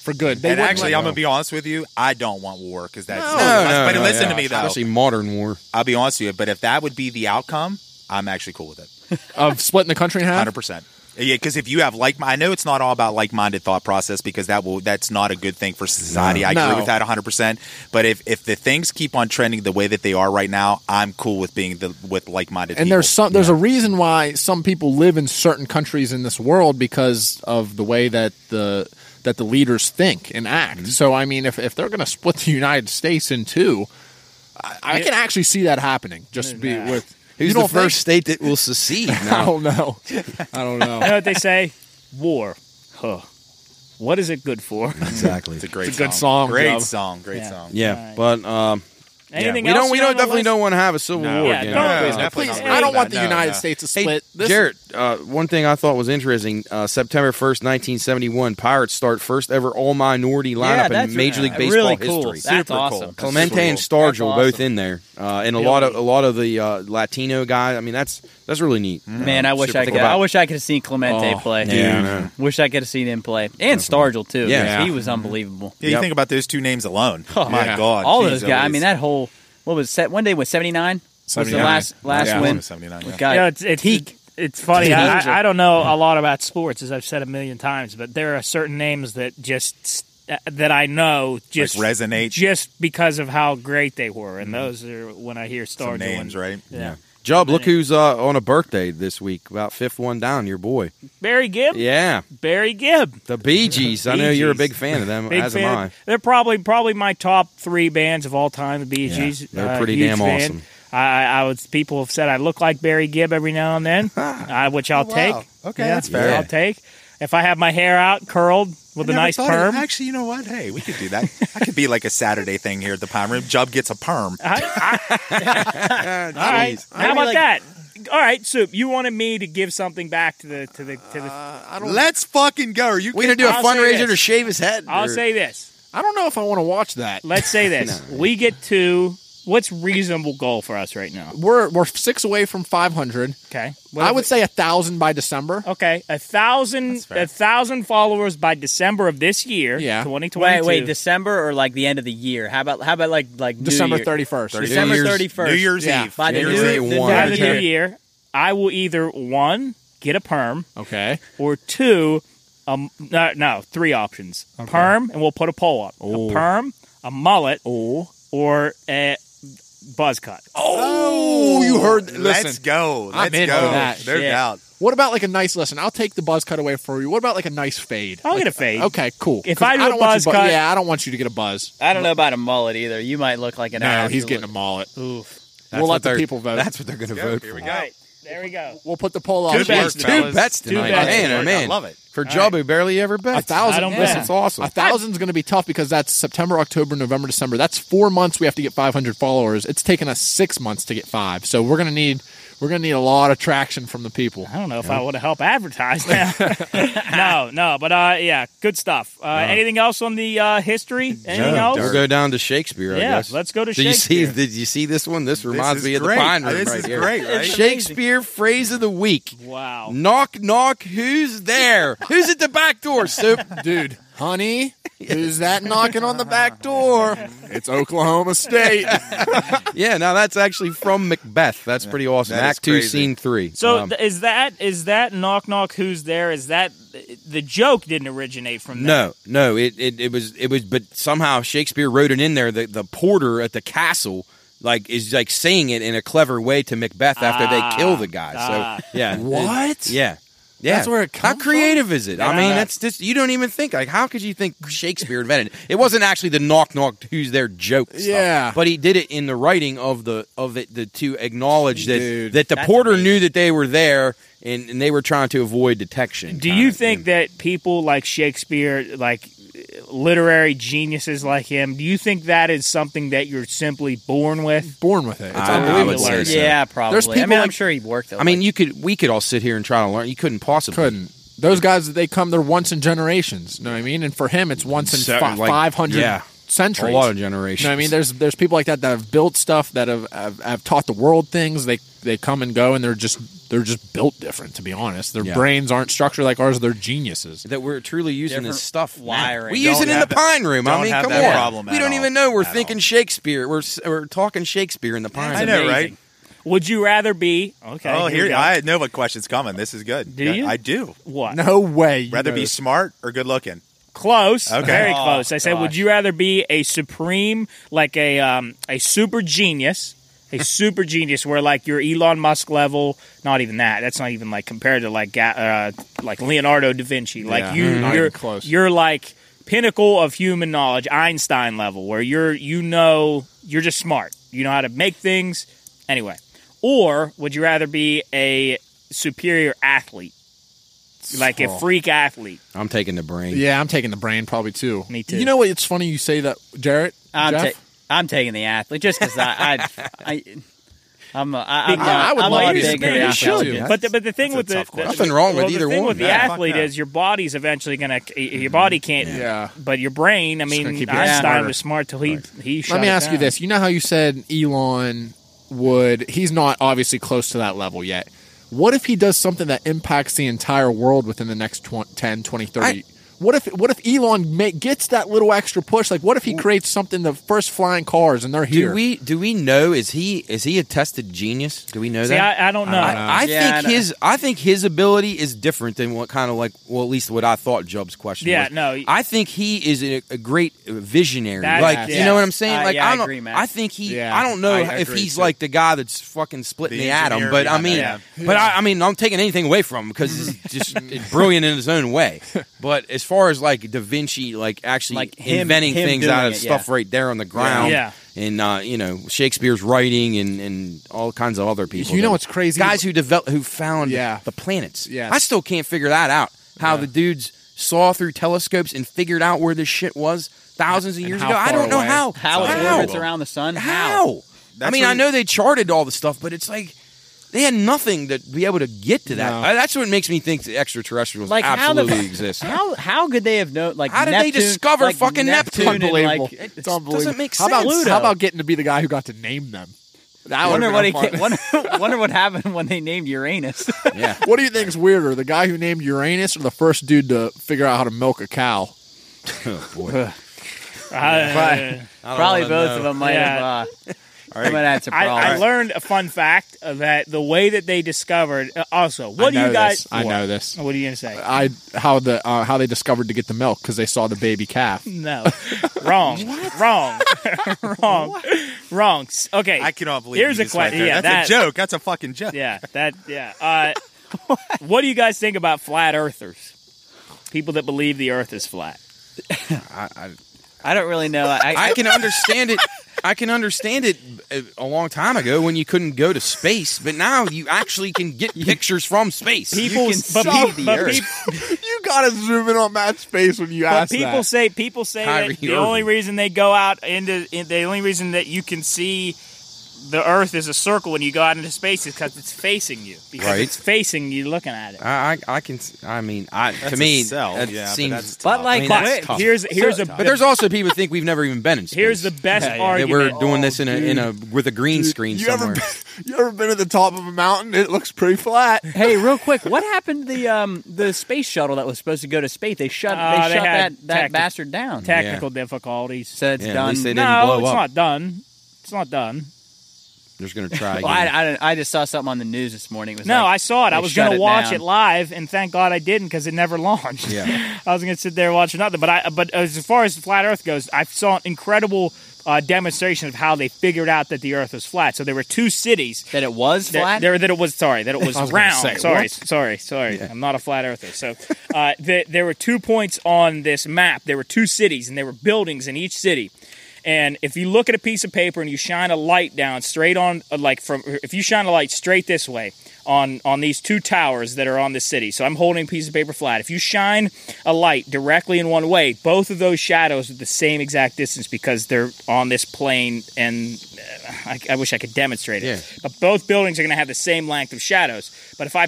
Speaker 6: for good. They
Speaker 2: and
Speaker 6: wouldn't
Speaker 2: actually,
Speaker 6: let-
Speaker 2: I'm going to be honest with you. I don't want war because that's.
Speaker 3: No, no,
Speaker 2: but
Speaker 3: no,
Speaker 2: listen
Speaker 3: yeah.
Speaker 2: to me, though.
Speaker 3: Especially modern war.
Speaker 2: I'll be honest with you. But if that would be the outcome, I'm actually cool with it.
Speaker 6: of splitting the country in half.
Speaker 2: Hundred percent. Yeah, because if you have like, I know it's not all about like-minded thought process because that will that's not a good thing for society. I
Speaker 6: No.
Speaker 2: agree with that hundred percent. But if if the things keep on trending the way that they are right now, I'm cool with being the with like-minded.
Speaker 6: And
Speaker 2: people.
Speaker 6: there's some there's a reason why some people live in certain countries in this world because of the way that the that the leaders think and act. So I mean, if if they're going to split the United States in two, I, I can actually see that happening. Just be with
Speaker 3: Who's
Speaker 6: you
Speaker 3: the
Speaker 6: don't think-
Speaker 3: first state that will secede?
Speaker 6: I
Speaker 3: Now?
Speaker 6: don't know. I don't
Speaker 1: You
Speaker 6: know.
Speaker 1: know what they say? War. Huh. What is it good for?
Speaker 3: exactly.
Speaker 2: it's a great
Speaker 6: It's a good
Speaker 2: song,
Speaker 6: song,
Speaker 2: great
Speaker 6: Joe.
Speaker 2: song, great
Speaker 1: Yeah.
Speaker 2: song.
Speaker 3: Yeah, but um,
Speaker 1: Anything
Speaker 3: we
Speaker 1: else?
Speaker 3: don't. We
Speaker 1: you
Speaker 3: don't
Speaker 1: got on the
Speaker 3: definitely
Speaker 1: list?
Speaker 3: don't want to have a civil
Speaker 1: No.
Speaker 3: war
Speaker 1: Yeah,
Speaker 3: again.
Speaker 1: don't.
Speaker 2: No,
Speaker 1: Please,
Speaker 2: definitely
Speaker 1: please,
Speaker 2: not.
Speaker 1: I
Speaker 6: Uh, I don't want the
Speaker 2: No,
Speaker 6: United
Speaker 2: no.
Speaker 6: States to
Speaker 3: Hey,
Speaker 6: split. This-
Speaker 3: Jared, uh, one thing I thought was interesting: uh, September first, nineteen seventy one, Pirates start first ever all minority
Speaker 5: Yeah,
Speaker 3: lineup
Speaker 5: that's
Speaker 3: in Major League Baseball
Speaker 5: really cool.
Speaker 3: history.
Speaker 5: That's
Speaker 2: Super
Speaker 5: awesome.
Speaker 2: cool.
Speaker 3: Clemente and
Speaker 2: That's
Speaker 3: Stargell
Speaker 5: That's
Speaker 3: both
Speaker 5: awesome.
Speaker 3: in there, uh, and a lot of a lot of the uh, Latino guys. I mean, that's that's really neat.
Speaker 5: Man, I wish
Speaker 3: Super
Speaker 5: I
Speaker 3: cool.
Speaker 5: could. I wish I could have seen Clemente
Speaker 6: Oh,
Speaker 5: play. Hmm.
Speaker 3: yeah, I know.
Speaker 5: Wish I could have seen him play, and Stargell too.
Speaker 3: Yeah. Mm-hmm.
Speaker 5: because he was unbelievable. Oh,
Speaker 2: Yeah, you
Speaker 3: Yep.
Speaker 2: think about those two names alone. My
Speaker 6: Yeah.
Speaker 2: God,
Speaker 5: All
Speaker 2: Jeez
Speaker 5: those guys. I
Speaker 2: Louise.
Speaker 5: mean, that whole what was set one day was seventy nine. Was the
Speaker 6: 79.
Speaker 5: last last
Speaker 6: Yeah.
Speaker 5: win?
Speaker 2: 79, yeah.
Speaker 5: We got
Speaker 1: You know, it's, it's,
Speaker 5: Teak.
Speaker 1: it's funny.
Speaker 5: Teak.
Speaker 1: I, I don't know a lot about sports, as I've said a million times, but there are certain names that just uh, that I know just
Speaker 2: Like resonate. Mm-hmm.
Speaker 1: just because of how great they were, and those are when I hear
Speaker 2: Some
Speaker 1: Star
Speaker 2: names, right?
Speaker 1: Yeah.
Speaker 3: Job, look who's uh, on a birthday this week. About fifth one down, your boy.
Speaker 1: Barry Gibb.
Speaker 3: Yeah,
Speaker 1: Barry Gibb.
Speaker 3: the Bee Gees. I know you're a
Speaker 1: Bee Gees.
Speaker 3: big fan of them,
Speaker 1: Big
Speaker 3: as
Speaker 1: fan.
Speaker 3: am I.
Speaker 1: They're probably probably my top three bands of all time. The Bee
Speaker 3: Yeah,
Speaker 1: Gees.
Speaker 3: they're
Speaker 1: Uh,
Speaker 3: pretty
Speaker 1: huge
Speaker 3: damn
Speaker 1: fan.
Speaker 3: awesome.
Speaker 1: I, I was. People have said I look like Barry Gibb every now and
Speaker 3: Oh,
Speaker 1: then, uh, which I'll take.
Speaker 2: Okay,
Speaker 1: Yeah,
Speaker 2: that's
Speaker 3: fair.
Speaker 1: I'll take if I have my hair out curled with a
Speaker 2: Never
Speaker 1: nice
Speaker 2: thought of-
Speaker 1: perm.
Speaker 2: Actually, you know what? Hey, we could do that. I could be like a Saturday thing here at the Pine Room. Jub gets a perm.
Speaker 1: I- I- all right, how about that? All right, Soup. You wanted me to give something back to the to the to the.
Speaker 3: Uh,
Speaker 2: Let's fucking go. Are you
Speaker 3: We're gonna do a
Speaker 1: I'll say
Speaker 3: fundraiser
Speaker 1: this.
Speaker 3: to shave his head.
Speaker 1: I'll
Speaker 3: or-
Speaker 1: say this.
Speaker 6: I don't know if I want to watch that.
Speaker 1: Let's say this. We get to what's reasonable goal for us right now.
Speaker 6: We're we're six away from 500.
Speaker 1: Okay,
Speaker 6: I would say a thousand by December.
Speaker 1: Okay, a thousand, a thousand followers by December of this year.
Speaker 6: Yeah.
Speaker 1: twenty twenty.
Speaker 5: Wait, wait, December or like the end of the year? How about how about like like New
Speaker 6: December
Speaker 5: Year?
Speaker 6: 31st.
Speaker 5: December
Speaker 3: Year's-
Speaker 5: thirty first,
Speaker 2: New Year's
Speaker 6: Yeah.
Speaker 2: Eve.
Speaker 5: by the
Speaker 3: New
Speaker 5: new,
Speaker 3: Year's Eve
Speaker 5: the
Speaker 3: one.
Speaker 1: by
Speaker 5: new
Speaker 1: the
Speaker 5: year.
Speaker 1: new year, I will either one get a perm
Speaker 6: Okay.
Speaker 1: or two, um, no, no, three options: perm, and we'll put a poll up. A perm, a mullet, or a buzz cut.
Speaker 2: Oh, you heard. Let's
Speaker 6: Listen,
Speaker 2: go.
Speaker 6: I'm
Speaker 2: Let's
Speaker 6: in
Speaker 2: go.
Speaker 6: for that.
Speaker 2: No
Speaker 5: Yeah.
Speaker 2: doubt.
Speaker 6: What about like a nice listen? I'll take the buzz cut away for you. What about like a nice fade?
Speaker 1: I'll
Speaker 6: Like-
Speaker 1: get a fade.
Speaker 6: Okay, cool.
Speaker 1: Oh, If
Speaker 6: 'Cause
Speaker 1: I do a
Speaker 6: don't want you
Speaker 1: buzz
Speaker 6: bu-
Speaker 1: cut-
Speaker 6: yeah, I don't want you to get a buzz.
Speaker 5: I don't know about a mullet either. You might look like an
Speaker 6: No, he's
Speaker 5: absolute-
Speaker 6: getting a mullet.
Speaker 1: Oof.
Speaker 6: we'll
Speaker 3: what
Speaker 6: let the
Speaker 3: they're-
Speaker 6: people vote.
Speaker 3: That's what they're gonna vote
Speaker 2: Here we
Speaker 3: for.
Speaker 1: All
Speaker 2: go.
Speaker 1: right, there we go.
Speaker 6: we'll put the poll up.
Speaker 2: Good work,
Speaker 3: bets, two
Speaker 2: fellas.
Speaker 3: bets
Speaker 2: Two
Speaker 3: tonight.
Speaker 1: bets.
Speaker 3: Man, oh
Speaker 2: Work. I
Speaker 3: man,
Speaker 2: love it.
Speaker 3: for Job who barely ever
Speaker 6: A
Speaker 3: bets.
Speaker 6: thousand.
Speaker 1: I don't
Speaker 6: listen,
Speaker 1: bet.
Speaker 3: That's awesome.
Speaker 6: A thousand's going to be tough because that's September, October, November, December. That's four months we have to get 500 followers. It's taken us six months to get five, so we're going to need We're going to need a lot of traction from the people.
Speaker 1: I don't know if I want to help advertise now. no, no, but uh, yeah, good stuff. Uh, Anything else on the uh, history? Anything else?
Speaker 3: We'll go down to Shakespeare. I
Speaker 1: Yeah,
Speaker 3: guess.
Speaker 1: let's go to
Speaker 3: Did you see?
Speaker 1: Shakespeare.
Speaker 3: Did you see this one? This
Speaker 2: This
Speaker 3: reminds
Speaker 2: is
Speaker 3: me of
Speaker 2: great.
Speaker 3: the
Speaker 6: Uh,
Speaker 3: pine room.
Speaker 2: This
Speaker 3: right
Speaker 2: is
Speaker 3: here.
Speaker 2: great, right?
Speaker 3: Shakespeare phrase of the week.
Speaker 1: Wow.
Speaker 3: Knock, knock. Who's there? who's at the back door? Soup.
Speaker 6: Dude, honey, who's that knocking on the back door? It's Oklahoma State.
Speaker 3: yeah. Now that's actually from Macbeth. That's pretty awesome.
Speaker 2: that is
Speaker 3: Act two,
Speaker 2: crazy.
Speaker 3: scene three.
Speaker 1: So
Speaker 3: Um,
Speaker 1: th- is that is that knock knock who's there? Is that the joke didn't originate from that?
Speaker 3: No, no, it, it, it was it was, but somehow Shakespeare wrote it in there that the porter at the castle like is like saying it in a clever way to Macbeth after
Speaker 1: Ah,
Speaker 3: they kill the guy.
Speaker 1: ah.
Speaker 3: so yeah,
Speaker 6: what?
Speaker 3: yeah, yeah.
Speaker 6: That's where it
Speaker 3: How
Speaker 6: come
Speaker 3: creative is it? I mean, that's just you don't even think like how could you think Shakespeare invented it? It wasn't actually the knock knock who's there joke. stuff,
Speaker 6: Yeah.
Speaker 3: but he did it in the writing of the of it the, to acknowledge that
Speaker 6: Dude,
Speaker 3: that the
Speaker 1: that's
Speaker 3: porter
Speaker 1: amazing.
Speaker 3: knew that they were there. And, and they were trying to avoid detection.
Speaker 1: Do
Speaker 3: kinda,
Speaker 1: you think that people like Shakespeare, like literary geniuses like him, do you think that is something that you're simply born with?
Speaker 6: Born with it. It's
Speaker 3: I- I would
Speaker 6: unbelievable.
Speaker 3: say so.
Speaker 5: Yeah, probably.
Speaker 6: There's
Speaker 5: I
Speaker 6: people
Speaker 5: mean, I'm
Speaker 6: like-
Speaker 5: sure he worked. At
Speaker 3: I mean,
Speaker 5: like-
Speaker 3: you could. We could all sit here and try to learn. You couldn't possibly.
Speaker 6: couldn't. Those guys, they come. They're once in generations. You know what I mean? And for him, it's once in
Speaker 3: So,
Speaker 6: fi-
Speaker 3: like,
Speaker 6: five hundred
Speaker 3: yeah.
Speaker 6: centuries.
Speaker 3: A lot of
Speaker 6: You
Speaker 3: generations.
Speaker 6: know what I mean? There's there's people like that that have built stuff that have, have have taught the world things. They they come and go, and they're just they're just built different. To be honest, their
Speaker 3: Yeah.
Speaker 6: brains aren't structured like ours. They're geniuses.
Speaker 3: that we're truly using
Speaker 5: Different
Speaker 3: this stuff. now.
Speaker 5: wiring.
Speaker 3: We
Speaker 2: Don't
Speaker 3: use it in the
Speaker 2: have that-
Speaker 3: pine room. I
Speaker 2: don't
Speaker 3: mean,
Speaker 2: have
Speaker 3: come
Speaker 2: that
Speaker 3: on.
Speaker 2: problem
Speaker 3: we
Speaker 2: at
Speaker 3: don't
Speaker 2: all.
Speaker 3: even know we're
Speaker 2: At all.
Speaker 3: thinking Shakespeare. We're s- we're talking Shakespeare in the pine
Speaker 2: I
Speaker 3: room.
Speaker 2: know, right?
Speaker 1: Would you rather be okay?
Speaker 2: Oh,
Speaker 1: we
Speaker 2: here
Speaker 1: go.
Speaker 2: I know what question's coming. This is good.
Speaker 1: Do you?
Speaker 2: I do.
Speaker 1: what?
Speaker 6: No way. you
Speaker 2: Rather
Speaker 6: know
Speaker 2: be
Speaker 6: this.
Speaker 2: smart or good looking.
Speaker 1: Close,
Speaker 2: Okay.
Speaker 1: very
Speaker 2: Oh,
Speaker 1: close. I said, would you rather be a supreme, like a um, a super genius, a super genius, where like your Elon Musk level? Not even that. That's not even like compared to like Ga- uh, like Leonardo da Vinci. Like you,
Speaker 6: Mm-hmm. not
Speaker 1: you're
Speaker 6: even close.
Speaker 1: You're like pinnacle of human knowledge, Einstein level, where you're you know you're just smart. You know how to make things. Anyway, or would you rather be a superior athlete, like a freak athlete?
Speaker 3: I'm taking the brain.
Speaker 6: Yeah, I'm taking the brain probably too.
Speaker 1: Me too.
Speaker 6: You know what? It's funny you say that, Jarrett.
Speaker 5: I'm,
Speaker 6: Jeff?
Speaker 5: ta- I'm taking the athlete just because I, I, I, I'm, a, I, I'm
Speaker 1: Because-
Speaker 5: not,
Speaker 6: I would
Speaker 5: I'm
Speaker 6: like
Speaker 5: not
Speaker 6: you to
Speaker 5: big
Speaker 6: be-
Speaker 5: on
Speaker 6: you
Speaker 5: the
Speaker 6: should.
Speaker 5: athlete.
Speaker 6: Yeah.
Speaker 1: But the, but the thing
Speaker 2: that's a
Speaker 1: with the,
Speaker 2: tough
Speaker 1: the
Speaker 2: question.
Speaker 3: Nothing wrong with
Speaker 1: well,
Speaker 3: either
Speaker 1: the thing
Speaker 3: one.
Speaker 1: with the
Speaker 3: Yeah,
Speaker 2: fuck
Speaker 1: athlete
Speaker 2: no.
Speaker 1: is your body's eventually gonna your body can't
Speaker 6: Yeah.
Speaker 1: but your brain I mean
Speaker 6: gonna keep you
Speaker 1: Einstein
Speaker 6: smarter.
Speaker 1: was smart till he he shut
Speaker 6: Let me
Speaker 1: it
Speaker 6: ask you
Speaker 1: down.
Speaker 6: this. You know how you said Elon would, he's not obviously close to that level yet. What if he does something that impacts the entire world within the next 20, 10, 20, 30? what if what if Elon ma- gets that little extra push? Like, what if he creates something the first flying cars and they're
Speaker 3: Do
Speaker 6: here?
Speaker 3: we do we know is he is he a tested genius? Do we know
Speaker 1: See,
Speaker 3: that?
Speaker 1: I, I don't know.
Speaker 3: I, I
Speaker 5: Yeah, I
Speaker 3: think
Speaker 5: don't-
Speaker 3: his I think his ability is different than what kind of like well at least what I thought Job's question
Speaker 1: Yeah,
Speaker 3: was.
Speaker 1: no.
Speaker 3: I think he is a, a great visionary.
Speaker 1: That-
Speaker 3: like
Speaker 1: yeah.
Speaker 3: you know what I'm saying?
Speaker 5: I-
Speaker 3: like
Speaker 5: yeah, I
Speaker 3: I don't
Speaker 5: agree, Matt.
Speaker 3: I think he
Speaker 6: Yeah,
Speaker 3: I don't know
Speaker 6: I
Speaker 3: if
Speaker 6: agree,
Speaker 3: he's
Speaker 6: too.
Speaker 3: like the guy that's fucking splitting
Speaker 2: The
Speaker 3: the, atom,
Speaker 2: engineer
Speaker 3: but I
Speaker 2: behind
Speaker 3: mean
Speaker 2: that,
Speaker 3: but I, I mean I'm taking anything away from him because he's just brilliant in his own way. But as far as like Da Vinci like actually
Speaker 5: Like him-
Speaker 3: inventing
Speaker 5: him
Speaker 3: things out
Speaker 5: doing
Speaker 3: of
Speaker 5: it,
Speaker 3: stuff
Speaker 5: yeah.
Speaker 3: right there on the ground
Speaker 1: Yeah.
Speaker 3: and uh, you know Shakespeare's writing and, and all kinds of other people.
Speaker 6: You know
Speaker 3: that-
Speaker 6: what's crazy?
Speaker 3: Guys who develop who found
Speaker 6: Yeah.
Speaker 3: the planets.
Speaker 6: Yes.
Speaker 3: I still can't figure that out. How the dudes saw through telescopes and figured out where this shit was thousands of
Speaker 6: And
Speaker 3: years
Speaker 6: how
Speaker 3: ago. I
Speaker 6: far
Speaker 3: don't know
Speaker 6: away.
Speaker 3: how.
Speaker 5: How it
Speaker 3: how?
Speaker 5: orbits around the sun?
Speaker 3: How? I
Speaker 2: That's
Speaker 3: mean,
Speaker 2: what-
Speaker 3: I know they charted all the stuff, but it's like they had nothing to be able to get to that.
Speaker 6: No.
Speaker 3: I- That's what makes me think the extraterrestrials
Speaker 5: Like how the
Speaker 3: absolutely exist.
Speaker 5: how how could they have known? Like
Speaker 3: How did they
Speaker 5: Neptune-
Speaker 3: discover
Speaker 5: like
Speaker 3: fucking Neptune?
Speaker 5: and, like,
Speaker 6: Unbelievable.
Speaker 5: it-
Speaker 6: it's
Speaker 3: doesn't
Speaker 6: unbelievable.
Speaker 3: make
Speaker 6: How about,
Speaker 3: sense.
Speaker 6: how about getting to be the guy who got to name them?
Speaker 5: I wonder
Speaker 6: would've
Speaker 5: what he
Speaker 6: been
Speaker 5: ca-
Speaker 6: fun.
Speaker 5: wonder, wonder what happened when they named Uranus.
Speaker 3: yeah.
Speaker 6: What do you think's weirder, the guy who named Uranus or the first dude to figure out how to milk a cow?
Speaker 3: Oh, boy.
Speaker 1: I, uh,
Speaker 5: Probably both
Speaker 3: know.
Speaker 5: of them might
Speaker 1: Yeah.
Speaker 5: have. Uh,
Speaker 2: All
Speaker 5: I
Speaker 2: right.
Speaker 5: might have some
Speaker 1: I,
Speaker 5: problems.
Speaker 1: I learned a fun fact that the way that they discovered uh, also what do you guys
Speaker 6: I
Speaker 1: what?
Speaker 6: know this.
Speaker 1: What are you gonna say?
Speaker 6: I how the uh, how they discovered to get the milk because they saw the baby calf.
Speaker 1: No, wrong, wrong, wrong, wrong. S- Okay,
Speaker 2: I cannot believe
Speaker 1: Here's
Speaker 2: you
Speaker 1: a
Speaker 2: just went
Speaker 1: question.
Speaker 2: there.
Speaker 1: Yeah,
Speaker 2: that's
Speaker 1: that-
Speaker 2: a joke. That's a fucking joke.
Speaker 1: Yeah, that yeah. Uh, what do you guys think about flat earthers? People that believe the Earth is flat.
Speaker 5: I don't really know. I,
Speaker 3: I can understand it. I can understand it uh, a long time ago when you couldn't go to space, but now you actually can get pictures from space.
Speaker 1: People,
Speaker 5: can
Speaker 1: but,
Speaker 5: see
Speaker 1: peop-
Speaker 5: the
Speaker 1: but,
Speaker 5: Earth.
Speaker 1: peop-
Speaker 6: you gotta zoom in on Matt's face when you
Speaker 1: but
Speaker 6: ask
Speaker 1: people
Speaker 6: that.
Speaker 1: say people say
Speaker 3: Kyrie
Speaker 1: that the
Speaker 3: Irving.
Speaker 1: only reason they go out into in, the only reason that you can see the Earth is a circle and you go out into space is because it's facing you. Because
Speaker 3: Right.
Speaker 1: it's facing you looking at it.
Speaker 3: I, I I can s- I mean I
Speaker 2: That's
Speaker 3: to
Speaker 2: a
Speaker 3: me
Speaker 2: sell,
Speaker 3: that
Speaker 2: yeah, but
Speaker 3: seems
Speaker 2: that's
Speaker 5: But
Speaker 2: tough.
Speaker 5: like,
Speaker 3: mean, that's
Speaker 5: wait,
Speaker 3: tough.
Speaker 1: Here's here's a
Speaker 3: But there's also people that think we've never even been in space.
Speaker 1: here's the best
Speaker 3: that
Speaker 1: argument.
Speaker 3: we're doing this in a in a with a green screen
Speaker 6: Oh, you
Speaker 3: somewhere.
Speaker 6: ever been, you ever been at the top of a mountain? It looks pretty flat.
Speaker 5: hey, real quick, what happened to the um the space shuttle that was supposed to go to space? They shut
Speaker 1: Uh,
Speaker 5: they,
Speaker 1: they
Speaker 5: shut
Speaker 1: had
Speaker 5: that, that
Speaker 1: tactic-
Speaker 5: bastard down.
Speaker 1: Technical difficulties.
Speaker 5: so it's
Speaker 3: Yeah, at
Speaker 5: done.
Speaker 3: least they didn't
Speaker 1: No,
Speaker 3: blow
Speaker 1: it's
Speaker 3: up.
Speaker 1: not done. It's not done.
Speaker 3: They're just gonna try.
Speaker 5: Well, I,
Speaker 3: Again.
Speaker 5: I, don't- I just saw something on the news this morning. It was
Speaker 1: No,
Speaker 5: like,
Speaker 1: I saw it. I
Speaker 5: they
Speaker 1: was
Speaker 5: shut
Speaker 1: going to
Speaker 5: it
Speaker 1: watch
Speaker 5: down.
Speaker 1: it live, and thank God I didn't because it never launched.
Speaker 3: Yeah.
Speaker 1: I was going to sit there watching nothing. But I, but as far as flat Earth goes, I saw an incredible uh, demonstration of how they figured out that the Earth was flat. So there were two cities.
Speaker 5: that it was
Speaker 1: that-
Speaker 5: flat.
Speaker 1: There, that it was sorry. That it was,
Speaker 6: I was gonna
Speaker 1: round.
Speaker 6: say,
Speaker 1: sorry,
Speaker 6: what?
Speaker 1: sorry, sorry. I'm not a flat earther. So, uh, th- there were two points on this map. There were two cities, and there were buildings in each city. And if you look at a piece of paper and you shine a light down straight on, uh, like from, if you shine a light straight this way on on these two towers that are on the city. So I'm holding a piece of paper flat. If you shine a light directly in one way, both of those shadows are the same exact distance because they're on this plane. And uh, I, I wish I could demonstrate it.
Speaker 3: Yeah.
Speaker 1: But both buildings are going to have the same length of shadows. But if I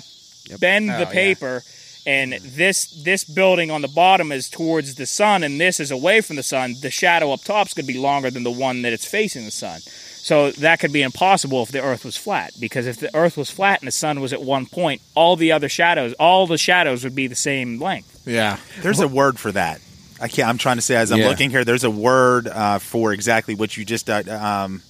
Speaker 1: bend
Speaker 3: Oh,
Speaker 1: the
Speaker 3: yeah.
Speaker 1: paper and this this building on the bottom is towards the sun and this is away from the sun, the shadow up top's going to be longer than the one that it's facing the sun. So that could be impossible if the earth was flat because if the earth was flat and the sun was at one point, all the other shadows, all the shadows would be the same length.
Speaker 6: Yeah.
Speaker 2: There's a word for that. I can't. I'm trying to say as I'm
Speaker 3: Yeah.
Speaker 2: looking here. There's a word uh, for exactly what you just. Uh, um,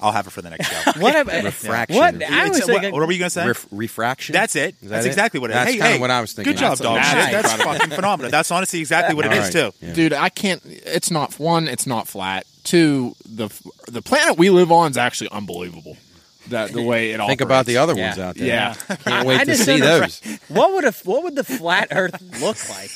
Speaker 2: I'll have it for the next show.
Speaker 5: what? ab-
Speaker 3: Refraction.
Speaker 5: What? I was
Speaker 2: It's- what,
Speaker 5: thinking.
Speaker 2: what were you going to say?
Speaker 3: Ref- refraction.
Speaker 2: That's it.
Speaker 3: Is that
Speaker 2: That's
Speaker 3: it?
Speaker 2: exactly what it is.
Speaker 3: That's
Speaker 2: hey,
Speaker 3: kinda
Speaker 2: hey,
Speaker 3: what I was thinking.
Speaker 2: Good job,
Speaker 3: That's
Speaker 2: dog.
Speaker 5: amazing.
Speaker 2: Shit. That's fucking phenomenal. That's honestly exactly what it
Speaker 3: All
Speaker 2: is
Speaker 3: right.
Speaker 2: too.
Speaker 3: Yeah.
Speaker 6: dude i can't it's not one it's not flat two the the planet we live on is actually unbelievable that the way it all
Speaker 3: Think about the other ones
Speaker 5: Yeah.
Speaker 3: out there.
Speaker 6: yeah
Speaker 3: Can't wait
Speaker 5: I
Speaker 3: to
Speaker 5: just
Speaker 3: see
Speaker 5: don't
Speaker 3: those.
Speaker 5: What would a what would the flat Earth look like?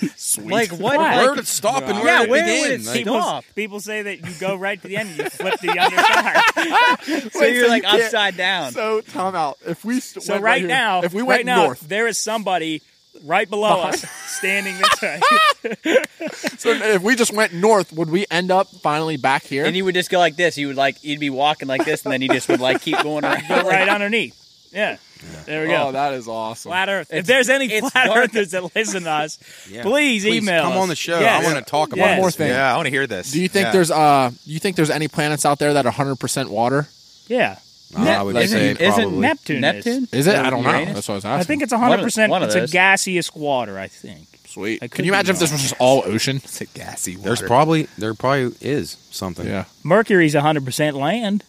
Speaker 5: Like what? like-
Speaker 3: did it stop and
Speaker 5: Yeah,
Speaker 3: did
Speaker 5: where would
Speaker 3: begin?
Speaker 5: it
Speaker 3: Like,
Speaker 5: stop?
Speaker 1: People, people say that you go right to the end and you flip the other side.
Speaker 5: so you're like upside down.
Speaker 6: so time out if we st-
Speaker 1: So
Speaker 6: went
Speaker 1: right
Speaker 6: here-
Speaker 1: now,
Speaker 6: if we
Speaker 1: right
Speaker 6: went
Speaker 1: now,
Speaker 6: north
Speaker 1: there is somebody right below us standing this way.
Speaker 6: so if we just went north would we end up finally back here
Speaker 5: and you would just go like this. You would like you'd be walking like this, and then you just would like keep going around.
Speaker 1: Go right underneath. Yeah. There we go.
Speaker 6: oh that is awesome
Speaker 1: Flat Earth. if
Speaker 5: It's-
Speaker 1: there's any
Speaker 5: it's
Speaker 1: flat
Speaker 5: dark.
Speaker 1: Earthers that listen to us,
Speaker 3: Yeah.
Speaker 1: please,
Speaker 3: Please
Speaker 1: email.
Speaker 3: come
Speaker 1: us.
Speaker 3: on the show.
Speaker 1: Yes.
Speaker 3: I want to talk about
Speaker 1: Yes.
Speaker 6: one more
Speaker 3: this.
Speaker 6: thing
Speaker 2: Yeah, I want to hear this.
Speaker 6: do you think
Speaker 2: Yeah.
Speaker 6: there's uh you think there's any planets out there that are 100% water
Speaker 1: Yeah,
Speaker 3: I would
Speaker 5: isn't,
Speaker 3: say
Speaker 5: isn't
Speaker 3: probably.
Speaker 1: Neptune is.
Speaker 5: Neptune?
Speaker 6: is it i don't know
Speaker 5: Uranus?
Speaker 6: that's what i was asking
Speaker 1: I think it's
Speaker 5: of-
Speaker 1: 100. percent
Speaker 5: one of
Speaker 1: It's a
Speaker 5: those.
Speaker 1: gaseous water. I think.
Speaker 6: sweet
Speaker 1: I could
Speaker 6: can you
Speaker 1: be
Speaker 6: imagine if this
Speaker 1: wrong.
Speaker 6: was just all ocean
Speaker 2: It's a gassy water.
Speaker 3: There's probably there probably is something.
Speaker 6: yeah
Speaker 1: Mercury's 100 percent land.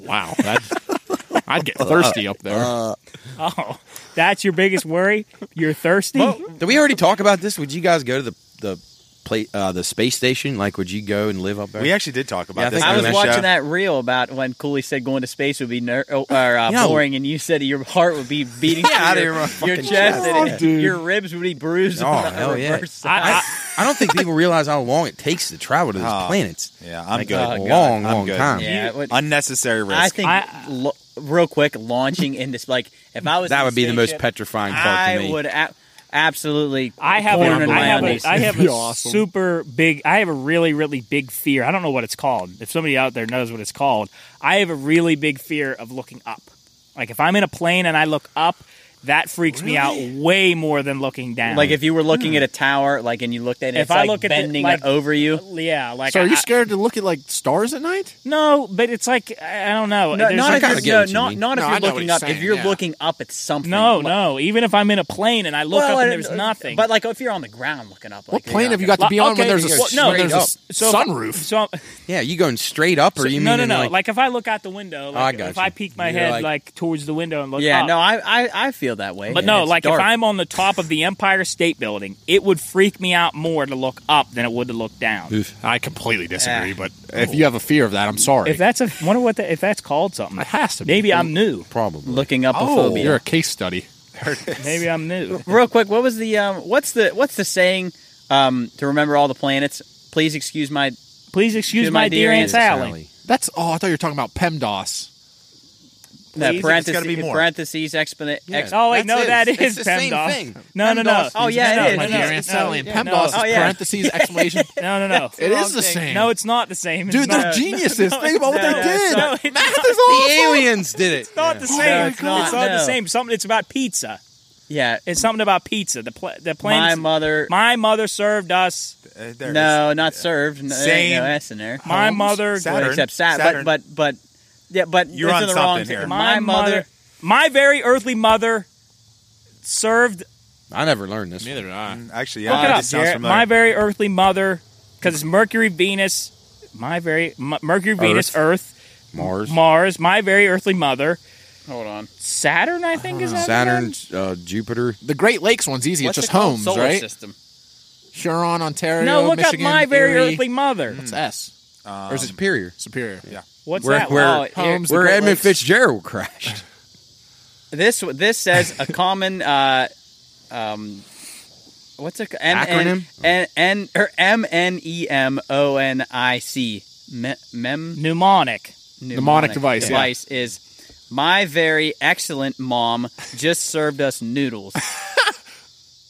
Speaker 6: wow that i'd get
Speaker 3: Uh,
Speaker 6: thirsty up there
Speaker 1: Oh, that's your biggest worry. You're thirsty.
Speaker 3: Did we already talk about this? Would you guys go to the the play, uh, the space station? Like, would you go and live up there?
Speaker 2: We actually did talk about
Speaker 3: Yeah, I
Speaker 2: this.
Speaker 3: think
Speaker 5: I
Speaker 2: on
Speaker 5: was
Speaker 2: the
Speaker 5: watching
Speaker 2: show.
Speaker 5: that reel about when Cooley said going to space would be ner- oh, or, uh,
Speaker 3: Yeah.
Speaker 5: boring, and you said your heart would be beating
Speaker 3: Yeah, out
Speaker 5: through
Speaker 3: of
Speaker 5: your,
Speaker 3: your fucking
Speaker 5: chest,
Speaker 3: chest.
Speaker 5: and
Speaker 6: Oh,
Speaker 5: it-
Speaker 6: dude.
Speaker 5: your ribs would be bruised.
Speaker 3: Oh,
Speaker 5: on the
Speaker 3: hell yeah.
Speaker 5: reverse side.
Speaker 1: I,
Speaker 3: I don't think people realize how long it takes to travel to these
Speaker 2: Oh.
Speaker 3: planets.
Speaker 2: Yeah, I'm
Speaker 3: Like,
Speaker 2: good.
Speaker 3: uh, long,
Speaker 2: I'm
Speaker 3: long
Speaker 2: good.
Speaker 3: time.
Speaker 5: Yeah, it would-
Speaker 2: Unnecessary risk.
Speaker 5: I think
Speaker 1: I-
Speaker 5: lo- real quick launching into sp- like if I was
Speaker 3: That
Speaker 5: in
Speaker 3: would be the most
Speaker 5: spaceship,
Speaker 3: petrifying part to
Speaker 5: I
Speaker 3: me.
Speaker 5: would a- absolutely.
Speaker 1: I have,
Speaker 5: corner
Speaker 1: a, I have
Speaker 5: land.
Speaker 1: a, I have
Speaker 6: Be
Speaker 1: a
Speaker 6: awesome.
Speaker 1: super big, I have a really, really big fear. I don't know what it's called. If somebody out there knows what it's called, I have a really big fear of looking up. Like if I'm in a plane and I look up, that freaks me out way more than looking down.
Speaker 5: Like if you were looking at a tower, like and you looked at it,
Speaker 1: If
Speaker 5: it's
Speaker 1: I
Speaker 5: like
Speaker 1: look at the-
Speaker 5: bending
Speaker 1: like-
Speaker 5: over you.
Speaker 1: yeah, like
Speaker 6: so are
Speaker 1: I-
Speaker 6: you scared to look at like stars at night
Speaker 1: no, but it's like I I don't know.
Speaker 5: No,
Speaker 1: There's
Speaker 5: not
Speaker 1: like-
Speaker 5: if
Speaker 3: kinda
Speaker 5: you're,
Speaker 3: get
Speaker 5: no,
Speaker 3: what you
Speaker 5: not,
Speaker 3: mean.
Speaker 5: not if
Speaker 6: No, I
Speaker 5: you're
Speaker 6: know what
Speaker 5: looking
Speaker 6: he's
Speaker 5: up.
Speaker 6: saying,
Speaker 5: if you're
Speaker 6: yeah.
Speaker 5: looking up at something,
Speaker 1: no,
Speaker 5: like-
Speaker 1: no. Even if I'm in a plane and I look
Speaker 5: Well,
Speaker 1: up and
Speaker 5: I-
Speaker 1: there's nothing,
Speaker 5: But like if you're on the ground looking up, like,
Speaker 6: what
Speaker 5: you're
Speaker 6: plane
Speaker 5: not
Speaker 6: have you
Speaker 5: gonna-
Speaker 6: got to be on when there's a,
Speaker 1: well, no,
Speaker 6: when there's a s-
Speaker 1: so if I-
Speaker 6: sunroof
Speaker 1: So I'm-
Speaker 3: yeah, you going straight up, or you
Speaker 1: no,
Speaker 3: mean
Speaker 1: no,
Speaker 3: in,
Speaker 1: no.
Speaker 3: like, Oh,
Speaker 1: Like, if I look out the window, like,
Speaker 3: I got
Speaker 1: if
Speaker 3: you.
Speaker 1: I peek my
Speaker 3: You're
Speaker 1: head like,
Speaker 3: like-
Speaker 1: towards the window and look
Speaker 5: Yeah,
Speaker 1: up,
Speaker 5: no, I, I I feel that way.
Speaker 1: Ah. But
Speaker 5: and
Speaker 1: no,
Speaker 5: it's
Speaker 1: like
Speaker 5: dark.
Speaker 1: if I'm on the top of the Empire State Building, it would freak me out more to look up than it would to look down.
Speaker 6: I completely disagree,
Speaker 5: Yeah.
Speaker 6: but if you have a fear of that, I'm sorry.
Speaker 1: If that's a wonder what the, if that's called something.
Speaker 6: it has to be.
Speaker 1: Maybe I'm new.
Speaker 3: probably.
Speaker 5: looking up a
Speaker 6: Oh, you're
Speaker 5: phobia.
Speaker 6: a case study.
Speaker 1: Maybe I'm new.
Speaker 5: Real quick, what was the um? What's the what's the saying? Um, to remember all the planets. Please excuse my.
Speaker 1: Please excuse
Speaker 5: To
Speaker 1: my,
Speaker 5: my
Speaker 1: dear
Speaker 5: dear
Speaker 1: Aunt
Speaker 5: Aunt
Speaker 1: Sally.
Speaker 6: That's oh, I thought you were talking about PEMDAS.
Speaker 5: No,
Speaker 2: Please, it's
Speaker 5: parentheses,
Speaker 2: gotta be more.
Speaker 5: parentheses, explan- ex-
Speaker 1: Oh wait,
Speaker 3: That's
Speaker 1: no,
Speaker 3: it.
Speaker 1: that
Speaker 3: It's
Speaker 1: is
Speaker 3: the same
Speaker 1: PEMDAS.
Speaker 3: thing.
Speaker 1: No, no, no.
Speaker 6: PEMDAS
Speaker 5: Oh, yeah,
Speaker 1: no,
Speaker 5: it is.
Speaker 1: No,
Speaker 6: My
Speaker 5: No,
Speaker 6: dear
Speaker 5: no,
Speaker 6: Aunt
Speaker 5: no,
Speaker 6: Sally,
Speaker 1: no,
Speaker 6: PEMDAS
Speaker 1: no.
Speaker 5: Oh,
Speaker 6: is
Speaker 5: yeah.
Speaker 6: parentheses exclamation.
Speaker 1: No, no, no.
Speaker 6: It is the same.
Speaker 1: No, it's not the same. It's
Speaker 6: Dude, they're
Speaker 1: not-
Speaker 6: geniuses. Think about what
Speaker 5: no,
Speaker 6: they
Speaker 5: no,
Speaker 6: did.
Speaker 1: no, it's
Speaker 6: Math
Speaker 1: not.
Speaker 6: is awesome.
Speaker 3: The aliens did it.
Speaker 1: It's not the same.
Speaker 5: No,
Speaker 1: it's
Speaker 5: it's
Speaker 1: not,
Speaker 5: not.
Speaker 1: the
Speaker 5: No.
Speaker 1: same. Something. It's about pizza.
Speaker 5: yeah.
Speaker 1: It's something about pizza. The pla- the
Speaker 5: My
Speaker 1: plan.
Speaker 5: mother.
Speaker 1: my mother served us.
Speaker 2: Uh, there
Speaker 5: no, not served. No, there ain't
Speaker 2: Same.
Speaker 5: no S in there.
Speaker 1: My
Speaker 2: Holmes,
Speaker 1: mother.
Speaker 2: Saturn.
Speaker 5: Well, except Saturn.
Speaker 2: Saturn.
Speaker 5: But, but, but, yeah, but
Speaker 2: You're
Speaker 5: it's
Speaker 2: on
Speaker 5: in the wrong
Speaker 2: something here.
Speaker 5: My mother.
Speaker 1: My very earthly mother served.
Speaker 3: I never learned this.
Speaker 6: Neither did I.
Speaker 2: is- Actually,
Speaker 1: Look
Speaker 2: yeah,
Speaker 1: it
Speaker 2: it
Speaker 1: up,
Speaker 2: sounds
Speaker 1: Jared.
Speaker 2: familiar.
Speaker 1: My very earthly mother, because it's Mercury, Venus. My very M- Mercury, Venus, Earth,
Speaker 3: Mars,
Speaker 1: Mars. My very earthly mother,
Speaker 5: Hold on.
Speaker 1: Saturn. I think is that the
Speaker 3: Saturn,
Speaker 1: one?
Speaker 3: uh, Jupiter.
Speaker 6: The Great Lakes one's easy.
Speaker 5: What's
Speaker 6: it's
Speaker 5: it
Speaker 6: just
Speaker 5: called?
Speaker 6: homes,
Speaker 5: Solar
Speaker 6: right?
Speaker 5: System.
Speaker 6: Huron, Ontario.
Speaker 1: No, look
Speaker 6: Michigan,
Speaker 1: up my very
Speaker 6: Erie.
Speaker 1: earthly mother.
Speaker 6: It's S.
Speaker 3: or is it Superior?
Speaker 6: Superior.
Speaker 1: What's
Speaker 3: Where-
Speaker 1: that?
Speaker 3: where-
Speaker 1: one?
Speaker 5: Oh, here-
Speaker 6: Homes. the
Speaker 3: Where
Speaker 6: Great
Speaker 3: Edmund
Speaker 6: Lakes.
Speaker 3: Fitzgerald crashed.
Speaker 5: this this says a common uh, um, what's it ca- M-
Speaker 3: Acronym?
Speaker 5: N N or M N E M O N I C mem mem-
Speaker 1: Mnemonic.
Speaker 6: Mnemonic device, yeah.
Speaker 5: device is my very excellent mom just served us noodles.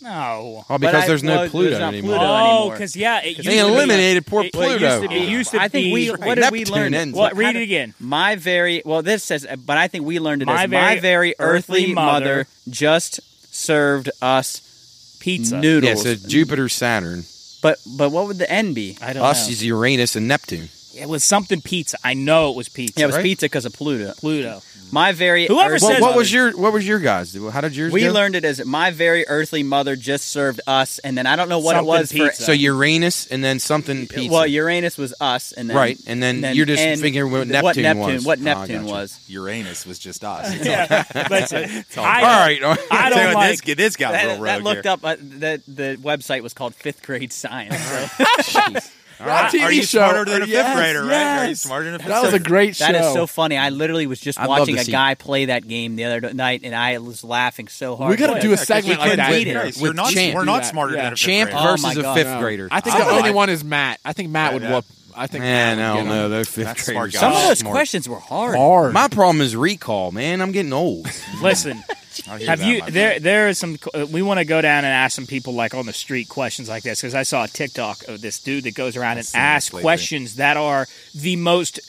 Speaker 1: No.
Speaker 3: Oh,
Speaker 5: But
Speaker 3: because
Speaker 5: I-
Speaker 3: there's no
Speaker 5: well, there's
Speaker 3: Pluto
Speaker 5: not
Speaker 3: anymore.
Speaker 5: Pluto.
Speaker 1: Oh,
Speaker 5: anymore.
Speaker 1: because yeah, it used
Speaker 3: They
Speaker 1: to be-
Speaker 3: eliminated poor
Speaker 1: it
Speaker 3: Pluto.
Speaker 1: used to be-
Speaker 5: Well,
Speaker 1: used to
Speaker 5: I think we
Speaker 1: be-
Speaker 5: what did we
Speaker 3: Neptune
Speaker 5: learn?
Speaker 3: ends
Speaker 1: What?
Speaker 3: up-
Speaker 1: Read it again.
Speaker 5: My very well. This says, but I think we learned it
Speaker 1: My
Speaker 5: as my
Speaker 1: very
Speaker 5: very earthly,
Speaker 1: earthly
Speaker 5: mother,
Speaker 1: mother
Speaker 5: just served us
Speaker 1: Pizza.
Speaker 3: Yeah,
Speaker 5: noodles.
Speaker 3: so Jupiter, Saturn,
Speaker 5: but but what would the N be?
Speaker 1: I don't
Speaker 3: us
Speaker 1: know.
Speaker 3: is Uranus and Neptune.
Speaker 1: It was something pizza. I know it was pizza.
Speaker 5: Yeah, it was
Speaker 3: right?
Speaker 5: pizza because of Pluto.
Speaker 1: Pluto.
Speaker 5: My very
Speaker 1: Whoever
Speaker 5: earthly
Speaker 1: says-
Speaker 3: Well,
Speaker 5: mother,
Speaker 3: what was your what was your guys? How did yours
Speaker 5: We
Speaker 3: go?
Speaker 5: learned it as my very earthly mother just served us, and then I don't know what
Speaker 1: Something
Speaker 5: it was
Speaker 1: pizza.
Speaker 5: for.
Speaker 3: so Uranus and then something pizza.
Speaker 5: Well, Uranus was us, and then
Speaker 3: Right, and then you're just
Speaker 5: and
Speaker 3: figuring what
Speaker 5: th- what
Speaker 3: Neptune
Speaker 5: Neptune
Speaker 3: was.
Speaker 5: What
Speaker 3: Oh, I
Speaker 5: Neptune
Speaker 3: gotcha.
Speaker 5: was?
Speaker 2: Uranus was just us.
Speaker 1: Yeah, listen. I,
Speaker 3: all right, all right.
Speaker 1: I
Speaker 2: Tell you
Speaker 1: don't
Speaker 2: what,
Speaker 1: like.
Speaker 2: this, this got
Speaker 5: That,
Speaker 2: real
Speaker 5: that
Speaker 2: rogue
Speaker 5: looked
Speaker 2: here.
Speaker 5: up. Uh, the the website was called Fifth Grade Science. So
Speaker 2: Are
Speaker 6: TV
Speaker 2: you
Speaker 6: show.
Speaker 2: smarter than a
Speaker 6: Yes,
Speaker 2: fifth grader, right? Are you
Speaker 6: yes.
Speaker 2: smarter than a fifth
Speaker 6: That was
Speaker 2: grader?
Speaker 6: a great show.
Speaker 5: that is so funny. I literally was just
Speaker 3: I'd love
Speaker 5: watching
Speaker 3: to
Speaker 5: a
Speaker 3: see
Speaker 5: guy play that game the other night, and I was laughing so hard.
Speaker 6: We gotta
Speaker 5: What
Speaker 6: do a
Speaker 5: because he
Speaker 6: segment like
Speaker 5: couldn't
Speaker 6: that.
Speaker 5: read it.
Speaker 2: Christ,
Speaker 3: With
Speaker 2: We're not,
Speaker 3: Champ.
Speaker 2: we're
Speaker 6: Do
Speaker 2: not
Speaker 6: that.
Speaker 2: smarter
Speaker 6: Yeah.
Speaker 2: than a fifth
Speaker 3: Champ
Speaker 2: grader.
Speaker 5: Oh my
Speaker 3: versus a
Speaker 5: God,
Speaker 3: fifth
Speaker 6: No.
Speaker 3: grader. Ah,
Speaker 6: I think
Speaker 2: I
Speaker 6: the
Speaker 2: don't
Speaker 6: only
Speaker 2: like-
Speaker 6: one is Matt. I think Matt would
Speaker 2: Yeah.
Speaker 6: whoop. I think
Speaker 3: Man,
Speaker 6: Matt
Speaker 3: I
Speaker 6: would
Speaker 3: don't
Speaker 6: get
Speaker 3: know.
Speaker 6: him.
Speaker 3: Those fifth
Speaker 2: That's smart
Speaker 3: graders.
Speaker 2: guys.
Speaker 5: Some of
Speaker 2: Oh,
Speaker 5: those
Speaker 3: smart.
Speaker 5: questions were hard.
Speaker 6: Hard.
Speaker 3: My problem is recall, man. I'm getting old.
Speaker 1: Listen,
Speaker 2: I hear
Speaker 1: have
Speaker 2: that,
Speaker 1: you?
Speaker 2: my
Speaker 1: There,
Speaker 2: friend.
Speaker 1: there is some. uh, We want to go down and ask some people like on the street questions like this because I saw a TikTok of this dude that goes around and
Speaker 2: seen this
Speaker 1: asks
Speaker 2: lately.
Speaker 1: questions that are the most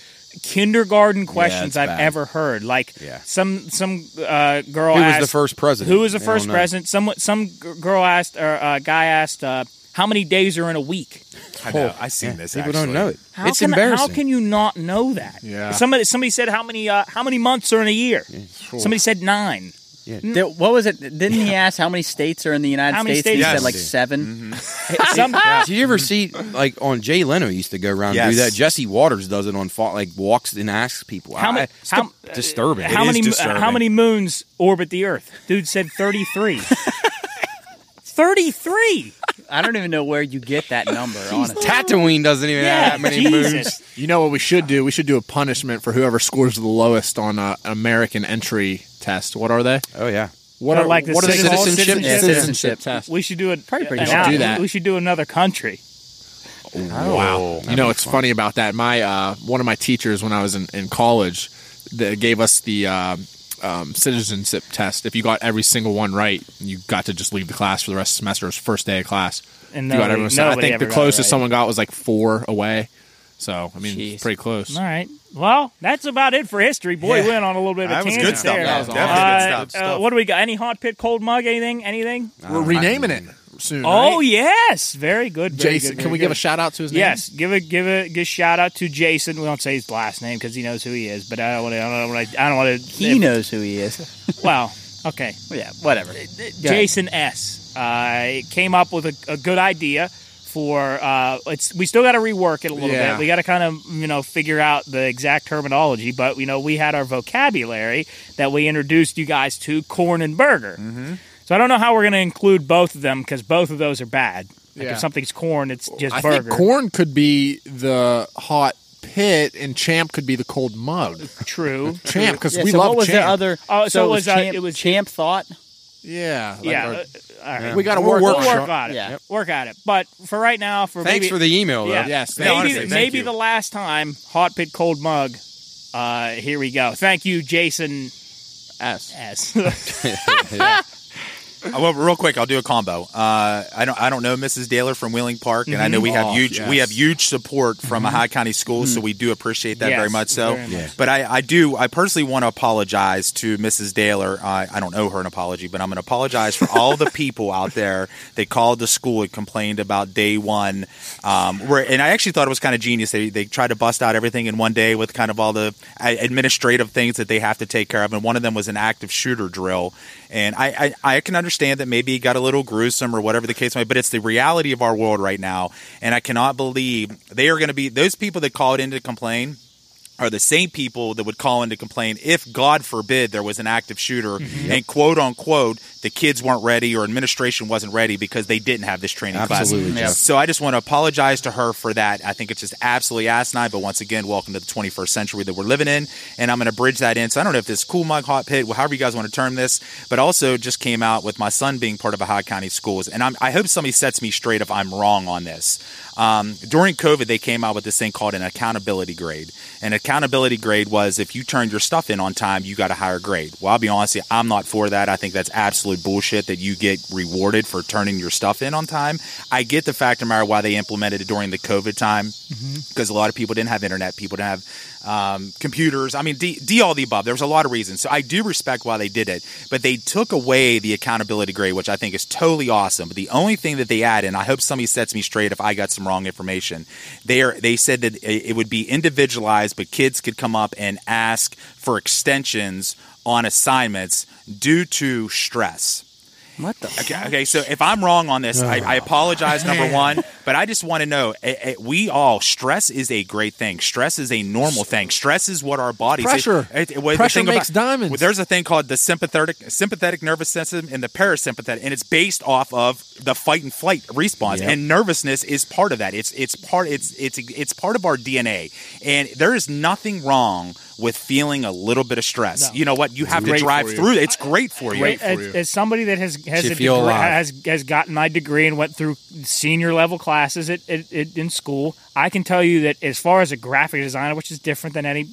Speaker 1: kindergarten questions
Speaker 3: it's
Speaker 1: I've
Speaker 3: bad.
Speaker 1: ever heard. Like
Speaker 3: Yeah.
Speaker 1: some some uh, girl
Speaker 3: Who was
Speaker 1: asked
Speaker 3: the first president?
Speaker 1: Who was the
Speaker 3: They
Speaker 1: first
Speaker 3: don't know.
Speaker 1: president? Some some g- girl asked or uh, guy asked uh, how many days are in a week.
Speaker 2: I know. I seen this.
Speaker 3: People
Speaker 2: actually.
Speaker 3: don't know it.
Speaker 1: How
Speaker 3: it's
Speaker 1: can,
Speaker 3: embarrassing.
Speaker 1: How can you not know that?
Speaker 6: Yeah.
Speaker 1: Somebody somebody said how many uh, how many months are in a year? Somebody said nine.
Speaker 5: Did- what was it? Didn't he ask how many states are in the United
Speaker 1: How many
Speaker 5: States? He
Speaker 1: states?
Speaker 5: said like
Speaker 2: Yes.
Speaker 5: 7
Speaker 1: Some,
Speaker 3: Did you ever see like on Jay Leno used to go around and do
Speaker 2: Yes.
Speaker 3: that? Jesse Waters does it on Fo- like walks and asks people.
Speaker 1: How ma-
Speaker 3: I- it's
Speaker 1: how- uh,
Speaker 3: di- disturbing.
Speaker 1: how
Speaker 2: is
Speaker 1: many
Speaker 2: disturbing.
Speaker 1: how many moons orbit the Earth? Dude said thirty three. Thirty three.
Speaker 5: I don't even know where you get that number. honestly,
Speaker 3: Tatooine doesn't even have
Speaker 1: Yeah,
Speaker 3: that many
Speaker 1: Jesus.
Speaker 3: moons.
Speaker 6: You know what we should do? We should do a punishment for whoever scores the lowest on uh, American entry test. What are they?
Speaker 3: Oh yeah,
Speaker 6: What
Speaker 1: But
Speaker 6: are
Speaker 1: like the
Speaker 6: what are they called?
Speaker 1: citizenship-
Speaker 5: Yeah, citizenship.
Speaker 6: citizenship test?
Speaker 1: We should do it. Probably
Speaker 5: pretty
Speaker 6: hard. Do that.
Speaker 1: We should do another country.
Speaker 6: Wow. You know, it's funny about that. My uh, one of my teachers when I was in, in college that gave us the uh, um, citizenship test. If you got every single one right, you got to just leave the class for the rest of the semester. It was first day of class.
Speaker 1: And
Speaker 6: If you got
Speaker 1: nobody-
Speaker 6: everyone- so I
Speaker 1: nobody
Speaker 6: think the
Speaker 1: ever got it
Speaker 6: closest
Speaker 1: right.
Speaker 6: someone got was like four away. So I mean, it's
Speaker 5: Jeez.
Speaker 6: pretty close.
Speaker 1: All right. Well, that's about it for history. Boy, we went on a little bit of a
Speaker 2: That was
Speaker 1: tangent
Speaker 2: good stuff.
Speaker 1: there.
Speaker 2: That was
Speaker 6: awesome.
Speaker 2: definitely good
Speaker 1: Uh,
Speaker 2: stuff.
Speaker 1: uh, what do we got? Any hot pit cold mug? Anything? Anything?
Speaker 6: We're renaming it soon.
Speaker 1: Oh
Speaker 6: right?
Speaker 1: yes, very good. very
Speaker 6: Jason,
Speaker 1: good, very
Speaker 6: can we
Speaker 1: good.
Speaker 6: give a shout out to his name?
Speaker 1: Yes, give a give a good shout out to Jason. We don't say his last name because he knows who he is, but I don't want to. I don't want to. I don't want to.
Speaker 5: he knows who he is.
Speaker 1: Well, okay.
Speaker 5: Yeah, whatever.
Speaker 1: Jason S. Uh, came up with a, a good idea for uh, it's. We still got to rework it a little
Speaker 6: Yeah.
Speaker 1: bit. We got to kind of you know figure out the exact terminology, but you know we had our vocabulary that we introduced you guys to corn and burger. Mm-hmm. So I don't know how we're going to include both of them because both of those are bad. Like
Speaker 6: Yeah.
Speaker 1: if something's corn, it's just
Speaker 6: I
Speaker 1: burger.
Speaker 6: think corn could be the hot pit, and champ could be the cold mug.
Speaker 1: True.
Speaker 6: Champ, because
Speaker 5: Yeah,
Speaker 6: we
Speaker 5: so
Speaker 6: love
Speaker 5: what was
Speaker 6: champ.
Speaker 5: the other?
Speaker 1: Oh, so it was, uh,
Speaker 5: champ,
Speaker 1: it was-
Speaker 5: champ thought.
Speaker 6: yeah, like
Speaker 1: yeah.
Speaker 6: our-
Speaker 1: uh, all right.
Speaker 6: we got to
Speaker 3: We'll
Speaker 6: work.
Speaker 1: We'll
Speaker 6: on
Speaker 1: work,
Speaker 6: it.
Speaker 1: on it.
Speaker 5: Yeah. Yep.
Speaker 1: Work on it. But for right now, for
Speaker 3: thanks
Speaker 1: maybe,
Speaker 3: for the email though.
Speaker 1: yeah,
Speaker 6: Yes, thank
Speaker 1: maybe
Speaker 6: you. Honestly, thank
Speaker 1: maybe
Speaker 6: you.
Speaker 1: the last time hot pit cold mug. Uh, here we go. Thank you, Jason
Speaker 6: S.
Speaker 1: S.
Speaker 2: Uh, well, real quick, I'll do a combo. Uh, I don't, I don't know Mrs. Daler from Wheeling Park, and I know we have
Speaker 6: Oh,
Speaker 2: huge, we
Speaker 6: yes.
Speaker 2: have huge support from a high county school, so we do appreciate that
Speaker 1: Yes,
Speaker 2: very much. So,
Speaker 1: very much. Yeah.
Speaker 2: but I, I do, I personally want to apologize to Mrs. Daler. Uh, I, I don't owe her an apology, but I'm going to apologize for all the people out there that called the school and complained about day one. Um, where, and I actually thought it was kind of genius. They, they tried to bust out everything in one day with kind of all the uh, administrative things that they have to take care of, and one of them was an active shooter drill. And I, I, I can understand that maybe it got a little gruesome or whatever the case might be, but it's the reality of our world right now. And I cannot believe they are going to be those people that called in to complain are the same people that would call in to complain if, God forbid, there was an active shooter
Speaker 3: Mm-hmm.
Speaker 2: and quote unquote the kids weren't ready or administration wasn't ready because they didn't have this training
Speaker 3: Absolutely,
Speaker 2: class.
Speaker 3: Jeff.
Speaker 2: So I just want to apologize to her for that. I think it's just absolutely asinine. But once again, welcome to the 21st century that we're living in, and I'm going to bridge that in. So I don't know if this cool mug hot pit, however you guys want to term this, but also just came out with my son being part of a high county schools, and I'm, I hope somebody sets me straight if I'm wrong on this. Um, during COVID, they came out with this thing called an accountability grade. An accountability grade was if you turned your stuff in on time, you got a higher grade. Well, I'll be honest, with you, I'm not for that. I think that's absolute bullshit that you get rewarded for turning your stuff in on time. I get the fact of the matter why they implemented it during the COVID time because a lot of people didn't have internet, people didn't have um, computers. I mean, D, D all the above. There was a lot of reasons. So I do respect why they did it, but they took away the accountability grade, which I think is totally awesome. But the only thing that they added, and I hope somebody sets me straight if I got some wrong information, they are, they said that it it would be individualized, but kids could come up and ask for extensions on assignments due to stress.
Speaker 5: What the?
Speaker 2: Okay, okay, so if I'm wrong on this, I, I
Speaker 6: Oh.
Speaker 2: apologize, number one, but I just want to know eh, eh, we all, stress is a great thing. Stress is a normal thing. Stress is what our bodies.
Speaker 6: Pressure.
Speaker 2: It, it- well, the
Speaker 6: Pressure
Speaker 2: thing
Speaker 6: makes diamonds.
Speaker 2: well, There's a thing called the sympathetic sympathetic nervous system and the parasympathetic, and it's based off of the fight and flight response. And nervousness is part of that. It's it's part it's it's it's part of our DNA. And there is nothing wrong with feeling a little bit of stress. You know what? You have to
Speaker 1: great
Speaker 2: drive
Speaker 6: for you.
Speaker 2: through. it. It's great for you.
Speaker 1: Great as, as somebody that has has
Speaker 3: you
Speaker 1: a
Speaker 3: feel
Speaker 1: degree,
Speaker 3: alive.
Speaker 1: has has gotten my degree and went through senior level classes at, at, at, in school, I can tell you that as far as a graphic designer, which is different than any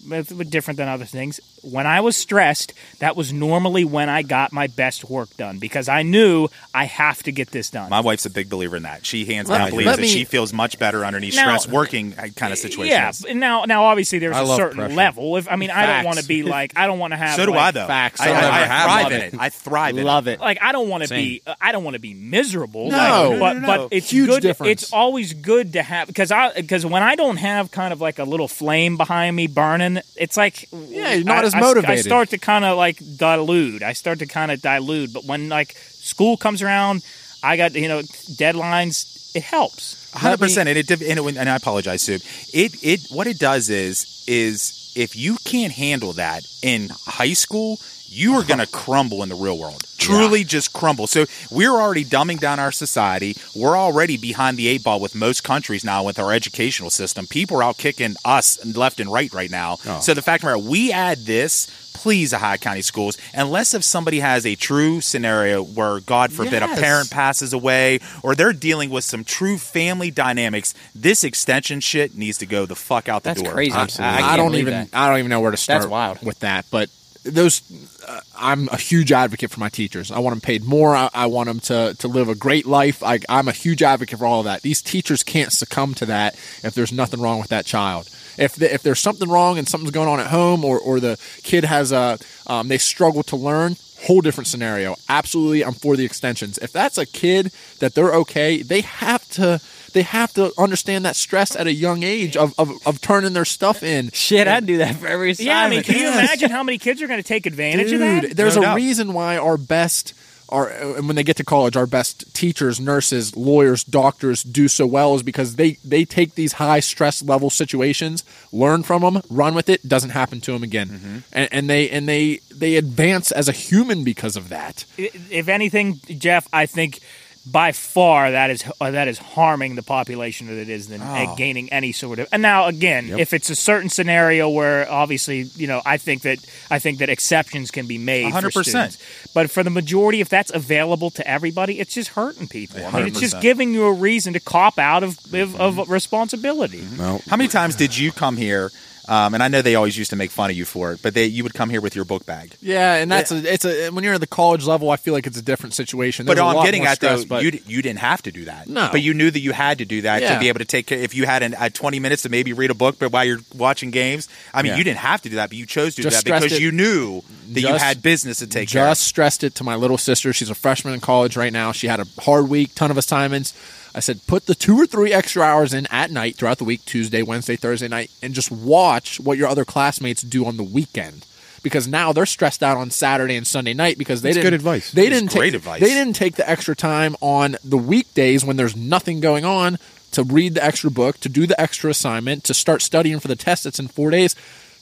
Speaker 1: different than other things, when I was stressed, that was normally when I got my best work done because I knew I have to get this done.
Speaker 2: My wife's a big believer in that. She hands down
Speaker 6: Let-
Speaker 2: believes
Speaker 6: let
Speaker 2: that
Speaker 6: me-
Speaker 2: she feels much better underneath
Speaker 1: Now-
Speaker 2: stress, working uh, kind of situations.
Speaker 1: yeah, but now now obviously there's
Speaker 3: I
Speaker 1: a
Speaker 3: love
Speaker 1: certain
Speaker 3: pressure.
Speaker 1: level. If I mean, I don't
Speaker 6: Facts.
Speaker 1: want to be like I don't want to have.
Speaker 2: so do
Speaker 1: like,
Speaker 2: I though.
Speaker 6: facts.
Speaker 2: I,
Speaker 6: I'll
Speaker 2: I-
Speaker 6: never
Speaker 2: I
Speaker 6: have
Speaker 2: thrive
Speaker 6: one.
Speaker 2: in it. I thrive in
Speaker 6: Love it.
Speaker 1: like I don't want to
Speaker 6: Same.
Speaker 1: be I don't want to be miserable.
Speaker 6: No.
Speaker 1: like,
Speaker 6: No,
Speaker 1: but
Speaker 6: no, no,
Speaker 1: but
Speaker 6: no.
Speaker 1: it's
Speaker 6: Huge
Speaker 1: good.
Speaker 6: difference.
Speaker 1: It's always good to have because I because when I don't have kind of like a little flame behind me burning, it's like
Speaker 6: Yeah, you're not
Speaker 1: I- I-
Speaker 6: as
Speaker 1: I,
Speaker 6: motivated.
Speaker 1: start to kind of like dilute. I start to kind of dilute. But when like school comes around, I got you know deadlines. It helps.
Speaker 2: Hundred percent. And it div- and, it, and I apologize, Sue. It it what it does is is if you can't handle that in high school. You are going to crumble in the real world. Truly just crumble. So, we're already dumbing down our society. We're already behind the eight ball with most countries now with our educational system. People are out kicking us left and right right now. So, the fact of the matter, we add this, please, Ohio County schools, unless if somebody has a true scenario where, God forbid, a
Speaker 6: Yes.
Speaker 2: parent passes away or they're dealing with some true family dynamics, this extension shit needs to go the fuck out the
Speaker 5: That's
Speaker 2: door.
Speaker 5: crazy.
Speaker 6: I,
Speaker 5: can't
Speaker 6: don't
Speaker 5: believe
Speaker 6: even
Speaker 5: that.
Speaker 6: I don't even know where to start.
Speaker 5: wild.
Speaker 6: with that. But those, uh, I'm a huge advocate for my teachers. I want them paid more. I, I want them to to live a great life. I, I'm a huge advocate for all of that. These teachers can't succumb to that if there's nothing wrong with that child. If, the, if there's something wrong and something's going on at home, or, or the kid has a um, they struggle to learn, whole different scenario. Absolutely, I'm for the extensions. If that's a kid that they're okay, they have to they have to understand that stress at a young age of, of, of turning their stuff in.
Speaker 5: Shit, I'd do that for every assignment.
Speaker 1: Yeah, I mean, can you
Speaker 6: Yes.
Speaker 1: imagine how many kids are going to take advantage
Speaker 6: Dude,
Speaker 1: of that?
Speaker 6: there's
Speaker 2: No
Speaker 6: a
Speaker 2: doubt.
Speaker 6: reason why our best our and when they get to college, our best teachers, nurses, lawyers, doctors do so well is because they they take these high stress level situations, learn from them, run with it. Doesn't happen to them again, and, and they and they they advance as a human because of that.
Speaker 1: if anything, Jeff, I think by far that is uh, that is harming the population that it is than uh, gaining any sort of. And now again, if it's a certain scenario where obviously you know I think that I think that exceptions can be made. Hundred
Speaker 2: 100%.
Speaker 1: But for the majority, if that's available to everybody, it's just hurting people. I mean, it's just
Speaker 2: 100%.
Speaker 1: giving you a reason to cop out of of, of responsibility.
Speaker 2: How many times did you come here Um, and I know they always used to make fun of you for it, but they, you would come here with your book bag.
Speaker 6: Yeah, and that's a, it's a when you're at the college level, I feel like it's a different situation.
Speaker 2: But
Speaker 6: There's a
Speaker 2: all I'm
Speaker 6: lot
Speaker 2: getting
Speaker 6: more
Speaker 2: at
Speaker 6: stress,
Speaker 2: though,
Speaker 6: but
Speaker 2: you d- you didn't have to do that.
Speaker 6: No.
Speaker 2: but you knew that you had to do that
Speaker 6: Yeah.
Speaker 2: to be able to take care. If you had an, uh, 20 minutes to maybe read a book, but while you're watching games, I mean,
Speaker 6: Yeah.
Speaker 2: you didn't have to do that, but you chose to do that
Speaker 6: Just
Speaker 2: because
Speaker 6: stressed it-
Speaker 2: you knew that you
Speaker 6: just-
Speaker 2: had business to take care.
Speaker 6: just
Speaker 2: of.
Speaker 6: stressed it to my little sister. She's a freshman in college right now. She had a hard week, ton of assignments. I said, put the two or three extra hours in at night throughout the week, Tuesday, Wednesday, Thursday night, and just watch what your other classmates do on the weekend. Because now they're stressed out on Saturday and Sunday night because they
Speaker 3: That's
Speaker 6: didn't.
Speaker 3: good advice.
Speaker 6: They
Speaker 2: That's
Speaker 6: didn't take,
Speaker 2: great advice.
Speaker 6: They didn't take the extra time on the weekdays when there's nothing going on to read the extra book, to do the extra assignment, to start studying for the test that's in four days.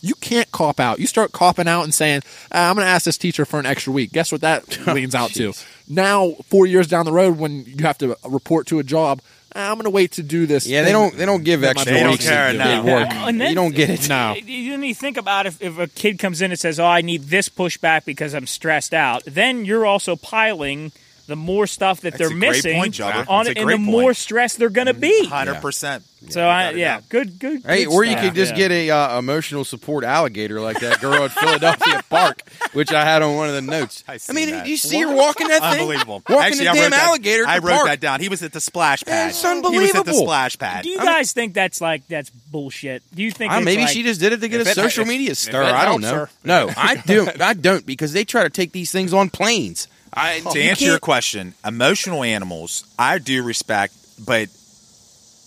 Speaker 6: You can't cop out. You start copping out and saying, "Ah, "I'm going to ask this teacher for an extra week." Guess what that
Speaker 2: Oh,
Speaker 6: leans out to? Now, four years down the road, when you have to report to a job, "Ah, I'm going to wait to do this.
Speaker 3: Yeah, they
Speaker 6: thing
Speaker 3: don't they don't give
Speaker 6: that my
Speaker 3: extra
Speaker 2: They don't
Speaker 3: weeks.
Speaker 2: care
Speaker 3: to
Speaker 2: now.
Speaker 3: get work.
Speaker 1: Yeah, and then-
Speaker 3: you don't get it.
Speaker 6: No.
Speaker 1: You need to think about if, if a kid comes in and says, "Oh, I need this pushback because I'm stressed out." Then you're also piling the more stuff that
Speaker 2: That's
Speaker 1: they're
Speaker 2: a great
Speaker 1: missing
Speaker 2: point, Jobber.
Speaker 1: on
Speaker 2: That's a
Speaker 1: it, and the
Speaker 2: great
Speaker 1: more
Speaker 2: point.
Speaker 1: stressed they're going to be.
Speaker 2: Hundred percent.
Speaker 1: So, I,
Speaker 2: without a
Speaker 1: yeah,
Speaker 2: doubt.
Speaker 1: good, good.
Speaker 3: Hey,
Speaker 1: good
Speaker 3: or you
Speaker 1: stuff.
Speaker 3: could just
Speaker 1: Yeah.
Speaker 3: get a uh, emotional support alligator like that girl at Philadelphia Park, which I had on one of the notes.
Speaker 2: I
Speaker 3: I,
Speaker 2: seen
Speaker 3: mean,
Speaker 2: that.
Speaker 3: you see her walking that thing,
Speaker 2: Unbelievable.
Speaker 3: walking
Speaker 2: Actually,
Speaker 3: the
Speaker 2: I wrote
Speaker 3: damn
Speaker 2: that-
Speaker 3: alligator. at
Speaker 2: I
Speaker 3: the
Speaker 2: wrote
Speaker 3: park.
Speaker 2: that down. He was at the splash pad. He was at
Speaker 3: It's
Speaker 2: the
Speaker 3: unbelievable.
Speaker 2: splash pad.
Speaker 1: Do you guys think that's like that's bullshit? Do you think
Speaker 3: Ah,
Speaker 1: it's
Speaker 3: maybe
Speaker 1: like,
Speaker 3: she just did it to get
Speaker 2: If
Speaker 3: a
Speaker 2: it-
Speaker 3: social
Speaker 2: if-
Speaker 3: media
Speaker 2: if
Speaker 3: stir.
Speaker 2: it
Speaker 3: I
Speaker 2: helps
Speaker 3: don't know.
Speaker 2: her.
Speaker 3: No, I don't. I don't because they try to take these things on planes. I,
Speaker 2: to
Speaker 3: you
Speaker 2: answer your
Speaker 3: can't-
Speaker 2: question, emotional animals, I do respect, but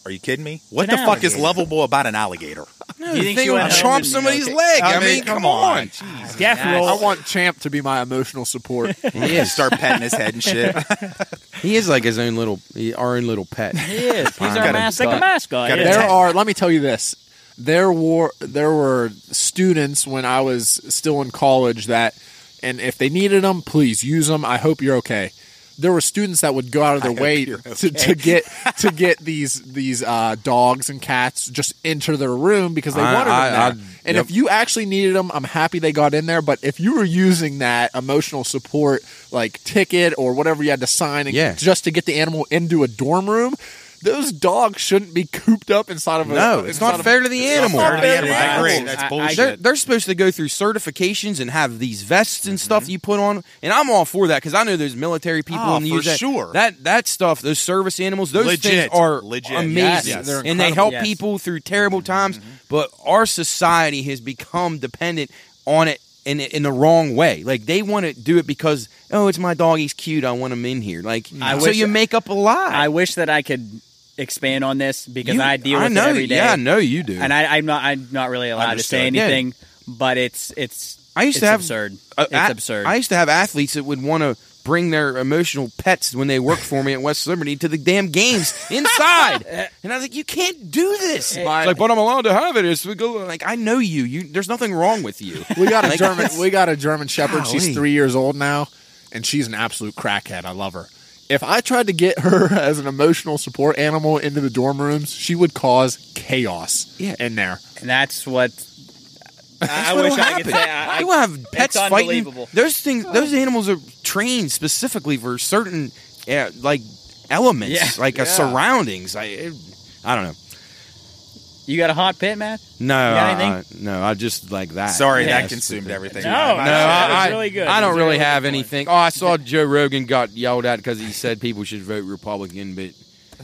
Speaker 2: are you kidding me? What
Speaker 1: an
Speaker 2: the fuck is
Speaker 1: alligator.
Speaker 2: lovable about an alligator?
Speaker 3: no,
Speaker 1: you
Speaker 3: you
Speaker 1: think
Speaker 3: think
Speaker 1: she
Speaker 3: will
Speaker 1: went home
Speaker 3: chomp
Speaker 1: and-
Speaker 3: somebody's
Speaker 1: okay.
Speaker 3: leg?
Speaker 2: I
Speaker 3: I,
Speaker 2: mean,
Speaker 3: mean,
Speaker 2: come
Speaker 3: come
Speaker 2: on.
Speaker 3: on.
Speaker 1: death roll?
Speaker 6: I want Champ to be my emotional support.
Speaker 3: He is.
Speaker 2: Start petting his head and shit.
Speaker 3: He is like his own little, he- our own little pet.
Speaker 5: He is. He's our
Speaker 2: Gotta-
Speaker 1: it's like a
Speaker 5: mascot.
Speaker 1: mascot.
Speaker 2: Gotta
Speaker 1: yeah.
Speaker 6: there are let me tell you this there were there were students when i was still in college that and if they needed them please use them i hope you're okay there were students that would go out of their way to, to get to get these these uh, dogs and cats just into their room because they
Speaker 3: I-
Speaker 6: wanted
Speaker 3: I-
Speaker 6: them there.
Speaker 3: I-
Speaker 6: and
Speaker 3: yep.
Speaker 6: if you actually needed them, I'm happy they got in there. But if you were using that emotional support like ticket or whatever you had to sign and
Speaker 3: Yeah.
Speaker 6: just to get the animal into a dorm room, those dogs shouldn't be cooped up inside of a.
Speaker 3: No, it's
Speaker 6: inside
Speaker 3: not fair to the animal.
Speaker 2: fair to the animal. I agree.
Speaker 6: animals.
Speaker 2: That's
Speaker 6: I- I-
Speaker 2: bullshit.
Speaker 3: They're, they're supposed to go through certifications and have these vests and
Speaker 2: Mm-hmm.
Speaker 3: stuff you put on, and I'm all for that because I know those military people
Speaker 2: Oh,
Speaker 3: and
Speaker 2: for
Speaker 3: use that.
Speaker 2: sure.
Speaker 3: That that stuff, those service animals, those
Speaker 2: Legit.
Speaker 3: things are
Speaker 2: Legit.
Speaker 3: amazing,
Speaker 2: Yes, Mm-hmm.
Speaker 6: yes. They're
Speaker 3: and they
Speaker 6: incredible.
Speaker 3: help
Speaker 5: Yes.
Speaker 3: people through terrible times. But our society has become dependent on it in in the wrong way. Like they want to do it because oh, it's my dog, he's cute, I want him in here. Like
Speaker 5: I
Speaker 3: so,
Speaker 5: wish-
Speaker 3: you make up a lie.
Speaker 5: I wish that I could expand on this because
Speaker 3: You-
Speaker 5: I deal
Speaker 3: I
Speaker 5: with
Speaker 3: know,
Speaker 5: it every day.
Speaker 3: Yeah, I know you do.
Speaker 5: and I, I'm not I'm not really allowed to say
Speaker 3: Understood. Yeah.
Speaker 5: anything, but it's it's
Speaker 3: I used
Speaker 5: it's
Speaker 3: to have-
Speaker 5: absurd.
Speaker 3: Uh,
Speaker 5: it's
Speaker 3: a-
Speaker 5: absurd.
Speaker 3: I used to have athletes that would want to bring their emotional pets when they work for me at West Liberty to the damn games inside, and I was like, "You can't do this." It's like, but I'm allowed to have it. It's like I know you. You, there's nothing wrong with you.
Speaker 6: We got a German. We got a German Shepherd. She's
Speaker 3: Golly.
Speaker 6: three years old now, and she's an absolute crackhead. I love her. If I tried to get her as an emotional support animal into the dorm rooms, she would cause chaos
Speaker 3: Yeah.
Speaker 6: in there.
Speaker 5: and that's what I, I
Speaker 3: What
Speaker 5: wish
Speaker 3: will
Speaker 5: I could
Speaker 3: happen?
Speaker 5: say. I,
Speaker 3: you
Speaker 5: I,
Speaker 3: will have pets fighting.
Speaker 5: unbelievable.
Speaker 3: Those things. Those animals are trained specifically for certain, uh, like elements,
Speaker 5: Yeah.
Speaker 3: like uh surroundings. I, I don't know.
Speaker 5: you got a hot pit, man?
Speaker 3: No,
Speaker 5: You got
Speaker 3: I-
Speaker 5: anything?
Speaker 3: I- no. I just like that.
Speaker 2: Sorry,
Speaker 3: Yeah.
Speaker 2: that consumed everything.
Speaker 1: No, no,
Speaker 2: I'm not sure.
Speaker 3: No,
Speaker 1: that was
Speaker 3: I,
Speaker 1: really good.
Speaker 3: I
Speaker 1: That was
Speaker 3: don't
Speaker 1: a really
Speaker 3: really
Speaker 1: good
Speaker 3: have
Speaker 1: point.
Speaker 3: anything. Oh, I saw Joe Rogan got yelled at because he said people should vote Republican, but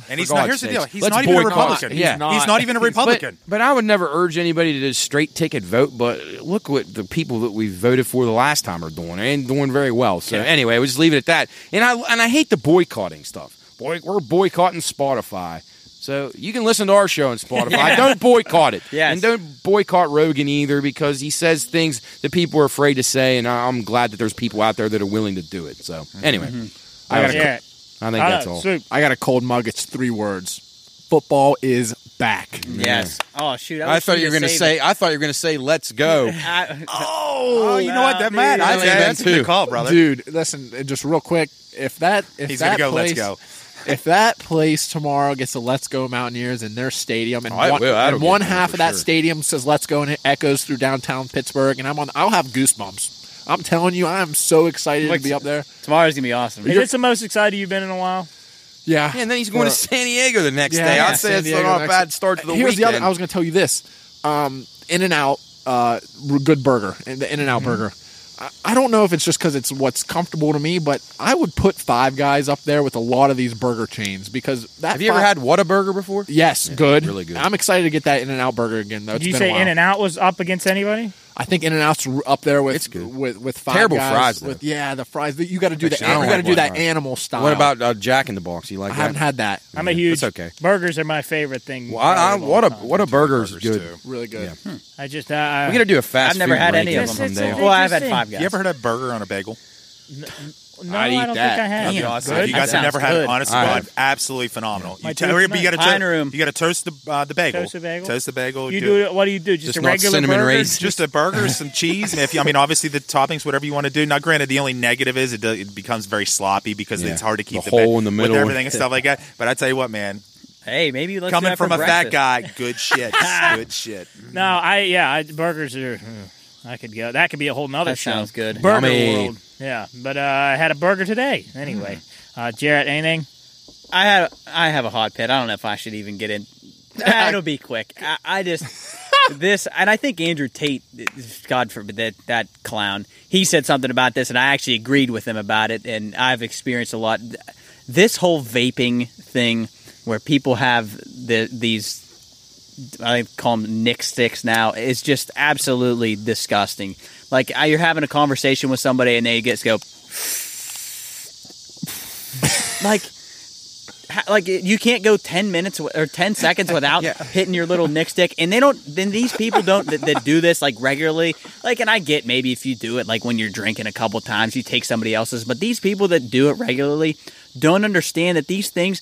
Speaker 2: and he's
Speaker 3: For
Speaker 2: not. Here's
Speaker 3: God's
Speaker 2: the deal.
Speaker 3: sakes.
Speaker 2: He's
Speaker 3: Let's
Speaker 2: not even a
Speaker 3: boycott.
Speaker 2: Republican.
Speaker 3: Yeah.
Speaker 2: he's not, even a Republican.
Speaker 3: But, but I would never urge anybody to just straight ticket vote. But look what the people that we voted for the last time are doing, and doing very well. So anyway, we'll just leave it at that. And I and I hate the boycotting stuff. Boy, we're boycotting Spotify. So you can listen to our show on Spotify. Don't boycott it.
Speaker 5: Yes.
Speaker 3: And don't boycott Rogan either because he says things that people are afraid to say, and I- I'm glad that there's people out there that are willing to do it. So anyway, I, gotta,
Speaker 1: Yeah, Uh,
Speaker 3: I think
Speaker 1: I
Speaker 3: that's
Speaker 1: know,
Speaker 3: all.
Speaker 1: soup.
Speaker 6: I got a cold mug. It's three words. Football is back.
Speaker 5: Yes. Oh shoot! I,
Speaker 3: I thought you were
Speaker 5: going to
Speaker 3: say. I thought you were going to say, "Let's go."
Speaker 5: I,
Speaker 2: Oh, you know what? That
Speaker 5: dude.
Speaker 2: man.
Speaker 3: I
Speaker 2: I
Speaker 3: think
Speaker 2: that's
Speaker 3: that
Speaker 2: a good
Speaker 3: too.
Speaker 2: call, brother.
Speaker 6: Dude, listen, uh, just real quick. If that if
Speaker 2: He's
Speaker 6: that
Speaker 2: gonna go, "Let's
Speaker 6: place-
Speaker 2: go."
Speaker 6: if that place tomorrow gets a Let's Go Mountaineers in their stadium, and
Speaker 3: Oh, it
Speaker 6: one-
Speaker 3: will. That'll
Speaker 6: and
Speaker 3: get
Speaker 6: one
Speaker 3: done
Speaker 6: half
Speaker 3: for
Speaker 6: of that
Speaker 3: sure.
Speaker 6: stadium says Let's Go, and it echoes through downtown Pittsburgh, and I'm on, I'll have goosebumps. I'm telling you, I am so excited to be up there.
Speaker 5: tomorrow's gonna be awesome.
Speaker 1: Is this the most excited you've been in a while?
Speaker 6: Yeah,
Speaker 3: Yeah, and then he's going to San Diego the next
Speaker 6: Yeah,
Speaker 3: day.
Speaker 6: yeah,
Speaker 3: I say
Speaker 6: San
Speaker 3: it's
Speaker 6: Diego
Speaker 3: not a
Speaker 6: next-
Speaker 3: bad start to the
Speaker 6: Here's
Speaker 3: weekend.
Speaker 6: the other. I was going to tell you this. Um, In and Out, uh, good burger, and the In and
Speaker 3: Mm-hmm.
Speaker 6: Out burger. I, I don't know if it's just because it's what's comfortable to me, but I would put Five Guys up there with a lot of these burger chains because that.
Speaker 3: Have you ever had
Speaker 6: Five-
Speaker 3: Whataburger before?
Speaker 6: Yes, good.
Speaker 3: really good.
Speaker 6: I'm excited to get that In and Out burger again. Though. It's
Speaker 1: Did you
Speaker 6: been a
Speaker 1: say
Speaker 6: while.
Speaker 1: In and Out was up against anybody?
Speaker 6: I think In and Out's up there with
Speaker 3: It's good.
Speaker 6: with with five
Speaker 3: Terrible
Speaker 6: Guys,
Speaker 3: fries, though.
Speaker 6: With yeah, the fries. You got to do that.
Speaker 3: Actually, I don't
Speaker 6: You got to
Speaker 3: like
Speaker 6: do that
Speaker 3: white fries.
Speaker 6: animal style.
Speaker 3: What about uh, Jack in the Box? You like
Speaker 6: I
Speaker 3: that?
Speaker 6: haven't had that.
Speaker 1: I'm a huge.
Speaker 3: that's okay.
Speaker 1: Burgers are my favorite thing.
Speaker 3: Well, I, I,
Speaker 1: probably of
Speaker 3: what a
Speaker 1: all time.
Speaker 3: what a burger's
Speaker 2: Burgers,
Speaker 3: good.
Speaker 2: too.
Speaker 6: Really good.
Speaker 3: Yeah.
Speaker 1: I just. Uh,
Speaker 3: We're gonna do a fast.
Speaker 5: I've never
Speaker 3: food
Speaker 5: had
Speaker 3: ranking
Speaker 5: any of
Speaker 3: of
Speaker 5: them.
Speaker 1: Yes, it's
Speaker 5: Well, I've had
Speaker 1: interesting.
Speaker 5: five guys.
Speaker 2: You ever heard of burger on a bagel?
Speaker 1: no,
Speaker 6: I'd eat
Speaker 1: I don't
Speaker 6: that.
Speaker 1: think I have.
Speaker 2: That'd be awesome.
Speaker 1: Good?
Speaker 2: If you guys have
Speaker 5: sounds
Speaker 2: never had
Speaker 5: good.
Speaker 2: it, honestly,
Speaker 3: I
Speaker 2: God,
Speaker 3: have.
Speaker 2: absolutely phenomenal.
Speaker 1: My
Speaker 2: You, t-
Speaker 1: dude's
Speaker 2: you gotta
Speaker 5: nice.
Speaker 2: to-
Speaker 5: Pine room.
Speaker 2: you gotta toast the uh, the bagel.
Speaker 1: Toast the bagel.
Speaker 2: Toast the bagel.
Speaker 1: You
Speaker 2: do
Speaker 1: do it. What do you do? Just,
Speaker 3: Just
Speaker 1: a
Speaker 3: not
Speaker 1: regular
Speaker 3: cinnamon
Speaker 1: burger?
Speaker 3: raisin.
Speaker 2: just a burger, some cheese, and if you, I mean, obviously the toppings, whatever you want to do. Now, granted, the only negative is it, do, it becomes very sloppy because
Speaker 3: Yeah.
Speaker 2: it's hard to keep
Speaker 3: The
Speaker 2: the,
Speaker 3: hole
Speaker 2: ba-
Speaker 3: in the middle.
Speaker 2: with everything and stuff like that. But I tell you what, man,
Speaker 5: Hey, maybe let's do
Speaker 2: coming
Speaker 5: that for
Speaker 2: from a fat
Speaker 5: breakfast.
Speaker 2: guy, good shit, good shit.
Speaker 1: No, I yeah, I, burgers are. hmm, I could go. That could be a whole nother
Speaker 5: That
Speaker 1: show.
Speaker 5: sounds good.
Speaker 1: Burger
Speaker 3: Yummy.
Speaker 1: world. Yeah, but uh, I had a burger today. Anyway, uh, Jarrett, anything?
Speaker 5: I have I have a hot pit. I don't know if I should even get in. Ah, It'll be quick. I, I just this, and I think Andrew Tate, God forbid that that clown, he said something about this, and I actually agreed with him about it. And I've experienced a lot. This whole vaping thing, where people have the these. I call them Nick sticks now. is just absolutely disgusting. Like I- you're having a conversation with somebody and they just go, like ha- like you can't go 10 minutes w- or 10 seconds without
Speaker 3: Yeah.
Speaker 5: hitting your little nick stick and they don't then these people don't that, that do this like regularly like and i get maybe if you do it like when you're drinking a couple times you take somebody else's but these people that do it regularly don't understand that these things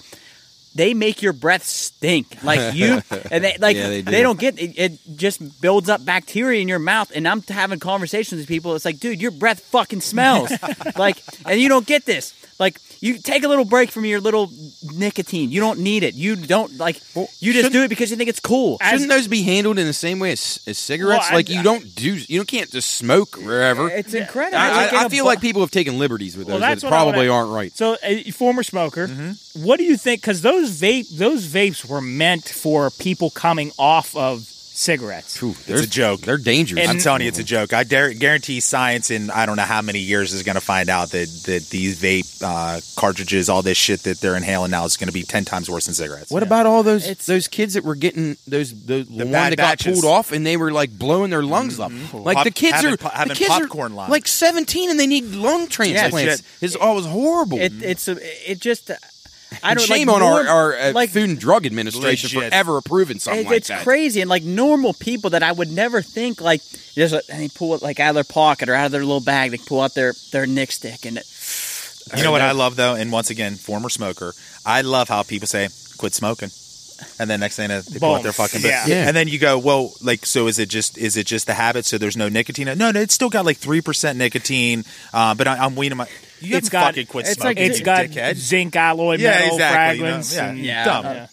Speaker 5: they make your breath stink like you and they like
Speaker 3: Yeah,
Speaker 5: they,
Speaker 3: they do.
Speaker 5: don't get it, it just builds up bacteria in your mouth and i'm having conversations with people it's like dude your breath fucking smells like and you don't get this like you take a little break from your little nicotine you don't need it you don't like
Speaker 3: Well,
Speaker 5: you just
Speaker 3: shouldn't-
Speaker 5: do it because you think it's cool
Speaker 1: As-
Speaker 3: Shouldn't those be handled in the same way as, as cigarettes?
Speaker 1: Well, I-
Speaker 3: like you don't do, you can't just smoke wherever.
Speaker 5: it's incredible
Speaker 3: I,
Speaker 5: It's like
Speaker 3: I,
Speaker 5: in
Speaker 3: I
Speaker 5: a
Speaker 3: feel
Speaker 5: bu-
Speaker 3: like people have taken liberties with
Speaker 1: Well,
Speaker 3: those
Speaker 1: that's
Speaker 3: that
Speaker 1: what I
Speaker 3: probably
Speaker 1: wanna-
Speaker 3: aren't right.
Speaker 1: So, a former smoker, what do you think? Because those vape those vapes were meant for people coming off of cigarettes.
Speaker 3: Phew,
Speaker 2: It's a joke.
Speaker 3: They're dangerous.
Speaker 2: I'm telling you, it's a joke. I dare, guarantee science in I don't know how many years is going to find out that that these vape uh, cartridges, all this shit that they're inhaling now, is going to be ten times worse than cigarettes.
Speaker 3: What about all those those kids that were getting those those the, one
Speaker 2: bad
Speaker 3: that got
Speaker 2: batches. Mm-hmm.
Speaker 3: pulled off and they were like blowing their lungs up? Like
Speaker 2: Pop-
Speaker 3: the kids
Speaker 2: having
Speaker 3: are
Speaker 2: po-
Speaker 3: the
Speaker 2: having
Speaker 3: kids
Speaker 2: popcorn
Speaker 3: are
Speaker 2: lungs.
Speaker 3: like 17 and they need lung transplants.
Speaker 2: Legit.
Speaker 3: It's always horrible.
Speaker 5: it, it's a, it just i
Speaker 3: And
Speaker 5: don't
Speaker 3: shame
Speaker 5: like,
Speaker 3: on our,
Speaker 5: norm-
Speaker 3: our uh,
Speaker 5: like
Speaker 3: Food and Drug Administration
Speaker 2: Legit.
Speaker 3: for ever approving something
Speaker 5: It-
Speaker 3: like
Speaker 5: it's
Speaker 3: that.
Speaker 5: crazy and like normal people that I would never think like just like, and they pull it like out of their pocket or out of their little bag. They pull out their their nick stick and it,
Speaker 2: You know what I love though, and once again, former smoker, I love how people say, "Quit smoking," and then next thing they they pull
Speaker 1: Boom.
Speaker 2: out their fucking.
Speaker 1: Yeah.
Speaker 3: Yeah.
Speaker 2: And then you go, "Well, like, so is it just is it just the habit? So there's no nicotine? No, no, it's still got like three percent nicotine, uh, but I, I'm weaning my. You
Speaker 1: It's
Speaker 2: haven't
Speaker 1: got-
Speaker 2: fucking quit
Speaker 5: it's like-
Speaker 2: smoking,
Speaker 1: It's
Speaker 2: you
Speaker 1: got
Speaker 2: dickhead.
Speaker 1: zinc alloy
Speaker 2: Yeah,
Speaker 1: metal
Speaker 2: exactly, you know,
Speaker 1: fragments.
Speaker 2: yeah.
Speaker 1: and-
Speaker 5: Yeah.
Speaker 2: Dumb.
Speaker 1: Yeah.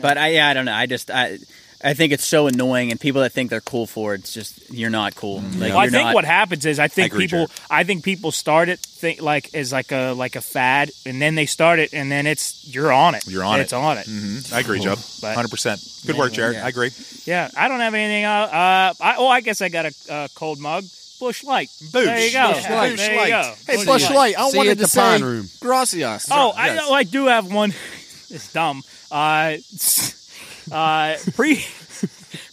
Speaker 5: but I yeah, I don't know. I just I I think it's so annoying and people that think they're cool for it, it's just you're not cool. Like,
Speaker 1: Mm-hmm. Well, I
Speaker 5: you're
Speaker 1: think
Speaker 5: not-
Speaker 1: what happens is I think
Speaker 2: agree,
Speaker 1: people
Speaker 2: Jared.
Speaker 1: I think people start it think like as like a like a fad and then they start it and then it's you're on it.
Speaker 2: You're on
Speaker 1: It's
Speaker 2: it.
Speaker 1: on it.
Speaker 2: Mhm. I agree, Joe.
Speaker 1: But-
Speaker 2: Hundred percent. Good work, Jared. I agree.
Speaker 1: Yeah. I don't have anything else. Uh I oh I guess I got a uh, cold mug. Bush light.
Speaker 2: Bush.
Speaker 1: There you go.
Speaker 2: Bush
Speaker 1: There
Speaker 2: Light.
Speaker 1: you go.
Speaker 6: Hey,
Speaker 1: Bush
Speaker 6: Bush
Speaker 1: Light.
Speaker 6: Light, I
Speaker 3: See you
Speaker 6: wanted
Speaker 3: at
Speaker 6: to
Speaker 3: the pine
Speaker 6: say
Speaker 3: room.
Speaker 6: gracias.
Speaker 1: Oh, I
Speaker 2: Yes.
Speaker 1: know I do have one it's dumb. Uh uh pre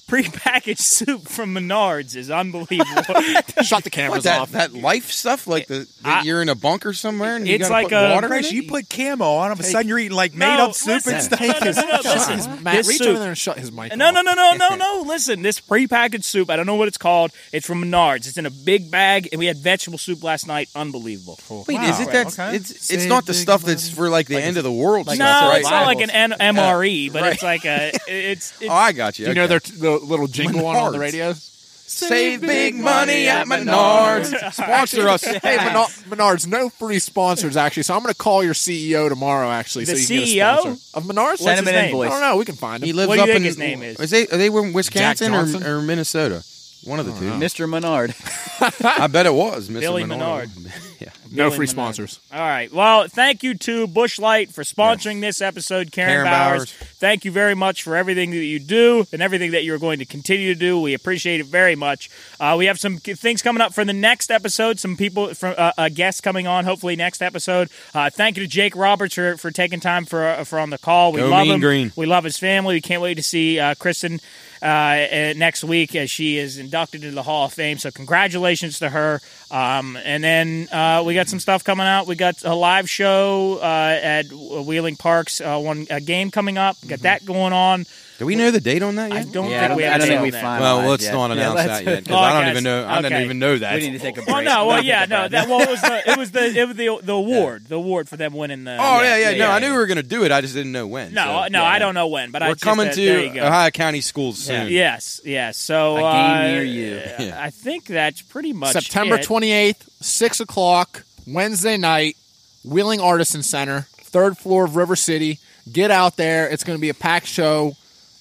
Speaker 1: Prepackaged soup from Menards is unbelievable.
Speaker 6: Shut the
Speaker 3: What,
Speaker 6: cameras
Speaker 3: that,
Speaker 6: off.
Speaker 3: that life stuff? Like the, that
Speaker 1: I-
Speaker 3: you're in a bunker somewhere and you
Speaker 1: It's
Speaker 3: gotta
Speaker 1: like
Speaker 3: put
Speaker 1: a-
Speaker 3: water in
Speaker 2: Chris,
Speaker 3: it?
Speaker 2: you put camo on. All of a sudden, you're eating like made
Speaker 1: No,
Speaker 2: up soup
Speaker 1: listen.
Speaker 2: and stuff.
Speaker 1: No, no, no, no, listen.
Speaker 6: Matt,
Speaker 1: This
Speaker 6: reach
Speaker 1: soup-
Speaker 6: over there and shut his mic.
Speaker 1: Uh, No,
Speaker 6: off.
Speaker 1: no, no, no, no, no. Listen, this prepackaged soup, I don't know what it's called. It's from Menards. It's in a big bag, and we had vegetable soup last night. Unbelievable.
Speaker 3: Wait,
Speaker 2: Wow.
Speaker 3: is it that?
Speaker 2: Okay.
Speaker 3: It's it's not the stuff that's for like the end of the world.
Speaker 1: no,
Speaker 3: stuff, right?
Speaker 1: it's not like an N- MRE, E, but
Speaker 3: Right.
Speaker 1: it's like a. It's, it's
Speaker 3: Oh, I got you.
Speaker 6: You know
Speaker 3: okay.
Speaker 6: their the little jingle on all the
Speaker 3: Menards.
Speaker 6: radios.
Speaker 3: save big money at Menards. Sponsor us.
Speaker 6: Hey, Menar- Menards, no free sponsors actually. So I'm going to call your CEO tomorrow actually.
Speaker 1: The
Speaker 6: so you
Speaker 1: CEO?
Speaker 6: get a sponsor of Menards.
Speaker 1: What's
Speaker 5: him
Speaker 1: his
Speaker 5: an
Speaker 1: name?
Speaker 6: I
Speaker 5: invoice.
Speaker 6: don't know. We can find him.
Speaker 3: He lives
Speaker 1: What do you
Speaker 3: up
Speaker 1: think
Speaker 3: in
Speaker 1: his name is?
Speaker 3: Is they are they were in Wisconsin
Speaker 6: Johnson?
Speaker 3: or, or Minnesota? One of the two.
Speaker 5: Mr. Menard.
Speaker 3: I bet it was Mr.
Speaker 1: Billy
Speaker 3: Menard.
Speaker 6: No free sponsors.
Speaker 1: All right. Well, thank you to Bushlight for sponsoring this episode, Karen,
Speaker 3: Karen
Speaker 1: Bowers.
Speaker 3: Bowers.
Speaker 1: Thank you very much for everything that you do and everything that you're going to continue to do. We appreciate it very much. Uh, we have some c- things coming up for the next episode. Some people from uh, a guest coming on, hopefully next episode. Uh, thank you to Jake Roberts for, for taking time for uh, for on the call. We
Speaker 3: Go
Speaker 1: love
Speaker 3: Mean
Speaker 1: him.
Speaker 3: Green.
Speaker 1: We love his family. We can't wait to see uh, Kristen uh, uh, next week as she is inducted into the Hall of Fame. So congratulations to her. Um, and then uh, we got some stuff coming out. We got a live show uh, at Wheeling Parks. Uh, one a game coming up. Got that going on.
Speaker 3: Do we know the date on that yet?
Speaker 1: I don't
Speaker 5: Yeah,
Speaker 1: think
Speaker 5: I don't-
Speaker 1: we
Speaker 5: I
Speaker 1: have a
Speaker 5: don't
Speaker 1: date
Speaker 5: think we
Speaker 1: on that.
Speaker 5: find-
Speaker 3: Well,
Speaker 5: finalized
Speaker 3: let's
Speaker 5: yet.
Speaker 3: not
Speaker 5: Yeah,
Speaker 3: announce
Speaker 5: let's-
Speaker 3: that yet
Speaker 1: Oh,
Speaker 3: because I don't
Speaker 1: guys.
Speaker 3: even know. I don't
Speaker 1: Okay.
Speaker 3: even know that.
Speaker 5: We need to take a break.
Speaker 1: Oh no! Well,
Speaker 5: We'll
Speaker 1: yeah,
Speaker 5: think
Speaker 1: no.
Speaker 5: about
Speaker 1: That one was the it was the it was the the award the award for them winning the.
Speaker 3: Oh yeah, yeah. no, I knew
Speaker 1: yeah.
Speaker 3: we were going to do it. I just didn't know when.
Speaker 1: No,
Speaker 3: so,
Speaker 1: no,
Speaker 3: yeah.
Speaker 1: I don't know when, but I
Speaker 3: We're
Speaker 1: just,
Speaker 3: coming
Speaker 1: uh, there you
Speaker 3: to
Speaker 1: go.
Speaker 3: Ohio County schools soon.
Speaker 1: Yes, yes. So
Speaker 5: A game
Speaker 1: uh,
Speaker 5: near you.
Speaker 1: uh, I think that's pretty much
Speaker 6: September
Speaker 1: it.
Speaker 6: twenty eighth, six o'clock, Wednesday night, Wheeling Artisan Center, third floor of River City. Get out there. It's going to be a packed show.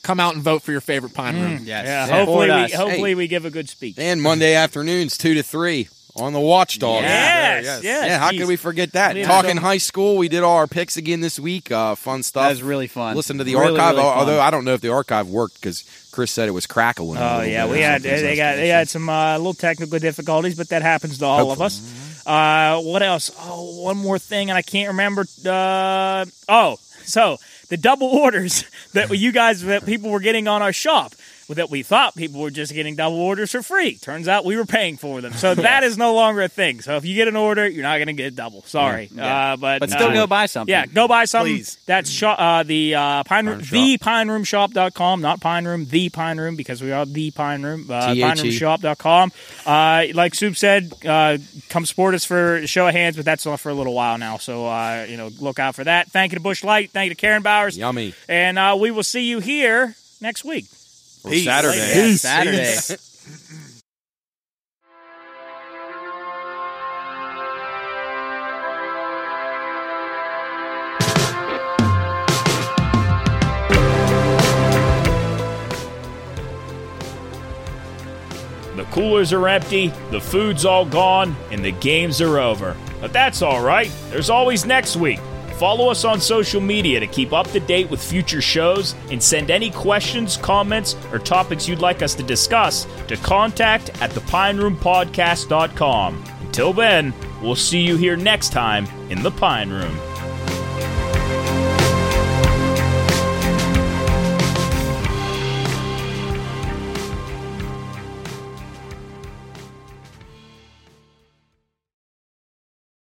Speaker 6: Come out and vote for your favorite pine room.
Speaker 5: Yes.
Speaker 1: Yeah,
Speaker 5: Support
Speaker 1: hopefully, we,
Speaker 5: us.
Speaker 1: hopefully we give a good speech.
Speaker 3: And Monday afternoons, two to three on the Watchdogs.
Speaker 1: Yes, yes,
Speaker 3: Yeah, how
Speaker 1: geez.
Speaker 3: could we forget that?
Speaker 1: We have
Speaker 3: Talking
Speaker 1: so-
Speaker 3: high school, we did all our picks again this week. Uh, fun stuff.
Speaker 5: That was really fun.
Speaker 3: Listen to the
Speaker 5: Really,
Speaker 3: archive,
Speaker 5: really fun.
Speaker 3: although I don't know if the archive worked because Chris said it was crackling. a
Speaker 1: Oh
Speaker 3: little
Speaker 1: yeah,
Speaker 3: bit
Speaker 1: we
Speaker 3: or
Speaker 1: had
Speaker 3: something, so
Speaker 1: they
Speaker 3: that's
Speaker 1: got
Speaker 3: the
Speaker 1: they
Speaker 3: issue.
Speaker 1: had some uh, little technical difficulties, but that happens to all of us. Uh, what else? Oh, one more thing, and I can't remember. Uh, oh, so the double orders that you guys that people were getting on our shop that we thought people were just getting double orders for free. Turns out we were paying for them, so that is no longer a thing. So if you get an order, you're not going to get a double. Sorry, uh, but
Speaker 5: But still
Speaker 1: uh,
Speaker 5: go buy something.
Speaker 1: Yeah, go buy something.
Speaker 5: Please.
Speaker 1: That's sho- uh, the uh, pine room,
Speaker 3: Pine Shop.
Speaker 1: the pine room shop.com, not pine room, the pine room, because we are the pine room, uh,
Speaker 3: T-H-E.
Speaker 1: pine room shop.com. Uh, like Soup said, uh, come support us for a show of hands, but that's on for a little while now. So, uh, you know, look out for that. Thank you to Bush Light. Thank you to Karen Bowers.
Speaker 3: Yummy.
Speaker 1: And uh, we will see you here next week.
Speaker 3: Or Saturday.
Speaker 5: Yeah, Saturday.
Speaker 4: The coolers are empty, the food's all gone, and the games are over. But that's all right. There's always next week. Follow us on social media to keep up to date with future shows and send any questions, comments, or topics you'd like us to discuss to contact at thepineroompodcast.com. Until then, we'll see you here next time in the Pine Room.